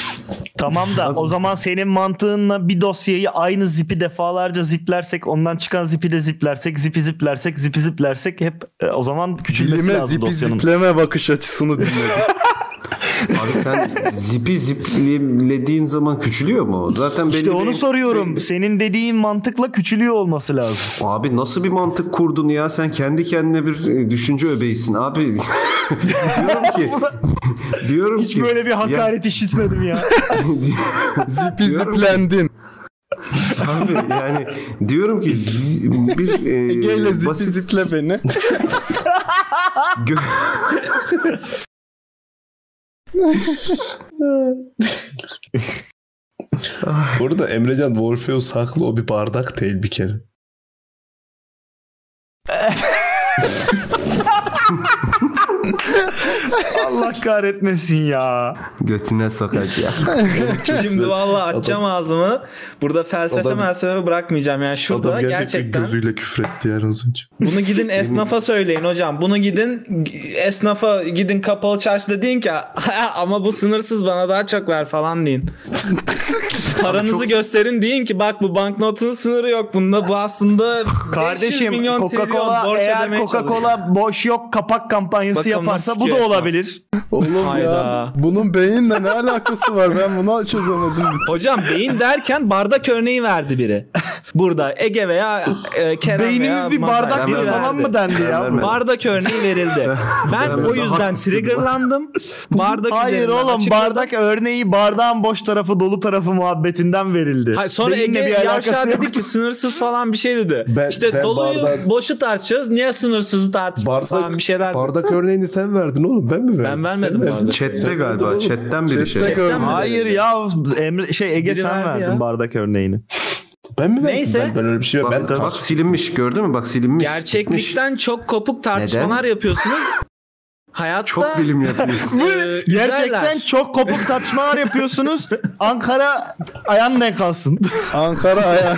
S9: Tamam da o zaman senin mantığınla bir dosyayı aynı zipi defalarca ziplersek ondan çıkan zipi de ziplersek zipi ziplersek zipi ziplersek hep e, o zaman küçülmesi
S2: Bilime
S9: lazım
S2: zipi
S9: dosyanın.
S2: zipleme bakış açısını dinledim.
S8: Abi sen zipi ziplediğin zaman küçülüyor mu? Zaten belli
S9: İşte
S8: bir-
S9: onu soruyorum. Senin dediğin mantıkla küçülüyor olması lazım.
S8: Abi nasıl bir mantık kurdun ya sen kendi kendine bir e, düşünce öbeğisin abi. diyorum ki diyorum
S9: Hiç
S8: ki
S9: böyle bir
S8: ya-
S9: hakaret işitmedim ya.
S2: Zipi
S8: Diyorum ki-
S2: ziplendin.
S8: Abi yani diyorum ki zi- bir e,
S2: Ege'yle zipi
S8: basit-
S2: ziple beni.
S8: Gö-
S1: Bu arada Emrecan Morpheus haklı o bir bardak değil bir kere.
S9: Allah kahretmesin ya.
S8: Götüne sokak ya.
S6: Şimdi vallahi açacağım ağzımı. Burada felsefe
S8: Adam-
S6: melsefe bırakmayacağım. Yani şurada
S8: Adam gerçekten,
S6: gerçekten
S8: gözüyle küfretti yani az önce.
S6: Bunu gidin esnafa söyleyin hocam. Bunu gidin esnafa gidin kapalı çarşıda deyin ki "Ha, ama bu sınırsız bana daha çok ver falan deyin. Paranızı gösterin deyin ki bak bu banknotun sınırı yok. Bunda bu aslında 500
S9: Kardeşim
S6: milyon trilyon
S9: Coca-Cola
S6: borç
S9: eğer
S6: ödemeye çalışıyor.
S9: Coca-Cola boş yok kapak kampanyası
S6: Bakalım
S9: yaparsa
S6: nasıl
S9: bu da
S6: çıkıyor
S9: olabilir.
S2: Oğlum ya
S6: Hayda.
S2: bunun beyinle ne alakası var ben bunu çözemedim.
S6: Hocam beyin derken bardak örneği verdi biri. Burada Ege veya e, Kerem
S9: Beynimiz
S6: veya
S9: bir
S6: Mazhar
S9: bardak
S6: biri
S9: falan
S6: verdi.
S9: mı dendi ya? Ben vermedim.
S6: Bardak örneği verildi. ben
S9: Ben
S6: o yüzden
S9: haksızdım.
S6: triggerlandım. Bardak
S9: Hayır
S6: üzerinden
S9: oğlum
S6: açıkladım.
S9: bardak örneği bardağın boş tarafı dolu tarafı muhabbetinden verildi.
S6: Hayır, sonra
S9: Beyinle
S6: Ege
S9: bir alakası
S6: Yavşar dedi
S9: yok.
S6: ki sınırsız falan bir şey dedi.
S8: Ben-
S6: işte
S8: ben
S6: doluyu
S8: bardak-
S6: boşu tartışacağız. Niye sınırsızı tartışmıyoruz
S8: Bardak-
S6: falan bir şeyler.
S8: Bardak örneğini sen verdin oğlum ben mi verdim?
S6: Ben vermedim
S8: Sen
S6: bardak.
S8: verdin.
S6: Chatte
S8: Sen verdin
S9: galiba,
S8: oğlum.
S9: chatten
S8: Chatte gördüm.
S9: Hayır ya Emre şey Ege
S8: Biri
S9: sen
S8: verdi
S9: verdin
S8: ya. Ee,
S9: bardak örneğini.
S1: Ben mi
S6: verdim? Neyse. Ben- ben
S1: öyle bir şey
S8: bak,
S1: ben-
S8: bak silinmiş gördün mü? Bak silinmiş.
S6: Gerçeklikten çok kopuk tartışmalar yapıyorsunuz. Hayatta
S8: Çok bilim yapıyorsun.
S6: Ee,
S9: Gerçekten çok kopuk tartışmalar yapıyorsunuz. Ankara ayağın ne kalsın?
S2: Ankara ayağı.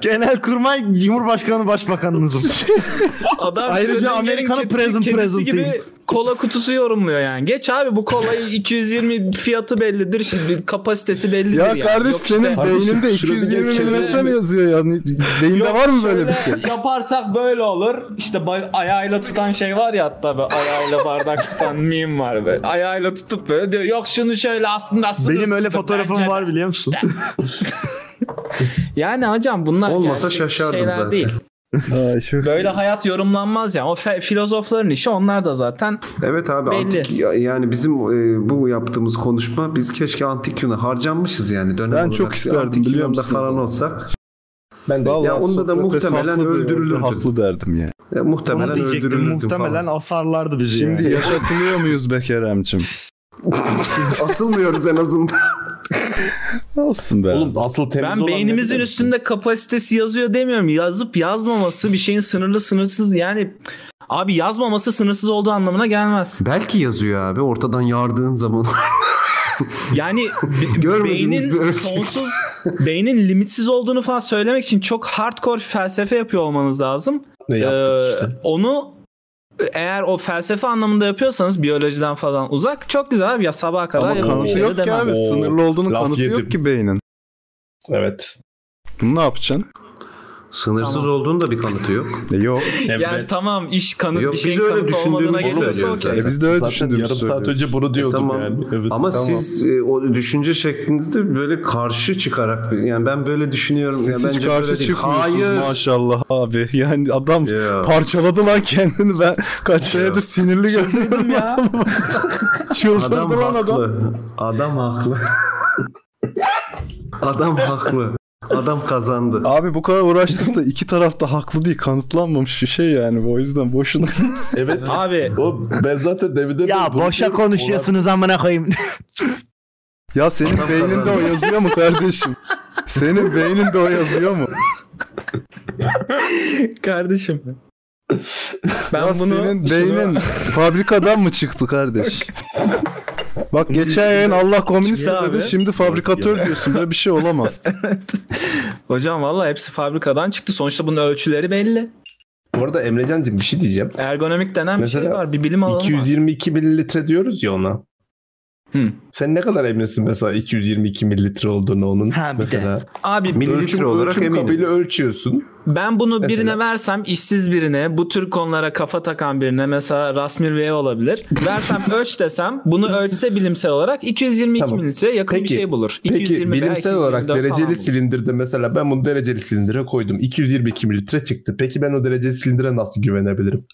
S9: Genelkurmay Cumhurbaşkanı Başbakanınızım.
S6: Adam
S9: Ayrıca
S6: Schrödinger'in
S9: Amerikan'ın
S6: kedisi-
S9: present
S6: kedisi
S9: present
S6: gibi
S9: değil.
S6: kola kutusu yorumluyor yani. Geç abi bu kolayı 220 fiyatı bellidir şimdi kapasitesi bellidir.
S2: Ya
S6: yani.
S2: kardeş
S6: Yok
S2: senin
S6: işte-
S2: beyninde 220 milimetre mi yazıyor yani? Beyinde
S6: Yok
S2: var mı böyle bir şey?
S6: şöyle Yaparsak böyle olur. İşte bay- ayağıyla tutan şey var ya hatta böyle ayağıyla bardak tutan meme var böyle. Ayağıyla tutup böyle diyor yok şunu şöyle aslında sınırsız.
S9: Benim öyle
S6: da
S9: fotoğrafım
S6: bence-
S9: var biliyor musun?
S6: Yani hocam bunlar
S8: Olmasa
S6: gerçek
S8: şaşardım
S6: şeyler
S8: zaten.
S6: Değil. Böyle
S8: Böyle
S6: hayat yorumlanmaz yani. O fe- filozofların işi onlar da zaten
S8: Evet abi
S6: Belli.
S8: antik ya- yani bizim e, bu yaptığımız konuşma biz keşke antik Yunan'a harcanmışız yani dönem
S2: Ben
S8: olarak.
S2: çok
S8: Bir
S2: isterdim,
S8: antik
S2: biliyor
S8: Yunan'da
S2: musunuz?
S8: falan olsak.
S1: Ben
S8: de ya onda da muhtemelen öldürülürdü.
S2: Haklı derdim yani.
S8: Ya e, muhtemelen
S9: Onu diyecektim
S8: öldürülürdü
S9: muhtemelen
S8: falan.
S9: asarlardı bizi
S2: Şimdi
S9: yani.
S2: yaşatılıyor muyuz be Kerem'cim?
S8: Asılmıyoruz en azından.
S2: Olsun be.
S1: Oğlum asıl temiz
S6: ben
S1: olan
S6: beynimizin üstünde kapasitesi yazıyor demiyorum. Yazıp yazmaması bir şeyin sınırlı sınırsız yani abi yazmaması sınırsız olduğu anlamına gelmez.
S8: Belki yazıyor abi ortadan yardığın zaman.
S6: Yani be-
S8: Görmediğimiz bir
S6: beynin
S8: ölçek.
S6: sonsuz beynin limitsiz olduğunu falan söylemek için çok hardcore felsefe yapıyor olmanız lazım.
S1: Ne
S6: Ee, Onu eğer o felsefe anlamında yapıyorsanız biyolojiden falan uzak çok güzel abi ya sabaha kadar
S2: Ama
S6: yapın bir
S2: kanıtı
S6: şey de
S2: yok ki
S6: demem.
S2: abi. Sınırlı olduğunun kanıtı yok ki beynin.
S1: Evet.
S2: Bunu ne yapacaksın?
S8: Sınırsız olduğun da bir kanıtı yok.
S2: E yok.
S6: Yani tamam iş kanıt
S8: Yok,
S6: bir
S8: biz
S6: şeyin
S8: öyle
S6: kanıtı olmadığına
S8: düşündüğümüzü
S6: geliyorsa
S8: söylüyoruz
S6: okey.
S8: zaten.
S2: E biz de öyle
S8: Zaten
S2: düşündüğümüzü
S8: yarım saat
S2: söylüyoruz. E,
S8: önce bunu diyorduk
S2: tamam.
S8: yani. Ama siz e, o düşünce şeklinizde böyle karşı çıkarak yani ben böyle düşünüyorum.
S2: Siz
S8: ya
S2: hiç
S8: bence
S2: karşı
S8: böyle değil.
S2: çıkmıyorsunuz
S8: Hayır.
S2: maşallah abi. Yani adam parçaladı lan kendini. Ben kaç senedir sinirli
S6: Şey
S2: görmedim adamı. Çıldırdı
S8: Adam
S2: lan
S8: haklı.
S2: adam.
S8: Adam. haklı. adam haklı. Adam kazandı.
S2: Abi bu kadar uğraştık da iki taraf da haklı değil. Kanıtlanmamış bir şey yani. bu. O yüzden boşuna.
S1: Evet.
S6: Abi.
S1: O, ben zaten demin
S9: Ya boşa konuşuyorsunuz amına koyayım.
S2: Ya senin beyninde o yazıyor mu kardeşim? Senin beyninde o yazıyor mu?
S6: Kardeşim. Ben
S2: ya
S6: bunu
S2: senin beynin fabrikadan mı çıktı kardeş? Bak geçen yayın Allah komünist
S6: Ya
S2: dedi
S6: abi.
S2: şimdi fabrikatör diyorsun böyle bir şey olamaz.
S6: Hocam valla hepsi fabrikadan çıktı. Sonuçta bunun ölçüleri belli.
S1: Bu arada Emrecan'cığım bir şey diyeceğim.
S6: Ergonomik denen bir şey
S1: Mesela
S6: var. Bir bilim alanı var.
S1: 222 mililitre diyoruz ya ona.
S6: Hı.
S1: Sen ne kadar eminsin mesela 222 mililitre olduğunu onun? Ha, mesela.
S6: Abi
S1: ölçüm, ölçüm kabıyla ölçüyorsun.
S6: Ben bunu
S1: Mesela.
S6: birine versem işsiz birine bu tür konulara kafa takan birine mesela Rasmir Bey olabilir. Versem ölç desem bunu ölçse bilimsel olarak 222 mililitreye yakın bir
S1: Peki.
S6: şey bulur.
S1: Peki
S6: 220 veya
S1: bilimsel olarak
S6: 224 falan
S1: dereceli
S6: bulur.
S1: silindirde mesela ben bunu dereceli silindire koydum. 222 mililitre çıktı. Peki ben o dereceli silindire nasıl güvenebilirim?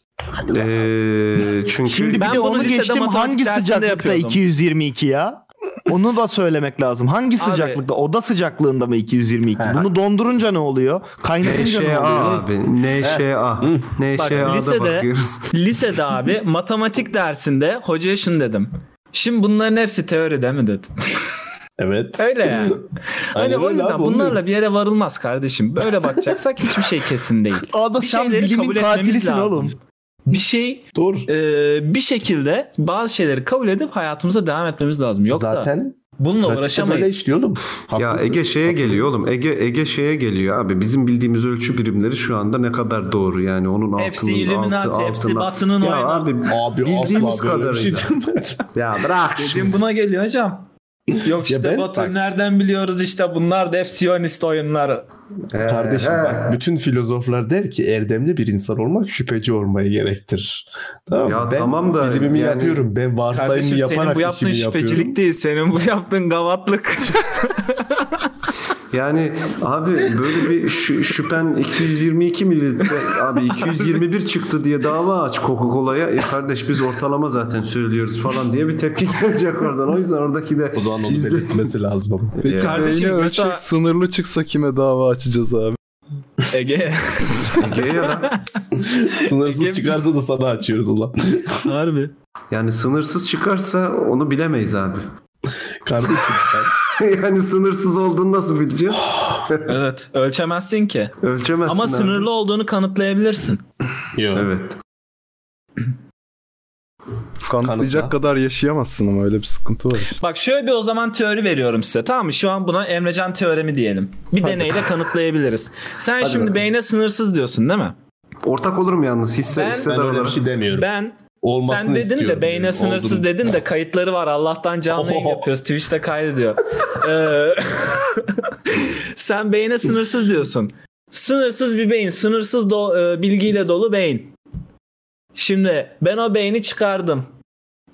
S8: Ee, çünkü
S9: Şimdi bir de onu geçtim hangi sıcaklıkta 222 ya? Onu da söylemek lazım. Hangi sıcaklıkta? Oda sıcaklığında mı 222? Bunu dondurunca ne oluyor? Kaynatınca ne
S8: NŞA
S9: oluyor?
S8: abi. NŞA.
S6: Bak
S8: NŞA'da
S6: lisede,
S8: bakıyoruz.
S6: lisede abi matematik dersinde hocaya şunu dedim. Şimdi bunların hepsi teori değil mi dedim.
S1: Evet.
S6: Öyle yani. hani
S1: Aynen
S6: o
S1: öyle
S6: yüzden
S1: abi, onu
S6: bunlarla bir yere varılmaz kardeşim. Böyle bakacaksak hiçbir şey kesin değil.
S14: Aa da
S6: bir
S14: sen
S6: şeyleri
S14: bilimin
S6: kabul etmemiz
S14: katilisin oğlum.
S6: Bir şey e,
S1: Doğru.
S6: bir şekilde bazı şeyleri kabul edip hayatımıza devam etmemiz lazım. Yoksa
S8: Zaten
S6: bununla
S8: pratikte
S6: uğraşamayız.
S8: böyle
S1: işliyordum.
S8: Ya
S6: şey,
S8: Ege şeye geliyor oğlum. Ege Ege şeye geliyor abi. Bizim bildiğimiz ölçü birimleri şu anda ne kadar doğru yani onun altının
S6: Hepsi
S8: altı,
S6: Illuminati,
S8: altına.
S6: hepsi Batı'nın
S8: ya
S6: oyunu.
S8: abi,
S1: abi
S8: bildiğimiz
S6: asla böyle bir şey
S8: kadarıyla. ya bırak
S6: Dediğim buna geliyor hocam. Yok işte
S1: ben-
S6: Batı
S1: bak-
S6: nereden biliyoruz işte bunlar da hep Siyonist oyunları.
S1: Kardeşim bak bütün filozoflar der ki erdemli bir insan olmak şüpheci olmayı gerektirir. Tamam mı?
S8: Ya
S1: ben
S8: tamam da
S1: bilimimi
S8: yani-
S1: yapıyorum. Ben varsayımı
S6: Kardeşim
S1: yaparak
S6: senin bu yaptığın
S1: işimi yapıyorum.
S6: şüphecilik değil. Senin bu yaptığın gavatlık.
S8: Yani abi böyle bir şü- şüphen 222 mililitre abi 221 çıktı diye dava aç Coca-Cola'ya. E kardeş biz ortalama zaten söylüyoruz falan diye bir tepki gelecek oradan. O yüzden oradaki de o zaman
S1: onu belirtmesi lazım.
S2: Peki
S8: Kardeşim
S2: beyni
S8: mesela-
S2: ölçek sınırlı çıksa kime dava açacağız abi?
S6: Ege.
S8: Ege ya.
S1: Sınırsız çıkarsa da sana açıyoruz ulan.
S6: Harbi.
S8: Yani sınırsız çıkarsa onu bilemeyiz abi.
S1: Kardeşim
S8: yani sınırsız olduğunu nasıl bileceğiz?
S6: evet. Ölçemezsin ki.
S8: Ölçemezsin
S6: Ama
S8: abi.
S6: sınırlı olduğunu kanıtlayabilirsin.
S8: Evet.
S2: Kanıtlayacak kadar yaşayamazsın ama öyle bir sıkıntı var. işte.
S6: Bak şöyle bir o zaman teori veriyorum size. Tamam mı? Şu an buna Emrecan teoremi diyelim. Bir deneyle kanıtlayabiliriz. Sen şimdi beyne sınırsız diyorsun değil mi?
S8: Ortak olurum yalnız hisse
S6: Ben-
S8: hissedar
S6: Ben öyle bir
S8: olarak.
S1: şey demiyorum.
S6: Ben
S1: Olmasını
S6: sen dedin de
S1: istiyorum
S6: beyne
S1: yani.
S6: sınırsız
S1: Olduğunu-
S6: dedin de kayıtları var. Allah'tan canlı yayın yapıyoruz. Twitch'te kaydediyor. Ee, sen beyne sınırsız diyorsun. Sınırsız bir beyin, sınırsız do- e, bilgiyle dolu beyin. Şimdi ben o beyni çıkardım.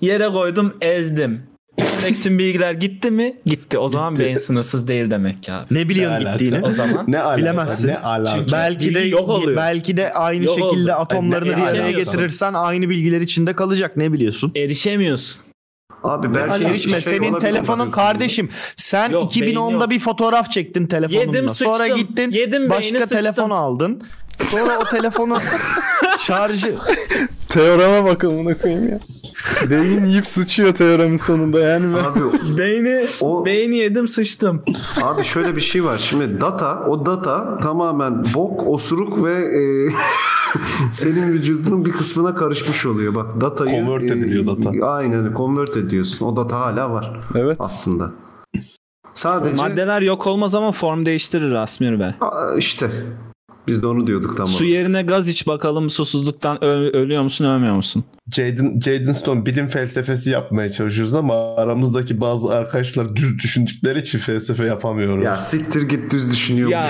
S6: Yere koydum, ezdim. İçindeki tüm bilgiler gitti mi? Gitti. O zaman beyin sınırsız değil demek ki abi.
S9: Ne biliyorsun gittiğini?
S6: O zaman
S1: ne alaka?
S9: Bilemezsin.
S1: Ne alaka?
S9: Çünkü belki de
S6: bilgi yok oluyor.
S9: belki de aynı
S6: Yok
S9: şekilde
S6: oldu.
S9: atomlarını
S6: Ne
S9: bir araya
S6: alaka?
S9: getirirsen aynı bilgiler içinde kalacak ne biliyorsun?
S6: Erişemiyorsun.
S8: Abi şey- belki
S9: erişme. şey-
S6: şey
S9: Senin telefonun kardeşim. Sen
S6: Yok, beyin
S9: 2010'da
S6: yok.
S9: bir fotoğraf çektin telefonunla.
S6: Yedim,
S9: Sonra
S6: sıçtım.
S9: gittin
S6: Yedim,
S9: başka
S6: beyni
S9: telefon
S6: sıçtım.
S9: aldın. Sonra o telefonu şarjı
S2: Teoreme bak amına koyayım ya. Beyin yiyip sıçıyor teoremin sonunda yani. Ben...
S8: Abi
S6: Beyni, beyni yedim sıçtım.
S8: Abi şöyle bir şey var. Şimdi data, o data tamamen bok, osuruk ve e, senin vücudunun bir kısmına karışmış oluyor. Bak datayı... Convert ediliyor data. Aynen convert ediyorsun. O data hala var.
S2: Evet.
S8: Aslında. Sadece
S6: Maddeler yok olmaz ama form değiştirir Asmir Bey.
S8: Aa, işte biz de onu diyorduk tamam.
S6: Su yerine gaz iç bakalım susuzluktan ö- ölüyor musun ölmüyor musun?
S1: Jaden, Jaden Stone bilim felsefesi yapmaya çalışıyoruz ama aramızdaki bazı arkadaşlar düz düşündükleri için felsefe yapamıyoruz.
S8: Ya siktir git düz düşünüyorum.
S6: Ya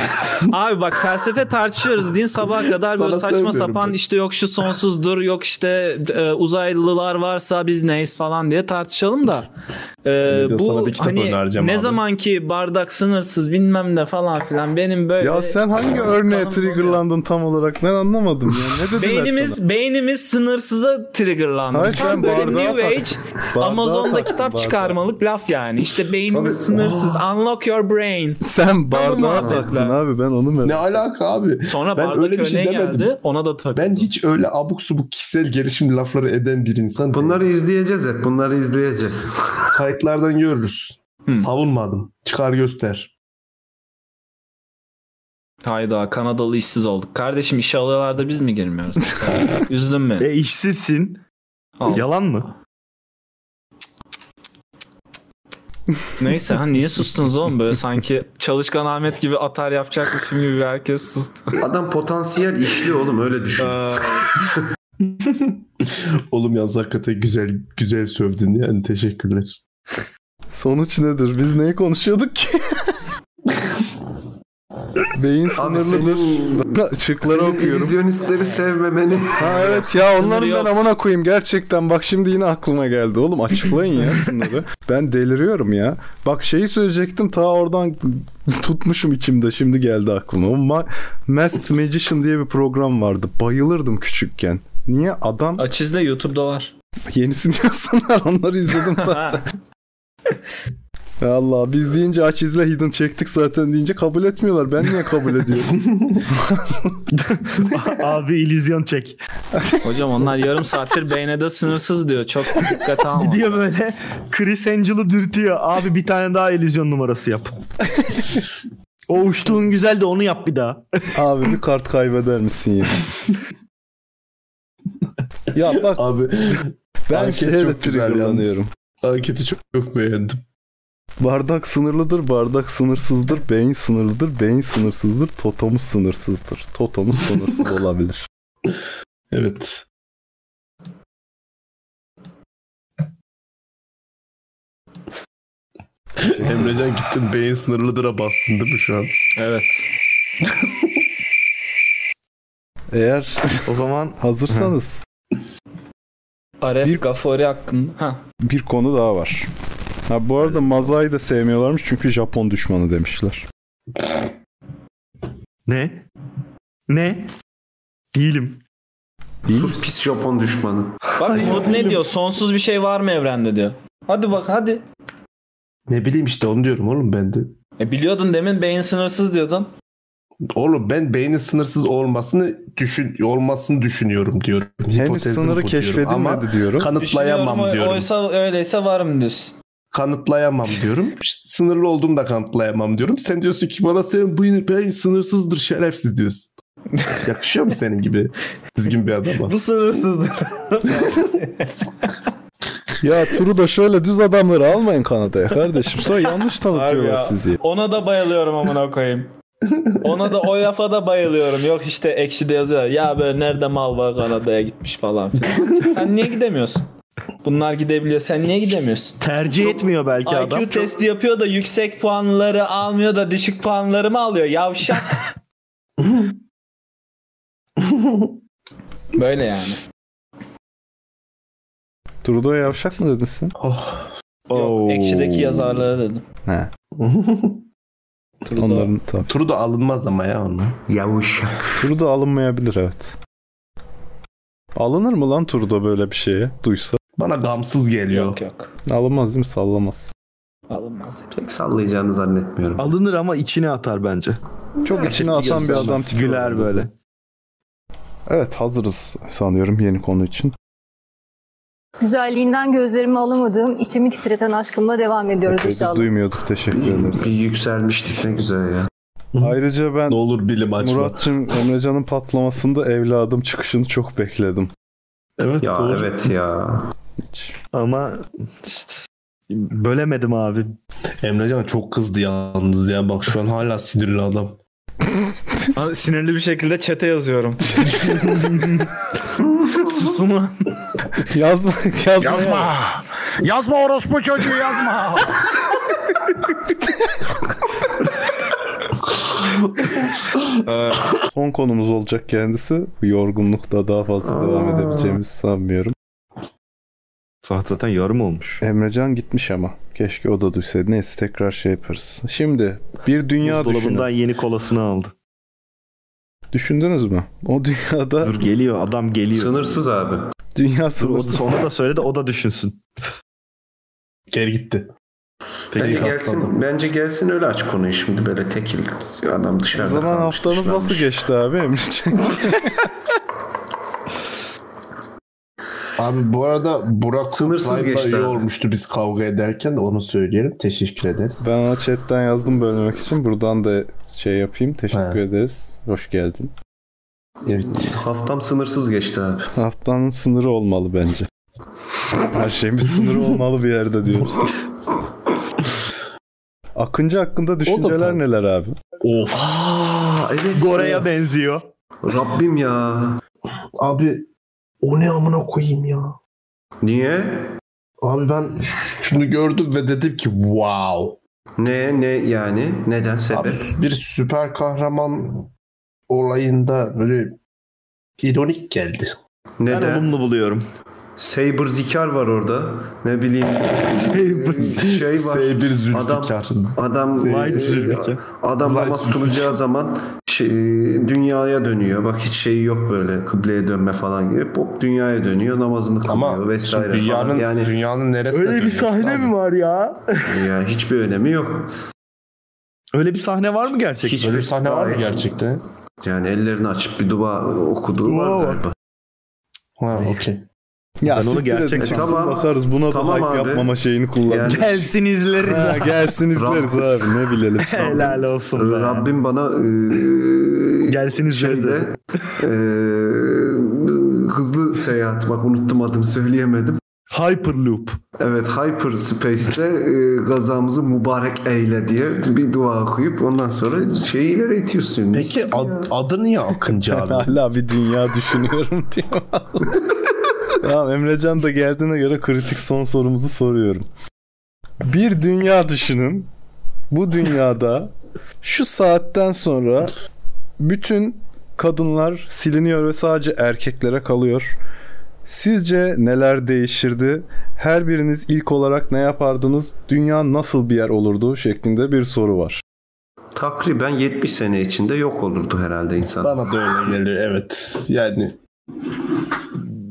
S6: abi bak felsefe tartışıyoruz din sabaha kadar böyle
S1: Sana
S6: saçma
S1: söylüyorum
S6: sapan
S1: ben.
S6: işte yok şu sonsuzdur yok işte e, uzaylılar varsa biz neyiz falan diye tartışalım da e,
S1: Neyse, sana
S6: bu
S1: bir kitap
S6: hani
S1: önereceğim
S6: ne
S1: abi.
S6: zaman ki bardak sınırsız bilmem ne falan filan benim böyle
S2: Ya sen hangi örneğe triggerlandın tam olarak? Ben anlamadım ya. Ne dediler
S6: Beynimiz
S2: sana?
S6: beynimiz sınırsıza triggerlandı.
S2: Hayır,
S6: Tam
S2: sen
S6: böyle
S2: bardağa
S6: New
S2: tak-
S6: Age
S2: bardağa
S6: Amazon'da
S2: taktın,
S6: kitap
S2: bardağa.
S6: çıkarmalık laf yani. İşte beynimiz
S2: Tabii.
S6: sınırsız. Unlock your brain.
S2: Sen bardağa
S6: muhabbetler.
S2: taktın abi ben onu merak
S1: Ne alaka abi?
S6: Sonra
S1: ben
S6: bardak
S1: öyle bir şey
S6: örneği
S1: demedim.
S6: geldi. Ona da tabii.
S1: Ben hiç öyle abuk subuk kişisel gelişim lafları eden bir insan değilim.
S8: Bunları izleyeceğiz hep. Bunları izleyeceğiz.
S1: Kayıtlardan görürüz. Savunmadım. Çıkar göster.
S6: Hayda Kanadalı işsiz olduk. Kardeşim işe alıyorlar da biz mi girmiyoruz? Üzdün mü?
S9: e işsizsin.
S6: Al.
S9: Yalan mı?
S6: Neyse ha niye sustunuz oğlum böyle sanki çalışkan Ahmet gibi atar yapacakmışım gibi herkes sustu.
S8: Adam potansiyel işli oğlum öyle düşün.
S1: Oğlum yalnız hakikaten güzel güzel sövdün yani teşekkürler.
S2: Sonuç nedir? Biz neyi konuşuyorduk ki? Beyin sınırlıdır. Ben Şıkları
S8: Senin
S2: okuyorum.
S8: illüzyonistleri sevmemeni.
S2: Ha evet ya onların
S8: Sınırı
S2: ben amına koyayım gerçekten bak şimdi yine aklıma geldi oğlum açıklayın ya bunları. Ben deliriyorum ya. Bak şeyi söyleyecektim ta oradan tutmuşum içimde şimdi geldi aklıma. O Ma- Masked Magician diye bir program vardı. Bayılırdım küçükken. Niye adam
S6: Aç izle YouTube'da var.
S2: yenisini yapsınlar onları izledim zaten. Allah biz deyince aç izle hidden çektik zaten deyince kabul etmiyorlar. Ben niye kabul ediyorum?
S9: Abi illüzyon çek.
S6: Hocam onlar yarım saattir beynede sınırsız diyor. Çok dikkate alma.
S9: Gidiyor böyle Chris Angel'ı dürtüyor. Abi bir tane daha illüzyon numarası yap. o uçtuğun güzel de onu yap bir daha.
S2: Abi bir kart kaybeder misin ya? ya bak
S1: Abi
S2: ben
S1: anket
S2: şeye de
S1: çok güzel
S2: triggerlanıyorum.
S1: yalnız. Anketi çok, çok beğendim.
S2: Bardak sınırlıdır, bardak sınırsızdır, beyin sınırlıdır, beyin sınırsızdır, totomuz sınırsızdır. Totomuz sınırsız olabilir.
S1: Evet. Emrecan Kiskin beyin sınırlıdır'a bastın değil mi şu an?
S6: Evet.
S2: Eğer
S9: o zaman
S2: hazırsanız
S6: Aref Gafori hakkında. Ha.
S2: bir konu daha var. Ha bu arada Mazai'yi de sevmiyorlarmış çünkü Japon düşmanı demişler.
S9: Ne? Ne? Değilim.
S8: Sus pis Japon düşmanı.
S6: Bak Umut ne diyor? Sonsuz bir şey var mı evrende diyor. Hadi bak hadi.
S1: Ne bileyim işte onu diyorum oğlum ben de.
S6: E biliyordun demin beyin sınırsız diyordun.
S1: Oğlum ben beynin sınırsız olmasını düşün olmasını düşünüyorum diyorum. Hipotezim
S2: sınırı
S1: bu
S2: keşfedilmedi
S1: Ama
S2: diyorum.
S1: Kanıtlayamam
S6: Düşünüyorum,
S1: diyorum.
S6: Oysa öyleyse varım diyorsun.
S1: Kanıtlayamam diyorum. Sınırlı olduğumu da kanıtlayamam diyorum. Sen diyorsun ki bana senin beyin, beyin sınırsızdır şerefsiz diyorsun. Yakışıyor mu senin gibi düzgün bir adama?
S6: Bu sınırsızdır.
S2: Ya turu da şöyle düz adamları almayın Kanada'ya kardeşim. Sonra yanlış tanıtıyorlar
S6: Harbi ya.
S2: sizi.
S6: Ona da bayılıyorum amına koyayım. Ona da o lafa da bayılıyorum. Yok işte ekşide yazıyor. Ya böyle nerede mal var Kanada'ya gitmiş falan filan. Sen niye gidemiyorsun? Bunlar gidebiliyor. Sen niye gidemiyorsun?
S9: Tercih etmiyor belki
S6: IQ
S9: adam.
S6: testi yapıyor da yüksek puanları almıyor da düşük puanları mı alıyor? Yavşak. Böyle yani.
S2: Trudeau yavşak mı dedin sen?
S6: Yok, ekşideki yazarlara dedim.
S2: He. Onların tabii.
S1: Trudeau alınmaz ama ya onu.
S8: Yavuşak.
S2: Trudeau alınmayabilir evet. Alınır mı lan Trudeau böyle bir şeye duysa?
S1: Bana gamsız geliyor.
S6: Yok yok.
S2: Alınmaz değil mi? Sallamaz.
S6: Alınmaz.
S8: Pek sallayacağını zannetmiyorum.
S9: Alınır ama içine atar bence.
S2: Çok içine atan bir adam tipi.
S9: Güler böyle.
S2: Evet hazırız sanıyorum yeni konu için.
S11: Güzelliğinden gözlerimi alamadığım, içimi titreten aşkımla devam ediyoruz
S2: Epey de
S11: inşallah.
S2: duymuyorduk teşekkür ederiz.
S8: Bir yükselmiştik ne güzel ya.
S2: Ayrıca ben
S1: Ne olur bilim açma.
S2: Murat'cığım Emrecan'ın patlamasında evladım çıkışını çok bekledim.
S1: Evet
S8: Ya
S1: doğru.
S8: evet ya.
S9: Ama işte bölemedim abi.
S1: Emrecan çok kızdı yalnız ya. Bak şu an hala sinirli adam.
S6: Sinirli bir şekilde çete yazıyorum. Susun lan.
S2: Yazma, yazma.
S15: Yazma. Yazma orospu çocuğu yazma.
S2: Son konumuz olacak kendisi. Bu Yorgunlukta daha fazla devam
S9: Aa.
S2: edebileceğimizi sanmıyorum.
S9: Saat zaten yarım olmuş.
S2: Emrecan gitmiş ama. Keşke o da duysaydı. Neyse tekrar şey yaparız. Şimdi bir dünya
S9: Dolabından
S2: düşünün.
S9: yeni kolasını aldı.
S2: Düşündünüz mü? O dünyada
S9: Dur geliyor adam geliyor.
S8: Sınırsız abi.
S2: dünya
S9: Dur, o-
S2: sınırsız.
S9: Ona da söyle de o da düşünsün.
S1: Geri gitti.
S8: Bence
S1: Peki,
S8: gelsin, bence gelsin öyle aç konuyu şimdi böyle tekil. Adam
S2: O
S8: dışarıda
S2: zaman
S8: kalmış,
S2: haftanız
S8: dışlanmış.
S2: nasıl geçti abi Emrecan?
S1: Abi bu arada Burak
S8: Sınırsız
S1: Kutlay'la
S8: geçti
S1: iyi
S8: abi.
S1: olmuştu biz kavga ederken onu söyleyelim. Teşekkür ederiz.
S2: ben ona chatten yazdım bölmek için. Buradan da şey yapayım. Teşekkür ederiz. Hoş geldin.
S1: Evet.
S8: Haftam sınırsız geçti abi.
S2: Haftanın sınırı olmalı bence. Her şeyin bir sınırı olmalı bir yerde diyoruz. Akıncı hakkında düşünceler neler abi?
S1: Of.
S8: Aa evet.
S9: Gore'ye benziyor.
S8: Rabbim ya.
S1: Abi o ne amına koyayım ya.
S8: Niye?
S1: Abi ben ş- şunu gördüm ve dedim ki wow.
S8: Ne ne yani? Neden sebep?
S1: Abi bir süper kahraman olayında böyle ironik geldi.
S9: Ben
S8: Neden?
S9: olumlu buluyorum.
S8: Saber Zikar var orada. Ne bileyim. Saber şey var.
S1: Seybir Zülfikar.
S8: Adam adam
S1: Saber
S8: adam namaz kılacağı zaman şey, dünyaya dönüyor. Bak hiç şey yok böyle kıbleye dönme falan gibi. Pop dünyaya dönüyor, namazını kılıyor vesaire
S1: Şimdi
S8: falan.
S1: dünyanın-
S8: Yani
S1: dünyanın neresine
S8: Öyle bir
S1: dönüyorsun
S8: sahne
S1: abi?
S8: mi var ya? ya hiçbir önemi yok.
S3: Öyle bir sahne var mı gerçekten?
S8: Hiçbir sahne var mı
S1: gerçekten?
S8: Yani ellerini açıp bir dua okuduğu
S2: Dua
S8: var
S2: var.
S8: galiba.
S1: Ha okey.
S2: Ya siktir edin. Tamam. Bakarız buna da like yapmama şeyini kullan.
S3: Gelsin izleriz.
S2: Ha, gelsin izleriz abi ne bilelim.
S3: Helal olsun. Be.
S8: Rabbim bana e,
S3: gelsin
S8: şeyde e, hızlı seyahat bak unuttum adını söyleyemedim.
S3: Hyperloop.
S8: Evet Hyperspace'te e, gazamızı mübarek eyle diye bir dua okuyup ondan sonra şeyi ileri itiyorsun.
S1: Peki ad- adı niye Akıncı abi?
S2: Hala bir dünya düşünüyorum diyor. tamam Emrecan da geldiğine göre kritik son sorumuzu soruyorum. Bir dünya düşünün. Bu dünyada şu saatten sonra bütün kadınlar siliniyor ve sadece erkeklere kalıyor. Sizce neler değişirdi? Her biriniz ilk olarak ne yapardınız? Dünya nasıl bir yer olurdu? şeklinde bir soru var.
S8: Takriben 70 sene içinde yok olurdu herhalde insan.
S1: Bana da öyle geliyor evet. Yani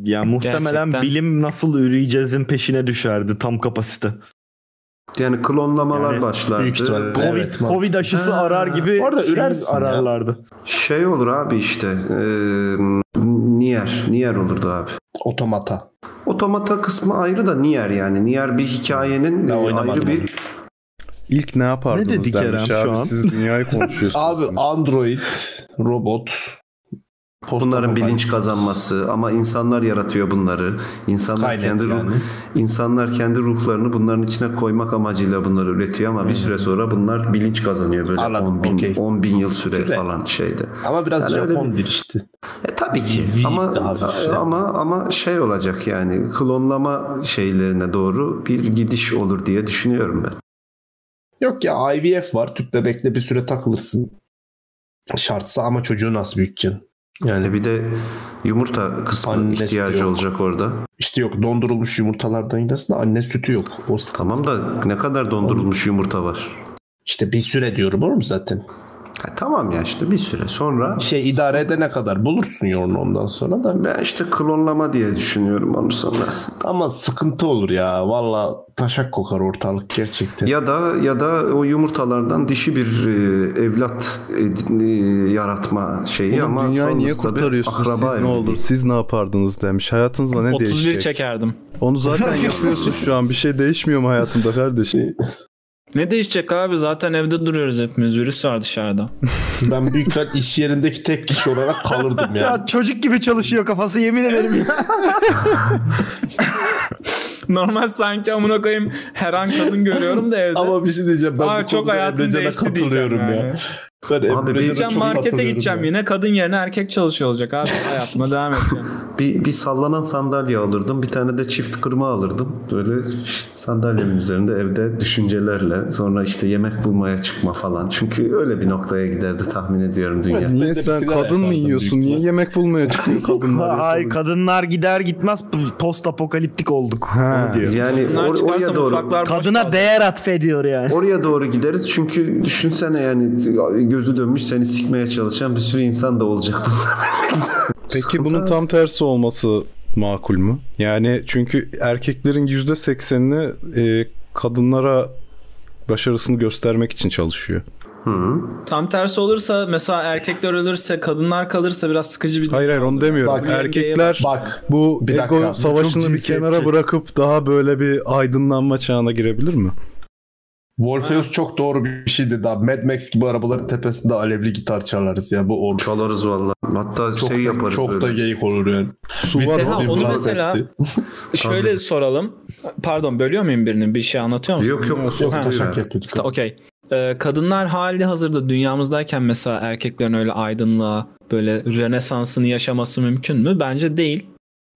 S3: Ya muhtemelen
S8: Gerçekten.
S3: bilim nasıl üreyeceğizin peşine düşerdi tam kapasite.
S8: Yani klonlamalar başlardı.
S3: büyük ihtimalle. Covid- Covid aşısı arar gibi
S8: Orada
S3: şey misin ya? ararlardı.
S8: Şey olur abi işte. E, Nier. Nier olurdu abi.
S1: Otomata.
S8: Otomata kısmı ayrı da Nier yani. Nier bir hikayenin e, ayrı bir...
S2: İlk ne yapardınız
S8: Ne dedik
S2: denmiş
S8: Eren şu
S2: abi.
S8: an?
S2: Siz dünyayı konuşuyorsunuz.
S1: abi android, robot.
S8: Bunların bilinç kazanması ama insanlar yaratıyor bunları. İnsanlar
S1: Skynet
S8: kendi ruh,
S1: yani.
S8: insanlar kendi ruhlarını bunların içine koymak amacıyla bunları üretiyor ama bir süre sonra bunlar bilinç kazanıyor böyle 10 bin, 10 bin yıl süre falan şeyde.
S1: Ama biraz
S8: Yani öyle
S1: Japon
S8: bir-
S1: bir işte.
S8: E tabii ki ama ama ama şey olacak yani klonlama şeylerine doğru bir gidiş olur diye düşünüyorum ben.
S1: Yok ya IVF var. Tüp bebekle bir süre takılırsın. Şartsa ama çocuğu nasıl büyüteceksin?
S8: Yani bir de yumurta kısmı ihtiyacı olacak orada.
S1: İşte yok dondurulmuş yumurtalardan gidersin de anne sütü yok. O sıkıntı.
S8: Tamam da ne kadar dondurulmuş yumurta var?
S1: İşte bir süre diyorum oğlum zaten.
S8: Ha, tamam ya işte bir süre sonra.
S1: Şey idare edene kadar bulursun yorunu ondan sonra da.
S8: Ben işte klonlama diye düşünüyorum onu sonrasında.
S1: Ama sıkıntı olur ya. Valla taşak kokar ortalık gerçekten.
S8: Ya da ya da o yumurtalardan dişi bir e, evlat edin- e, yaratma şeyi
S2: Oğlum
S8: ama
S2: dünyayı niye
S8: sonrası tabii
S2: kurtarıyorsunuz? Siz
S8: akraba
S2: ne
S8: evliliği.
S2: olur? Siz ne yapardınız demiş. Hayatınızda ne
S6: 31
S2: değişecek?
S6: çekerdim.
S2: Onu zaten yapıyorsun şu an. Bir şey değişmiyor mu hayatımda kardeşim?
S6: Ne değişecek abi? Zaten evde duruyoruz hepimiz. Virüs var dışarıda.
S1: Ben büyük ihtimal iş yerindeki tek kişi olarak kalırdım yani.
S3: Ya çocuk gibi çalışıyor kafası yemin ederim ya.
S6: Normal sanki amına koyayım her an kadın görüyorum da evde.
S1: Ama bir şey diyeceğim ben bu
S6: Aa, çok
S1: konuda
S6: hayatım
S1: Emrecan'a
S6: değişti diyeceğim
S1: katılıyorum
S6: yani.
S1: ya. Ben Emrecan'a
S6: Gideceğim
S1: çok
S6: markete
S1: katılıyorum
S6: gideceğim
S1: ya.
S6: yine kadın yerine erkek çalışıyor olacak abi hayatıma devam edeceğim.
S8: Bir, bir sallanan sandalye alırdım. Bir tane de çift kırma alırdım. Böyle sandalyemin üzerinde evde düşüncelerle sonra işte yemek bulmaya çıkma falan. Çünkü öyle bir noktaya giderdi tahmin ediyorum dünya.
S2: Niye sen kadın mı yiyorsun? Niye yemek bulmaya çıkıyor kadınlar?
S3: Ay kadınlar gider gitmez post apokaliptik olduk.
S2: Ha.
S3: Onu diyor.
S8: Yani Kadınlar or- çıkarsa oraya doğru- mutfaklar boş
S3: Kadına değer atfediyor yani.
S8: Oraya doğru gideriz çünkü düşünsene yani gözü dönmüş seni sikmeye çalışan bir sürü insan da olacak.
S2: Peki bunun tam tersi olması makul mü? Yani çünkü erkeklerin %80'ini e, kadınlara başarısını göstermek için çalışıyor.
S6: Tam tersi olursa mesela erkekler ölürse kadınlar kalırsa biraz sıkıcı bir
S2: Hayır hayır onu demiyorum.
S6: Bak,
S2: Erkekler
S1: bak
S2: bu
S6: bir dakika.
S2: ego savaşını
S6: Çok
S2: bir kenara
S6: cinsiyetçi.
S2: bırakıp daha böyle bir aydınlanma çağına girebilir mi?
S1: Morpheus çok doğru bir şeydi daha. Mad Max gibi arabaların tepesinde alevli gitar çalarız ya bu olur.
S8: Çalarız valla. Hatta
S1: çok şey yaparız. Çok da geyik olur yani.
S6: Mesela
S1: Vites
S6: onu
S1: implant
S6: mesela
S1: etti.
S6: şöyle soralım. Pardon bölüyor muyum birini? Bir şey anlatıyor musun?
S8: Yok, yok.
S1: Yok,
S6: Ha.
S1: taşak yapıyorduk.
S6: İşte okey. Ee, kadınlar hali hazırda dünyamızdayken mesela erkeklerin öyle aydınlığa böyle rönesansını yaşaması mümkün mü? Bence değil.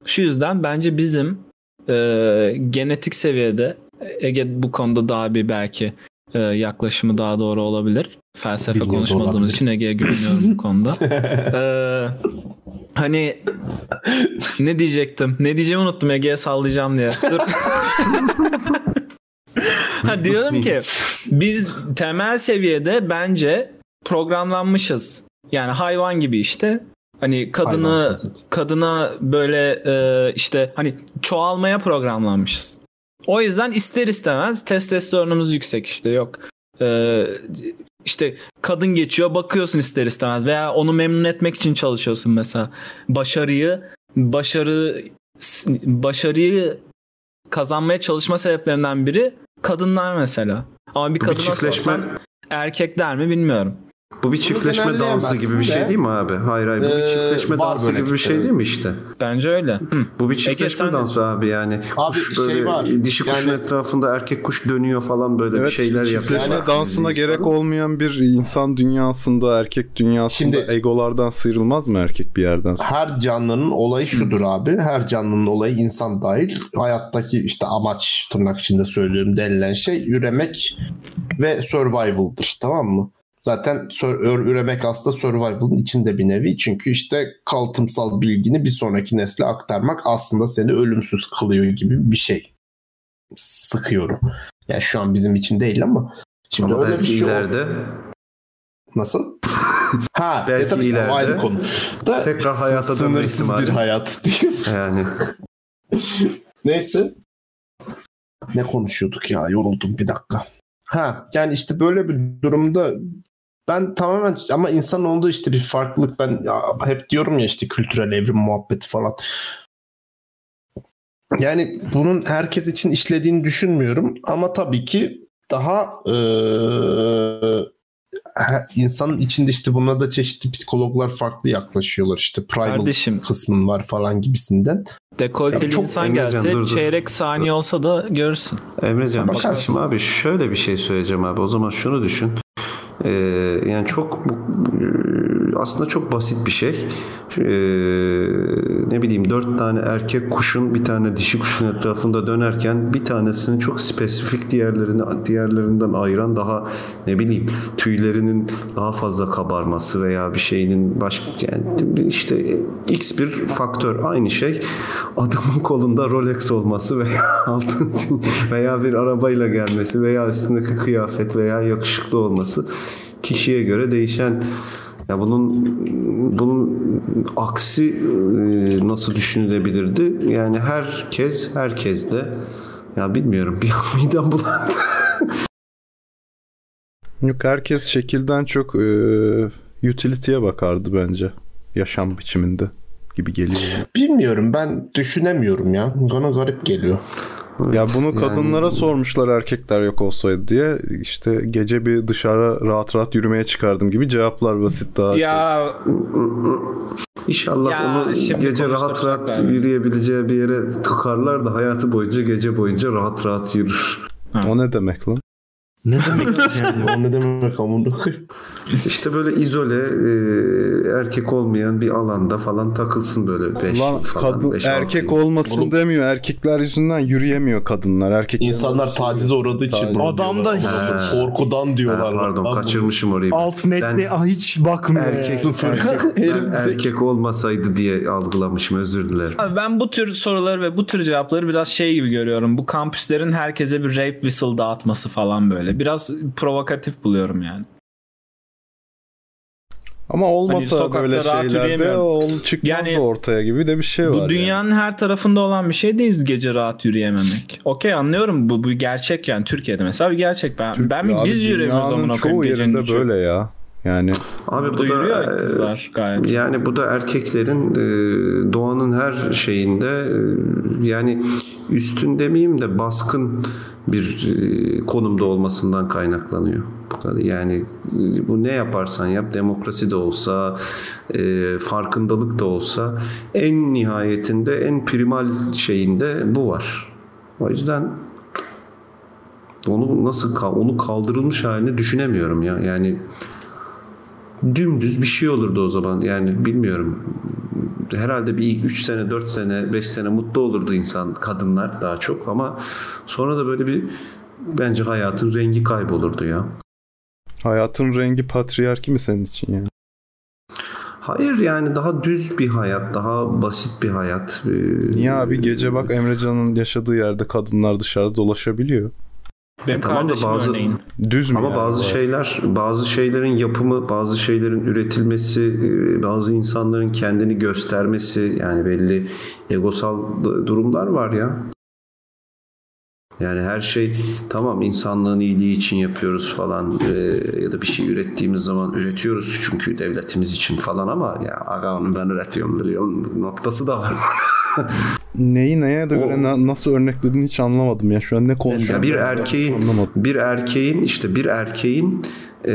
S6: Şu yüzden bence bizim e, genetik seviyede Ege bu konuda daha bir belki e, yaklaşımı daha doğru olabilir. Felsefe
S1: Bilmiyorum,
S6: konuşmadığımız
S1: olabilir.
S6: için Ege'ye güveniyorum bu konuda. Ee, hani ne diyecektim? Ne diyeceğimi unuttum Ege'ye sallayacağım diye. Dur. ha, diyorum ki biz temel seviyede bence programlanmışız. Yani hayvan gibi işte. Hani kadını kadına böyle e, işte hani çoğalmaya programlanmışız. O yüzden ister istemez testosteronumuz yüksek işte yok. e, işte kadın geçiyor bakıyorsun ister istemez veya onu memnun etmek için çalışıyorsun mesela. Başarıyı başarı başarıyı kazanmaya çalışma sebeplerinden biri kadınlar mesela. Ama bir
S8: Bu bir
S6: kadına
S8: çiftleşme-
S6: sorsan erkek der mi bilmiyorum.
S8: Bu bir çiftleşme dansı gibi bir şey değil mi abi? Hayır hayır bu bir
S6: Ee,
S8: çiftleşme
S6: var
S8: dansı
S6: böyle
S8: gibi bir şey
S6: tipleri.
S8: değil mi işte?
S6: Bence öyle.
S8: Bu bir
S6: Ege, sen
S8: çiftleşme
S6: ne
S8: dansı abi yani.
S1: Abi
S8: kuş
S1: şey
S8: böyle
S1: var.
S8: dişi kuşun
S1: Yani-
S8: etrafında erkek kuş dönüyor falan böyle bir şeyler yapıyor.
S2: çiftleşme dansına gerek olmayan bir insan dünyasında, erkek dünyasında egolardan sıyrılmaz mı erkek bir yerden sonra?
S1: Her canlının olayı şudur abi. Her canlının olayı insan dahil. Hayattaki işte amaç tırnak içinde söylüyorum denilen şey üremek ve survival'dır tamam mı? Zaten sör- ör- üremek aslında survival'ın içinde bir nevi. Çünkü işte kaltımsal bilgini bir sonraki nesle aktarmak aslında seni ölümsüz kılıyor gibi bir şey. Sıkıyorum. Yani şu an bizim için değil ama. Şimdi
S8: Ama
S1: öyle bir
S8: belki
S1: şey
S8: ileride.
S1: Nasıl? ha,
S8: Belki
S1: e tabii ki, o
S8: ileride
S1: ayrı konu. Da
S8: tekrar hayata dönme
S1: sınırsız
S8: ihtimali.
S1: bir hayat diyeyim.
S8: Yani.
S1: Neyse. Ne konuşuyorduk ya? Yoruldum bir dakika. Ha, yani işte böyle bir durumda ben tamamen ama insan olduğu işte bir farklılık ben ya hep diyorum ya işte kültürel evrim muhabbeti falan. Yani bunun herkes için işlediğini düşünmüyorum ama tabii ki daha eee, he- insanın içinde işte buna da çeşitli psikologlar farklı yaklaşıyorlar işte primal
S6: Kardeşim.
S1: kısmın var falan gibisinden.
S6: Dekolteli
S1: Ya çok-
S6: insan
S1: Emrecan,
S6: gelse
S1: dur, dur.
S6: çeyrek saniye olsa da görürsün.
S8: Emrecan bak
S6: Bakarsın.
S8: şimdi abi şöyle bir şey söyleyeceğim abi. O zaman şunu düşün. Ee, yani çok bu- bu- aslında çok basit bir şey. Ee, ne bileyim dört tane erkek kuşun bir tane dişi kuşun etrafında dönerken bir tanesini çok spesifik diğerlerini diğerlerinden ayıran daha ne bileyim tüylerinin daha fazla kabarması veya bir şeyinin başka yani işte x bir faktör aynı şey adamın kolunda Rolex olması veya altın veya bir arabayla gelmesi veya üstündeki kıyafet veya yakışıklı olması kişiye göre değişen ya bunun bunun aksi e, nasıl düşünülebilirdi? Yani herkes herkes de ya bilmiyorum bir an midem bulandı.
S2: Yok herkes şekilden çok e, utility'ye bakardı bence. Yaşam biçiminde gibi geliyor.
S1: Bilmiyorum ben düşünemiyorum ya. Bana garip geliyor.
S2: Ya bunu kadınlara sormuşlar erkekler yok olsaydı diye. İşte gece bir dışarı rahat rahat yürümeye çıkardım gibi cevaplar basit daha
S6: Ya
S8: İnşallah
S6: Ya,
S8: onu
S6: şimdi
S8: gece rahat
S6: konuştuk
S8: rahat
S6: zaten.
S8: yürüyebileceği bir yere tıkarlar da hayatı boyunca gece boyunca rahat rahat yürür.
S2: şey. O ne demek lan?
S1: Ne demek yani? O ne demek amına koyayım?
S8: İşte böyle izole e, erkek olmayan bir alanda falan takılsın böyle 5
S2: Lan
S8: falan.
S2: kadın
S8: beş, altı
S2: erkek
S8: yıl.
S2: olmasın
S8: Bunu-
S2: demiyor. Erkekler yüzünden yürüyemiyor kadınlar. Erkek
S1: İnsanlar tacize uğradığı için bunu
S2: Adam da
S1: diyorlar. korkudan diyorlar.
S8: pardon,
S1: lan.
S8: kaçırmışım orayı.
S9: Alt metne ah, hiç bakmıyor.
S8: Erkek,
S9: Sıfır.
S8: erkek, ben
S9: Herif-
S8: erkek olmasaydı diye algılamışım özür dilerim.
S6: Abi ben bu tür soruları ve bu tür cevapları biraz şey gibi görüyorum. Bu kampüslerin herkese bir rape whistle dağıtması falan böyle. Biraz provokatif buluyorum yani.
S2: Ama olmasa
S6: Hani sokakta
S2: böyle
S6: rahat
S2: şeylerde
S6: yürüyemiyorum.
S2: ol çıkmaz da ortaya gibi de bir şey var.
S6: bu dünyanın her tarafında olan bir şey değil gece rahat yürüyememek. Okey anlıyorum bu bu gerçek yani Türkiye'de mesela bir gerçek. Ben ben mi
S2: Abi
S6: biz yürüyemiyoruz
S2: dünyanın
S6: amına
S2: çoğu
S6: koyayım gecenin
S2: yerinde
S6: üçü.
S2: böyle ya. Yani
S8: Abi
S6: Burada
S8: bu da
S6: yürüyor
S8: e,
S6: kızlar gayet.
S8: yani bu da erkeklerin e, doğanın her şeyinde e, yani üstün demeyeyim de baskın bir e, konumda olmasından kaynaklanıyor. Bu kadar. Yani e, bu ne yaparsan yap demokrasi de olsa e, farkındalık da olsa en nihayetinde en primal şeyinde bu var. O yüzden onu nasıl ka- onu kaldırılmış halini düşünemiyorum ya. Yani dümdüz bir şey olurdu o zaman. Yani bilmiyorum. Herhalde bir 3 sene, 4 sene, 5 sene mutlu olurdu insan, kadınlar daha çok ama sonra da böyle bir bence hayatın rengi kaybolurdu ya.
S2: hayatın rengi patriarki mi senin için yani?
S8: Hayır yani daha düz bir hayat, daha basit bir hayat. Ee,
S2: Niye abi gece bak Emrecan'ın yaşadığı yerde kadınlar dışarıda dolaşabiliyor.
S6: Benim
S8: tamam da
S6: kardeşim
S8: bazı
S6: örneğin.
S2: düz
S8: ama
S6: yani bu
S8: bazı şey-
S6: arada?
S8: şeyler bazı şeylerin yapımı bazı şeylerin üretilmesi e, bazı insanların kendini göstermesi yani belli egosal d- durumlar var ya yani her şey tamam insanlığın iyiliği için yapıyoruz falan e, ya da bir şey ürettiğimiz zaman üretiyoruz çünkü devletimiz için falan ama ya aga onu ben üretiyorum biliyor musun? noktası da var.
S2: Neyi neye de göre na- nasıl örneklediğini hiç anlamadım ya. Şu an ne konuşuyorsun?
S8: Ya bir erkeğin bir erkeğin işte bir erkeğin e,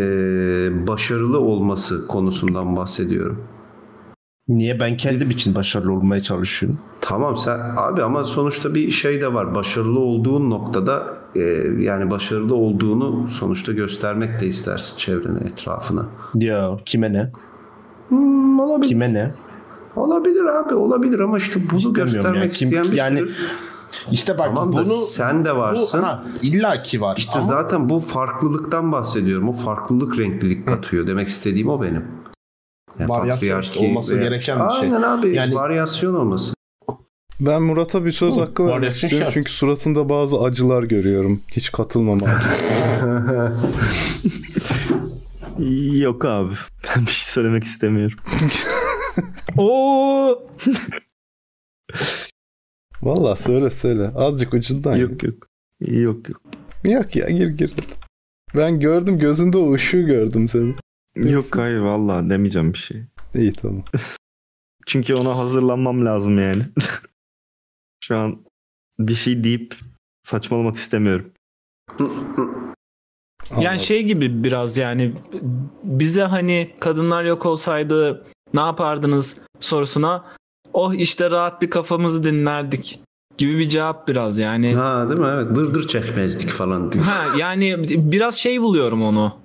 S8: başarılı olması konusundan bahsediyorum.
S1: Niye ben kendim için başarılı olmaya çalışıyorum?
S8: Tamam sen abi ama sonuçta bir şey de var. Başarılı olduğun noktada e, yani başarılı olduğunu sonuçta göstermek de istersin çevrene, etrafına.
S1: Ya kime ne?
S8: olabilir.
S1: Kime ne?
S8: Olabilir abi, olabilir ama işte bunu
S1: İstemiyorum ya.
S8: göstermek
S1: Kim-
S8: isteyen bir
S1: yani
S8: sürü-
S1: İşte bak
S8: Tamam da
S1: bunu
S8: sen de varsın.
S1: Bu, ha, illaki var.
S8: İşte
S1: Ama-
S8: zaten bu farklılıktan bahsediyorum. O farklılık renklilik katıyor. Demek istediğim o benim. Yani
S1: Varyasyon işte,
S8: patriyarki
S1: olması
S8: veya-
S1: gereken bir şey.
S8: Aynen abi.
S1: Yani-
S8: Varyasyon olması.
S2: Ben Murat'a bir söz
S8: Hı,
S2: hakkı vermek
S8: varyasyon
S2: istiyorum.
S8: şart.
S2: Çünkü suratında bazı acılar görüyorum. Hiç katılmama acı.
S3: Yok abi. Ben bir şey söylemek istemiyorum.
S6: Oo.
S2: Valla söyle söyle. Azıcık ucundan.
S3: Yok yok. Yok yok.
S2: Yok ya gir gir. Ben gördüm gözünde o ışığı gördüm senin.
S3: Yok hayır valla demeyeceğim bir şey.
S2: İyi tamam.
S3: Çünkü ona hazırlanmam lazım yani. Şu an bir şey deyip saçmalamak istemiyorum.
S6: Yani şey gibi biraz yani bize hani kadınlar yok olsaydı ne yapardınız sorusuna oh işte rahat bir kafamızı dinlerdik gibi bir cevap biraz yani.
S8: Ha değil mi? Evet. Dırdır çekmezdik falan. diye.
S6: Ha yani biraz şey buluyorum onu.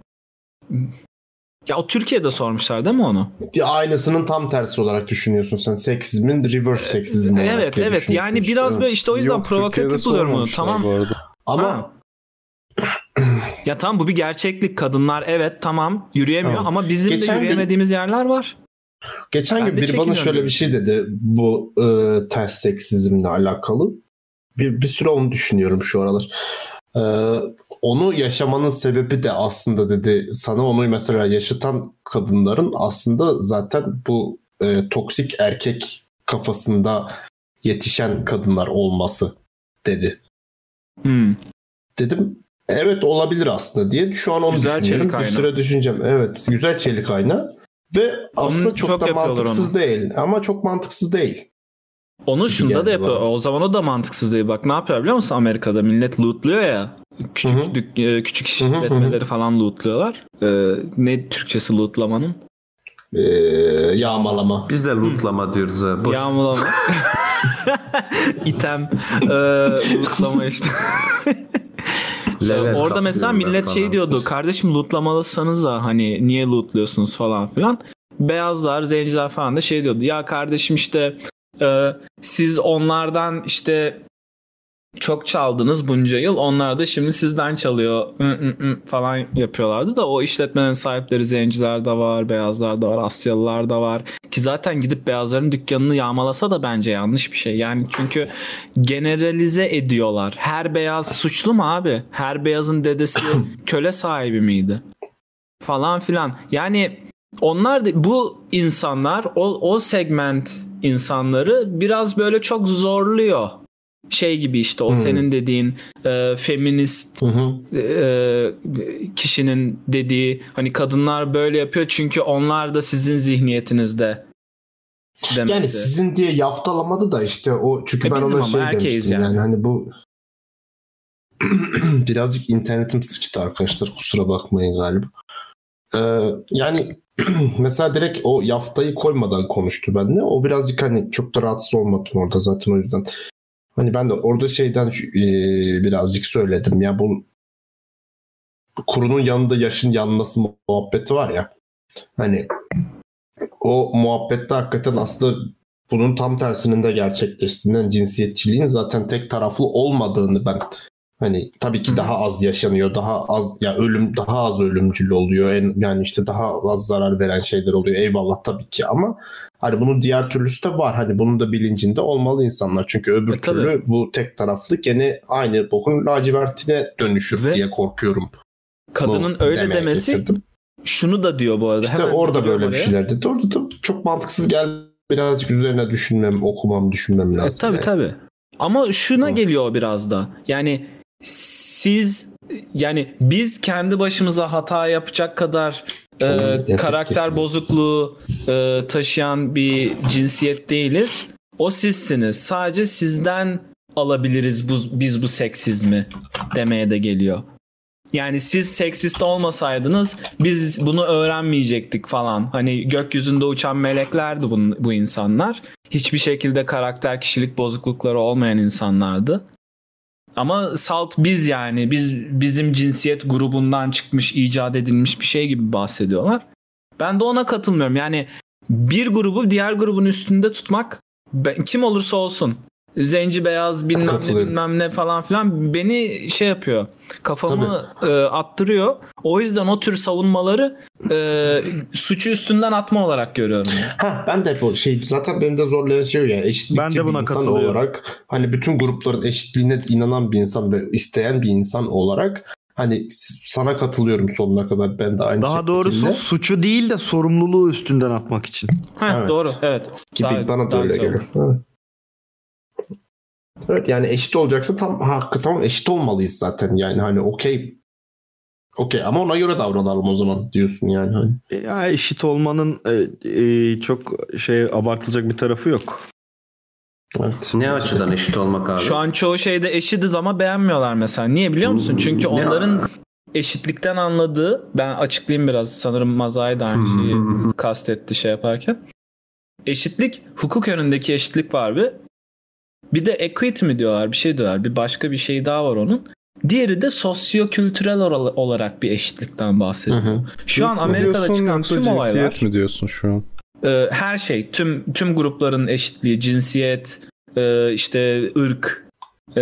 S6: Ya o Türkiye'de sormuşlar değil mi onu?
S1: Ya Aynısının tam tersi olarak düşünüyorsun sen. Seksizmin reverse seksizmi olarak
S6: Evet,
S1: diye
S6: evet.
S1: düşünüyorsun
S6: Yani
S1: işte,
S6: biraz
S1: evet.
S6: böyle işte o yüzden Yok, provokatif Türkiye'de buluyorum onu. sormamışlar Tamam. bu arada.
S1: Ama
S6: Ha. ya tamam bu bir gerçeklik. Kadınlar evet tamam yürüyemiyor
S1: Tamam.
S6: ama bizim
S1: Geçen
S6: de
S1: gün-
S6: yürüyemediğimiz yerler var.
S1: Geçen
S6: Ben
S1: gün
S6: de
S1: biri bana
S6: çekiniyorum
S1: şöyle bir şey dedi bu e, ters seksizmle alakalı. Bir, bir süre onu düşünüyorum şu aralar. E, onu yaşamanın sebebi de aslında dedi sana onu mesela yaşatan kadınların aslında zaten bu e, toksik erkek kafasında yetişen kadınlar olması dedi.
S6: Hmm.
S1: Dedim evet olabilir aslında diye şu an onu
S6: Güzel
S1: düşünüyorum.
S6: çelik
S1: Bir
S6: ayna.
S1: süre düşüneceğim. Evet güzel çelik ayna ve aslında çok,
S6: çok
S1: da
S6: yapıyorlar
S1: mantıksız
S6: onu.
S1: değil ama çok mantıksız değil.
S6: Onu şunda
S1: geldi
S6: da yapıyor. O zaman o da mantıksız değil. Bak ne yapıyor biliyor musun? Amerika'da millet lootluyor ya. Küçük dük- e, küçük işletmeleri falan lootluyorlar. Ee, ne Türkçesi lootlamanın?
S1: yağmalama.
S8: Biz de lootlama diyoruz ha. boş.
S6: Yağmalama. İtem. Ee, lootlama işte.
S8: Level
S6: Orada mesela
S8: katlıyorum ben
S6: millet
S8: falan.
S6: şey diyordu. Kardeşim lootlamalısınız da hani niye lootluyorsunuz falan filan. Beyazlar, zenciler falan da şey diyordu. Ya kardeşim işte e, siz onlardan işte çok çaldınız bunca yıl. Onlar da şimdi sizden çalıyor ı, ı, ı falan yapıyorlardı da o işletmenin sahipleri zenciler de var, beyazlar da var, Asyalılar da var. Ki zaten gidip beyazların dükkanını yağmalasa da bence yanlış bir şey. Yani çünkü generalize ediyorlar. Her beyaz suçlu mu abi? Her beyazın dedesi köle sahibi miydi? Falan filan. Yani onlar da, bu insanlar o, o segment insanları biraz böyle çok zorluyor şey gibi işte o
S1: Hmm.
S9: Hı.
S6: senin dediğin e, feminist e, kişinin dediği hani kadınlar böyle yapıyor çünkü onlar da sizin zihniyetinizde demesi.
S1: Yani sizin diye yaftalamadı da işte o çünkü
S6: E
S1: ben
S6: bizim
S1: ona
S6: ama
S1: şey
S6: erkeğiz
S1: demiştim yani.
S6: yani.
S1: hani bu birazcık internetim sıçtı arkadaşlar kusura bakmayın galiba. Ee, yani mesela direkt o yaftayı koymadan konuştu benimle. O birazcık hani çok da rahatsız olmadım orada zaten o yüzden. Hani ben de orada şeyden şu- e, birazcık söyledim ya bu kurunun yanında yaşın yanması muhabbeti var ya. Hani o muhabbette hakikaten aslında bunun tam tersinin de gerçekleştiğinden cinsiyetçiliğin zaten tek taraflı olmadığını ben Hani tabii ki daha az yaşanıyor, daha az ya ölüm daha az ölümcül oluyor. En, yani işte daha az zarar veren şeyler oluyor. Eyvallah tabii ki ama hani bunun diğer türlüsü de var. Hani bunun da bilincinde olmalı insanlar. Çünkü öbür
S6: E,
S1: türlü bu tek taraflı gene aynı bokun lacivertine dönüşür diye korkuyorum.
S6: Kadının
S1: Bunu
S6: öyle
S1: demeye
S6: demesi
S1: getirdim.
S6: şunu da diyor bu arada.
S1: İşte
S6: Hemen
S1: orada
S6: gidiyorum
S1: böyle bir şey
S6: oraya.
S1: şeyler dedi. Orada da çok mantıksız gel birazcık üzerine düşünmem, okumam, düşünmem lazım.
S6: E, tabii
S1: yani.
S6: tabii. Ama şuna geliyor o biraz da. Yani siz yani biz kendi başımıza hata yapacak kadar e, karakter bozukluğu e, taşıyan bir cinsiyet değiliz. O sizsiniz. Sadece sizden alabiliriz bu, biz bu seksizmi demeye de geliyor. Yani siz seksist olmasaydınız biz bunu öğrenmeyecektik falan. Hani gökyüzünde uçan meleklerdi bu, bu insanlar. Hiçbir şekilde karakter kişilik bozuklukları olmayan insanlardı. Ama salt biz yani biz bizim cinsiyet grubundan çıkmış icat edilmiş bir şey gibi bahsediyorlar. Ben de ona katılmıyorum. Yani bir grubu diğer grubun üstünde tutmak ben, kim olursa olsun zenci beyaz bilmem ne
S1: Katılıyorum.
S6: bilmem ne falan filan beni şey yapıyor kafamı e, attırıyor. O yüzden o tür savunmaları e, suçu üstünden atma olarak görüyorum.
S1: Ha ben de hep o şey zaten beni de zorlayan şey o yani eşitlikçi
S6: Ben de buna
S1: bir insan
S6: katılıyorum.
S1: olarak hani bütün grupların eşitliğine inanan bir insan ve isteyen bir insan olarak hani s- sana katılıyorum sonuna kadar ben de aynı
S9: Daha
S1: şekilde.
S9: doğrusu suçu değil de sorumluluğu üstünden atmak için.
S6: Ha,
S1: Evet.
S6: Doğru evet.
S1: Gibi
S6: Daha-
S1: bana da
S6: daha
S1: öyle
S6: güzel
S1: geliyor.
S6: olur.
S1: Evet. Evet, yani eşit olacaksa tam hakkı tam eşit olmalıyız zaten yani hani okey. Okey ama ona göre davranalım o zaman diyorsun yani hani.
S9: Ya eşit olmanın e, e, çok şey abartılacak bir tarafı yok.
S12: Ne açıdan eşit olmak abi?
S6: Şu an çoğu şeyde eşitiz ama beğenmiyorlar mesela. Niye biliyor musun? Çünkü onların eşitlikten anladığı ben açıklayayım biraz sanırım Mazai da aynı şeyi kastetti şey yaparken. Eşitlik hukuk önündeki eşitlik var bir. Bir de equity mi diyorlar bir şey diyorlar bir başka bir şey daha var onun. Diğeri de sosyokültürel oral- olarak bir eşitlikten bahsediyor. Şu an
S2: Ne
S6: Amerika'da
S2: diyorsun,
S6: çıkan
S2: yoksa
S6: tüm olaylar
S2: cinsiyet mi diyorsun şu an?
S6: e, her şey tüm tüm grupların eşitliği cinsiyet e, işte ırk e,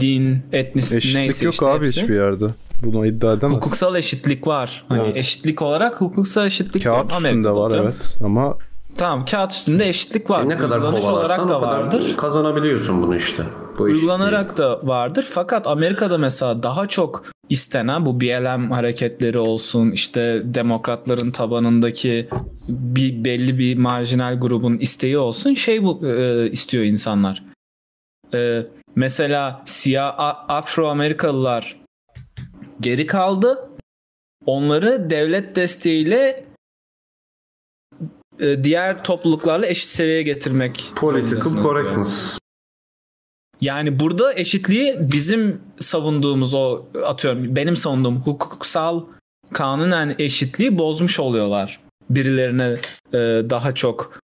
S6: din etnis
S2: Eşitlik
S6: neyse
S2: yok
S6: işte
S2: abi
S6: hepsi.
S2: hiçbir şey yerde. Bunu iddia edemez.
S6: hukuksal eşitlik var hani
S2: Evet.
S6: eşitlik olarak hukuksal eşitlik
S2: Kağıt
S6: var.
S2: üstünde
S6: Amerika'da
S2: var
S6: atıyorum.
S2: evet ama
S6: tamam kağıt üstünde eşitlik
S8: E,
S6: var
S12: E, ne kadar
S6: Uygulanış
S12: kovalarsan
S6: olarak
S12: o
S6: da
S12: kadar
S6: vardır
S12: kazanabiliyorsun bunu işte. Bu iş.
S6: uygulanarak da vardır. Fakat Amerika'da mesela daha çok istenen bu BLM hareketleri olsun işte demokratların tabanındaki bir belli bir marjinal grubun isteği olsun şey bu e, istiyor insanlar. E, mesela siyah Afro Amerikalılar geri kaldı. Onları devlet desteğiyle e, diğer topluluklarla eşit seviyeye getirmek.
S12: Political
S6: zorundasınız diyor.
S12: correctness.
S6: Yani burada eşitliği bizim savunduğumuz o atıyorum benim savunduğum hukuksal kanunen eşitliği bozmuş oluyorlar. Birilerine e, daha çok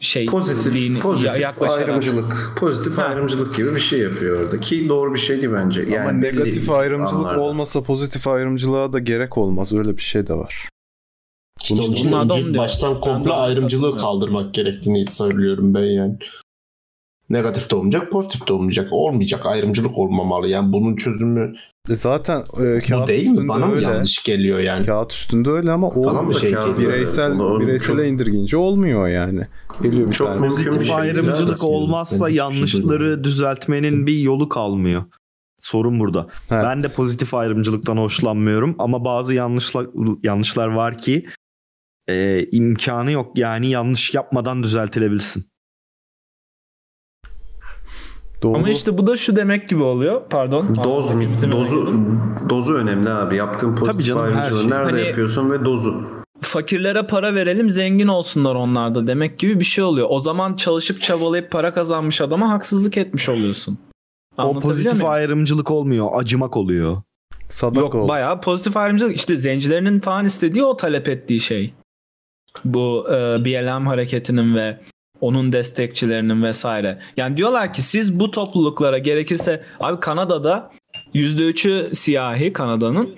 S6: şey
S12: Pozitif,
S6: dini-
S12: pozitif
S6: ya- yaklaşarak.
S12: ayrımcılık, pozitif ayrımcılık gibi bir şey yapıyor orada ki doğru bir şey değil bence. Yani
S2: ama
S12: belli
S2: negatif ayrımcılık
S12: anlarda.
S2: olmasa pozitif ayrımcılığa da gerek olmaz. Öyle bir şey de var.
S1: İşte
S2: Bunu-
S1: onun için
S2: bunlardan
S1: önce
S2: diyorum.
S1: baştan komple ayrımcılığı kaldırmak gerektiğini söylüyorum ben yani. Negatif de olmayacak, pozitif de olmayacak. Olmayacak ayrımcılık olmamalı. Yani bunun çözümü
S2: E zaten
S1: bu
S2: kağıt
S1: değil mi?
S2: üstünde
S1: Bana mı
S2: öyle.
S1: yanlış geliyor yani?
S2: Kağıt üstünde öyle ama o
S1: Tamam mı şey geliyor?
S2: bireysel
S1: Onu-
S2: bireysele indirgince olmuyor yani. Geliyor bir tane.
S9: Pozitif
S8: şey
S12: şey
S9: ayrımcılık olmazsa yanlışları düzeltmenin bir yolu kalmıyor. Sorun burada. Ben de pozitif ayrımcılıktan hoşlanmıyorum ama bazı yanlışlar yanlışlar var ki e, imkanı yok yani yanlış yapmadan düzeltilebilsin.
S6: Ama işte bu da şu demek gibi oluyor. Pardon.
S12: Doz
S6: Anlatmak gibi
S12: mi?
S6: demek
S12: Dozu dozu önemli abi. Yaptığın pozitif
S6: canım, her
S12: ayrımcılığı
S6: şey.
S12: nerede
S6: Hani-
S12: yapıyorsun ve dozu.
S6: fakirlere para verelim zengin olsunlar onlar da demek gibi bir şey oluyor. O zaman çalışıp çabalayıp para kazanmış adama haksızlık etmiş oluyorsun.
S9: O pozitif ayrımcılık olmuyor, acımak oluyor.
S2: Sadak
S6: Yok bayağı pozitif ayrımcılık işte zencilerin falan istediği o talep ettiği şey. Bu e, BLM hareketinin ve onun destekçilerinin vesaire. Yani diyorlar ki siz bu topluluklara gerekirse abi Kanada'da %3'ü siyahi Kanada'nın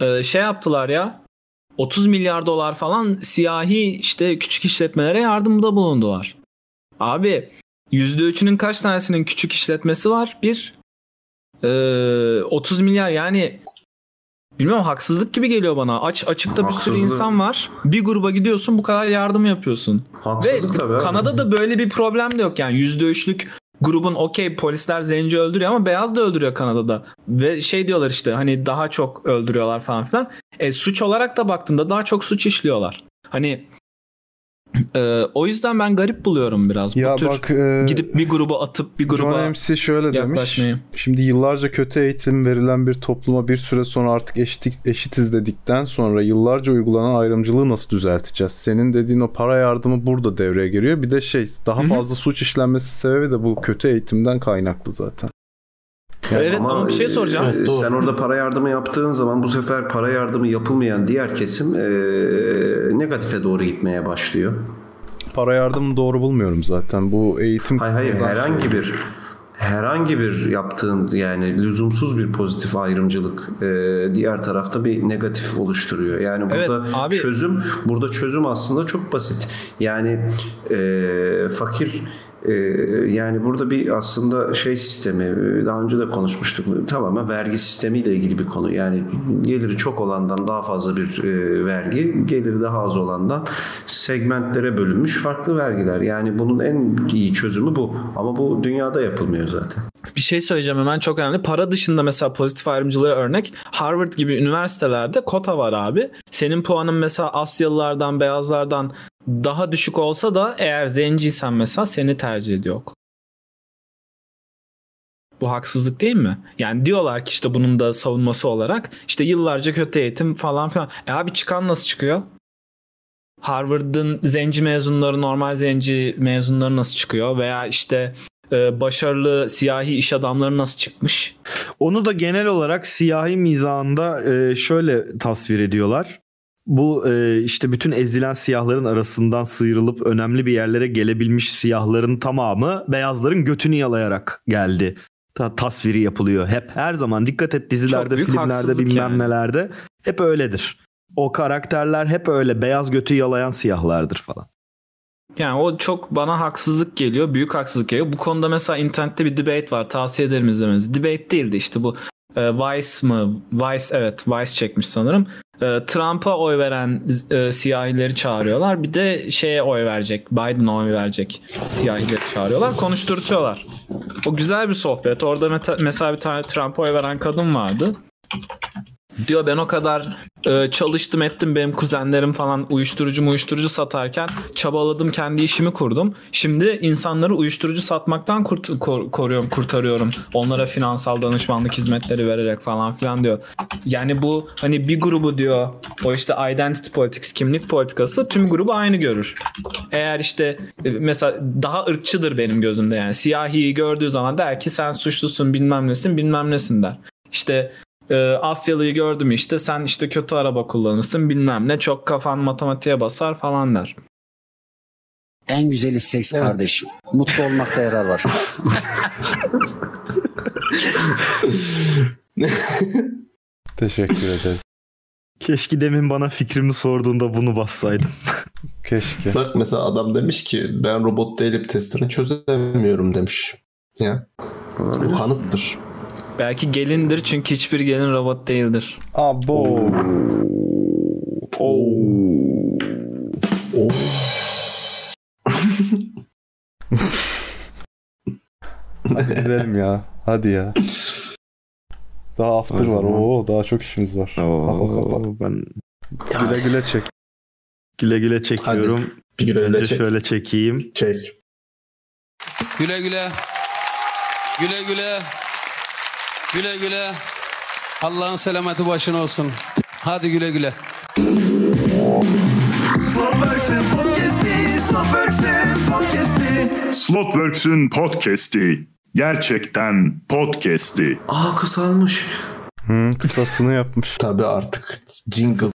S6: e, şey yaptılar ya 30 milyar dolar falan siyahi işte küçük işletmelere yardımda bulundular. Abi %3'ünün kaç tanesinin küçük işletmesi var? Bir. Ee, 30 milyar yani bilmiyorum haksızlık gibi geliyor bana. Aç açıkta bir sürü
S16: Haksızlık.
S6: insan var. Bir gruba gidiyorsun bu kadar yardım yapıyorsun.
S16: Haksızlık
S6: Ve
S16: tabii abi.
S6: Kanada'da böyle bir problem de yok yani %3'lük grubun okey polisler zenci öldürüyor ama beyaz da öldürüyor Kanada'da. Ve şey diyorlar işte hani daha çok öldürüyorlar falan filan. E, suç olarak da baktığında daha çok suç işliyorlar. Hani e, o yüzden ben garip buluyorum biraz
S2: Ya
S6: bu tür
S2: bak, e,
S6: gidip bir gruba atıp bir gruba
S2: John MC şöyle demiş.
S6: yaklaşmayı.
S2: Şimdi yıllarca kötü eğitim verilen bir topluma bir süre sonra artık eşitlik, eşitiz dedikten sonra yıllarca uygulanan ayrımcılığı nasıl düzelteceğiz? Senin dediğin o para yardımı burada devreye giriyor. Bir de şey daha fazla suç işlenmesi sebebi de bu kötü eğitimden kaynaklı zaten.
S6: Evet, ama bir şey
S8: e,
S6: soracağım.
S8: e,
S6: Evet, doğru.
S8: sen orada para yardımı yaptığın zaman bu sefer para yardımı yapılmayan diğer kesim e, negatife doğru gitmeye başlıyor.
S2: Para yardımı doğru bulmuyorum zaten. Bu eğitim
S8: Hayır hayır
S2: kısmından
S8: herhangi
S2: sonra-
S8: bir herhangi bir yaptığın yani lüzumsuz bir pozitif ayrımcılık e, diğer tarafta bir negatif oluşturuyor. Yani burada çözüm burada çözüm aslında çok basit. Yani e, fakir e, yani burada bir aslında şey sistemi e, daha önce de konuşmuştuk tamamen vergi sistemiyle ilgili bir konu. Yani geliri çok olandan daha fazla bir e, vergi, geliri daha az olandan segmentlere bölünmüş farklı vergiler. Yani bunun en iyi çözümü bu. Ama bu dünyada yapılmıyor zaten.
S6: bir şey söyleyeceğim hemen çok önemli. Para dışında mesela pozitif ayrımcılığa örnek Harvard gibi üniversitelerde kota var abi. Senin puanın mesela Asyalılardan, beyazlardan daha düşük olsa da eğer zenciysen mesela seni tercih ediyor okul. Bu haksızlık değil mi? Yani diyorlar ki işte bunun da savunması olarak işte yıllarca kötü eğitim falan filan. E abi çıkan nasıl çıkıyor? Harvard'ın zenci mezunları normal zenci mezunları nasıl çıkıyor veya işte e, başarılı siyahi iş adamları nasıl çıkmış?
S3: Onu da genel olarak siyahi mizahında e, şöyle tasvir ediyorlar. Bu e, işte bütün ezilen siyahların arasından sıyrılıp önemli bir yerlere gelebilmiş siyahların tamamı beyazların götünü yalayarak geldi. Ta- tasviri yapılıyor hep. Her zaman dikkat et dizilerde,
S6: Çok büyük
S3: filmlerde,
S6: haksızlık
S3: bilmem
S6: yani.
S3: nelerde hep öyledir. O karakterler hep öyle beyaz götü yalayan siyahlardır falan.
S6: Yani o çok bana haksızlık geliyor. Büyük haksızlık geliyor. Bu konuda mesela internette bir debate var. Tavsiye ederim izlemenizi. Debate değildi işte bu. e, Vice mı? Vice evet. Vice çekmiş sanırım. E, Trump'a oy veren e, siyahileri çağırıyorlar. Bir de şeye oy verecek. Biden'a oy verecek siyahileri çağırıyorlar. Konuşturtuyorlar. O güzel bir sohbet. Orada meta- mesela bir tane Trump'a oy veren kadın vardı. Diyor ben o kadar e, çalıştım ettim benim kuzenlerim falan uyuşturucu uyuşturucu satarken çabaladım kendi işimi kurdum. Şimdi insanları uyuşturucu satmaktan kurt- kor- koruyorum kurtarıyorum. Onlara finansal danışmanlık hizmetleri vererek falan filan diyor. Yani bu hani bir grubu diyor o işte identity politics kimlik politikası tüm grubu aynı görür. Eğer işte e, mesela daha ırkçıdır benim gözümde yani siyahiyi gördüğü zaman der ki sen suçlusun bilmem nesin bilmem nesin der. İşte e, Asyalı'yı gördüm işte sen işte kötü araba kullanırsın bilmem ne çok kafan matematiğe basar falan der.
S17: En güzeli seks kardeşim. Mutlu olmakta yarar var.
S2: Teşekkür ederiz.
S3: Keşke demin bana fikrimi sorduğunda bunu bassaydım.
S2: Keşke.
S1: Bak mesela adam demiş ki ben robot değilim testini çözemiyorum demiş. Ya. Bu kanıttır.
S6: Belki gelindir çünkü hiçbir gelin robot değildir.
S2: Abo. Hadi gidelim ya. Hadi ya. Daha after
S3: O
S2: var.
S3: zaman-
S2: Oo daha çok işimiz var. Kafa kafa.
S3: Ben
S2: Güle güle çek.
S3: Güle güle çekiyorum.
S1: Bir güle
S3: Önce
S1: güle çek.
S3: şöyle çekeyim.
S1: Çek.
S11: Güle güle. Güle güle. Güle güle. Allah'ın selameti başına olsun. Hadi güle güle.
S18: Slotworks'ün podcast'i, Slotworks'ün podcast'i.
S19: Slotworks'ün podcast'i. Gerçekten podcast'i.
S8: Aa kısalmış.
S2: Hı, kıtasını yapmış.
S1: Tabii artık jingle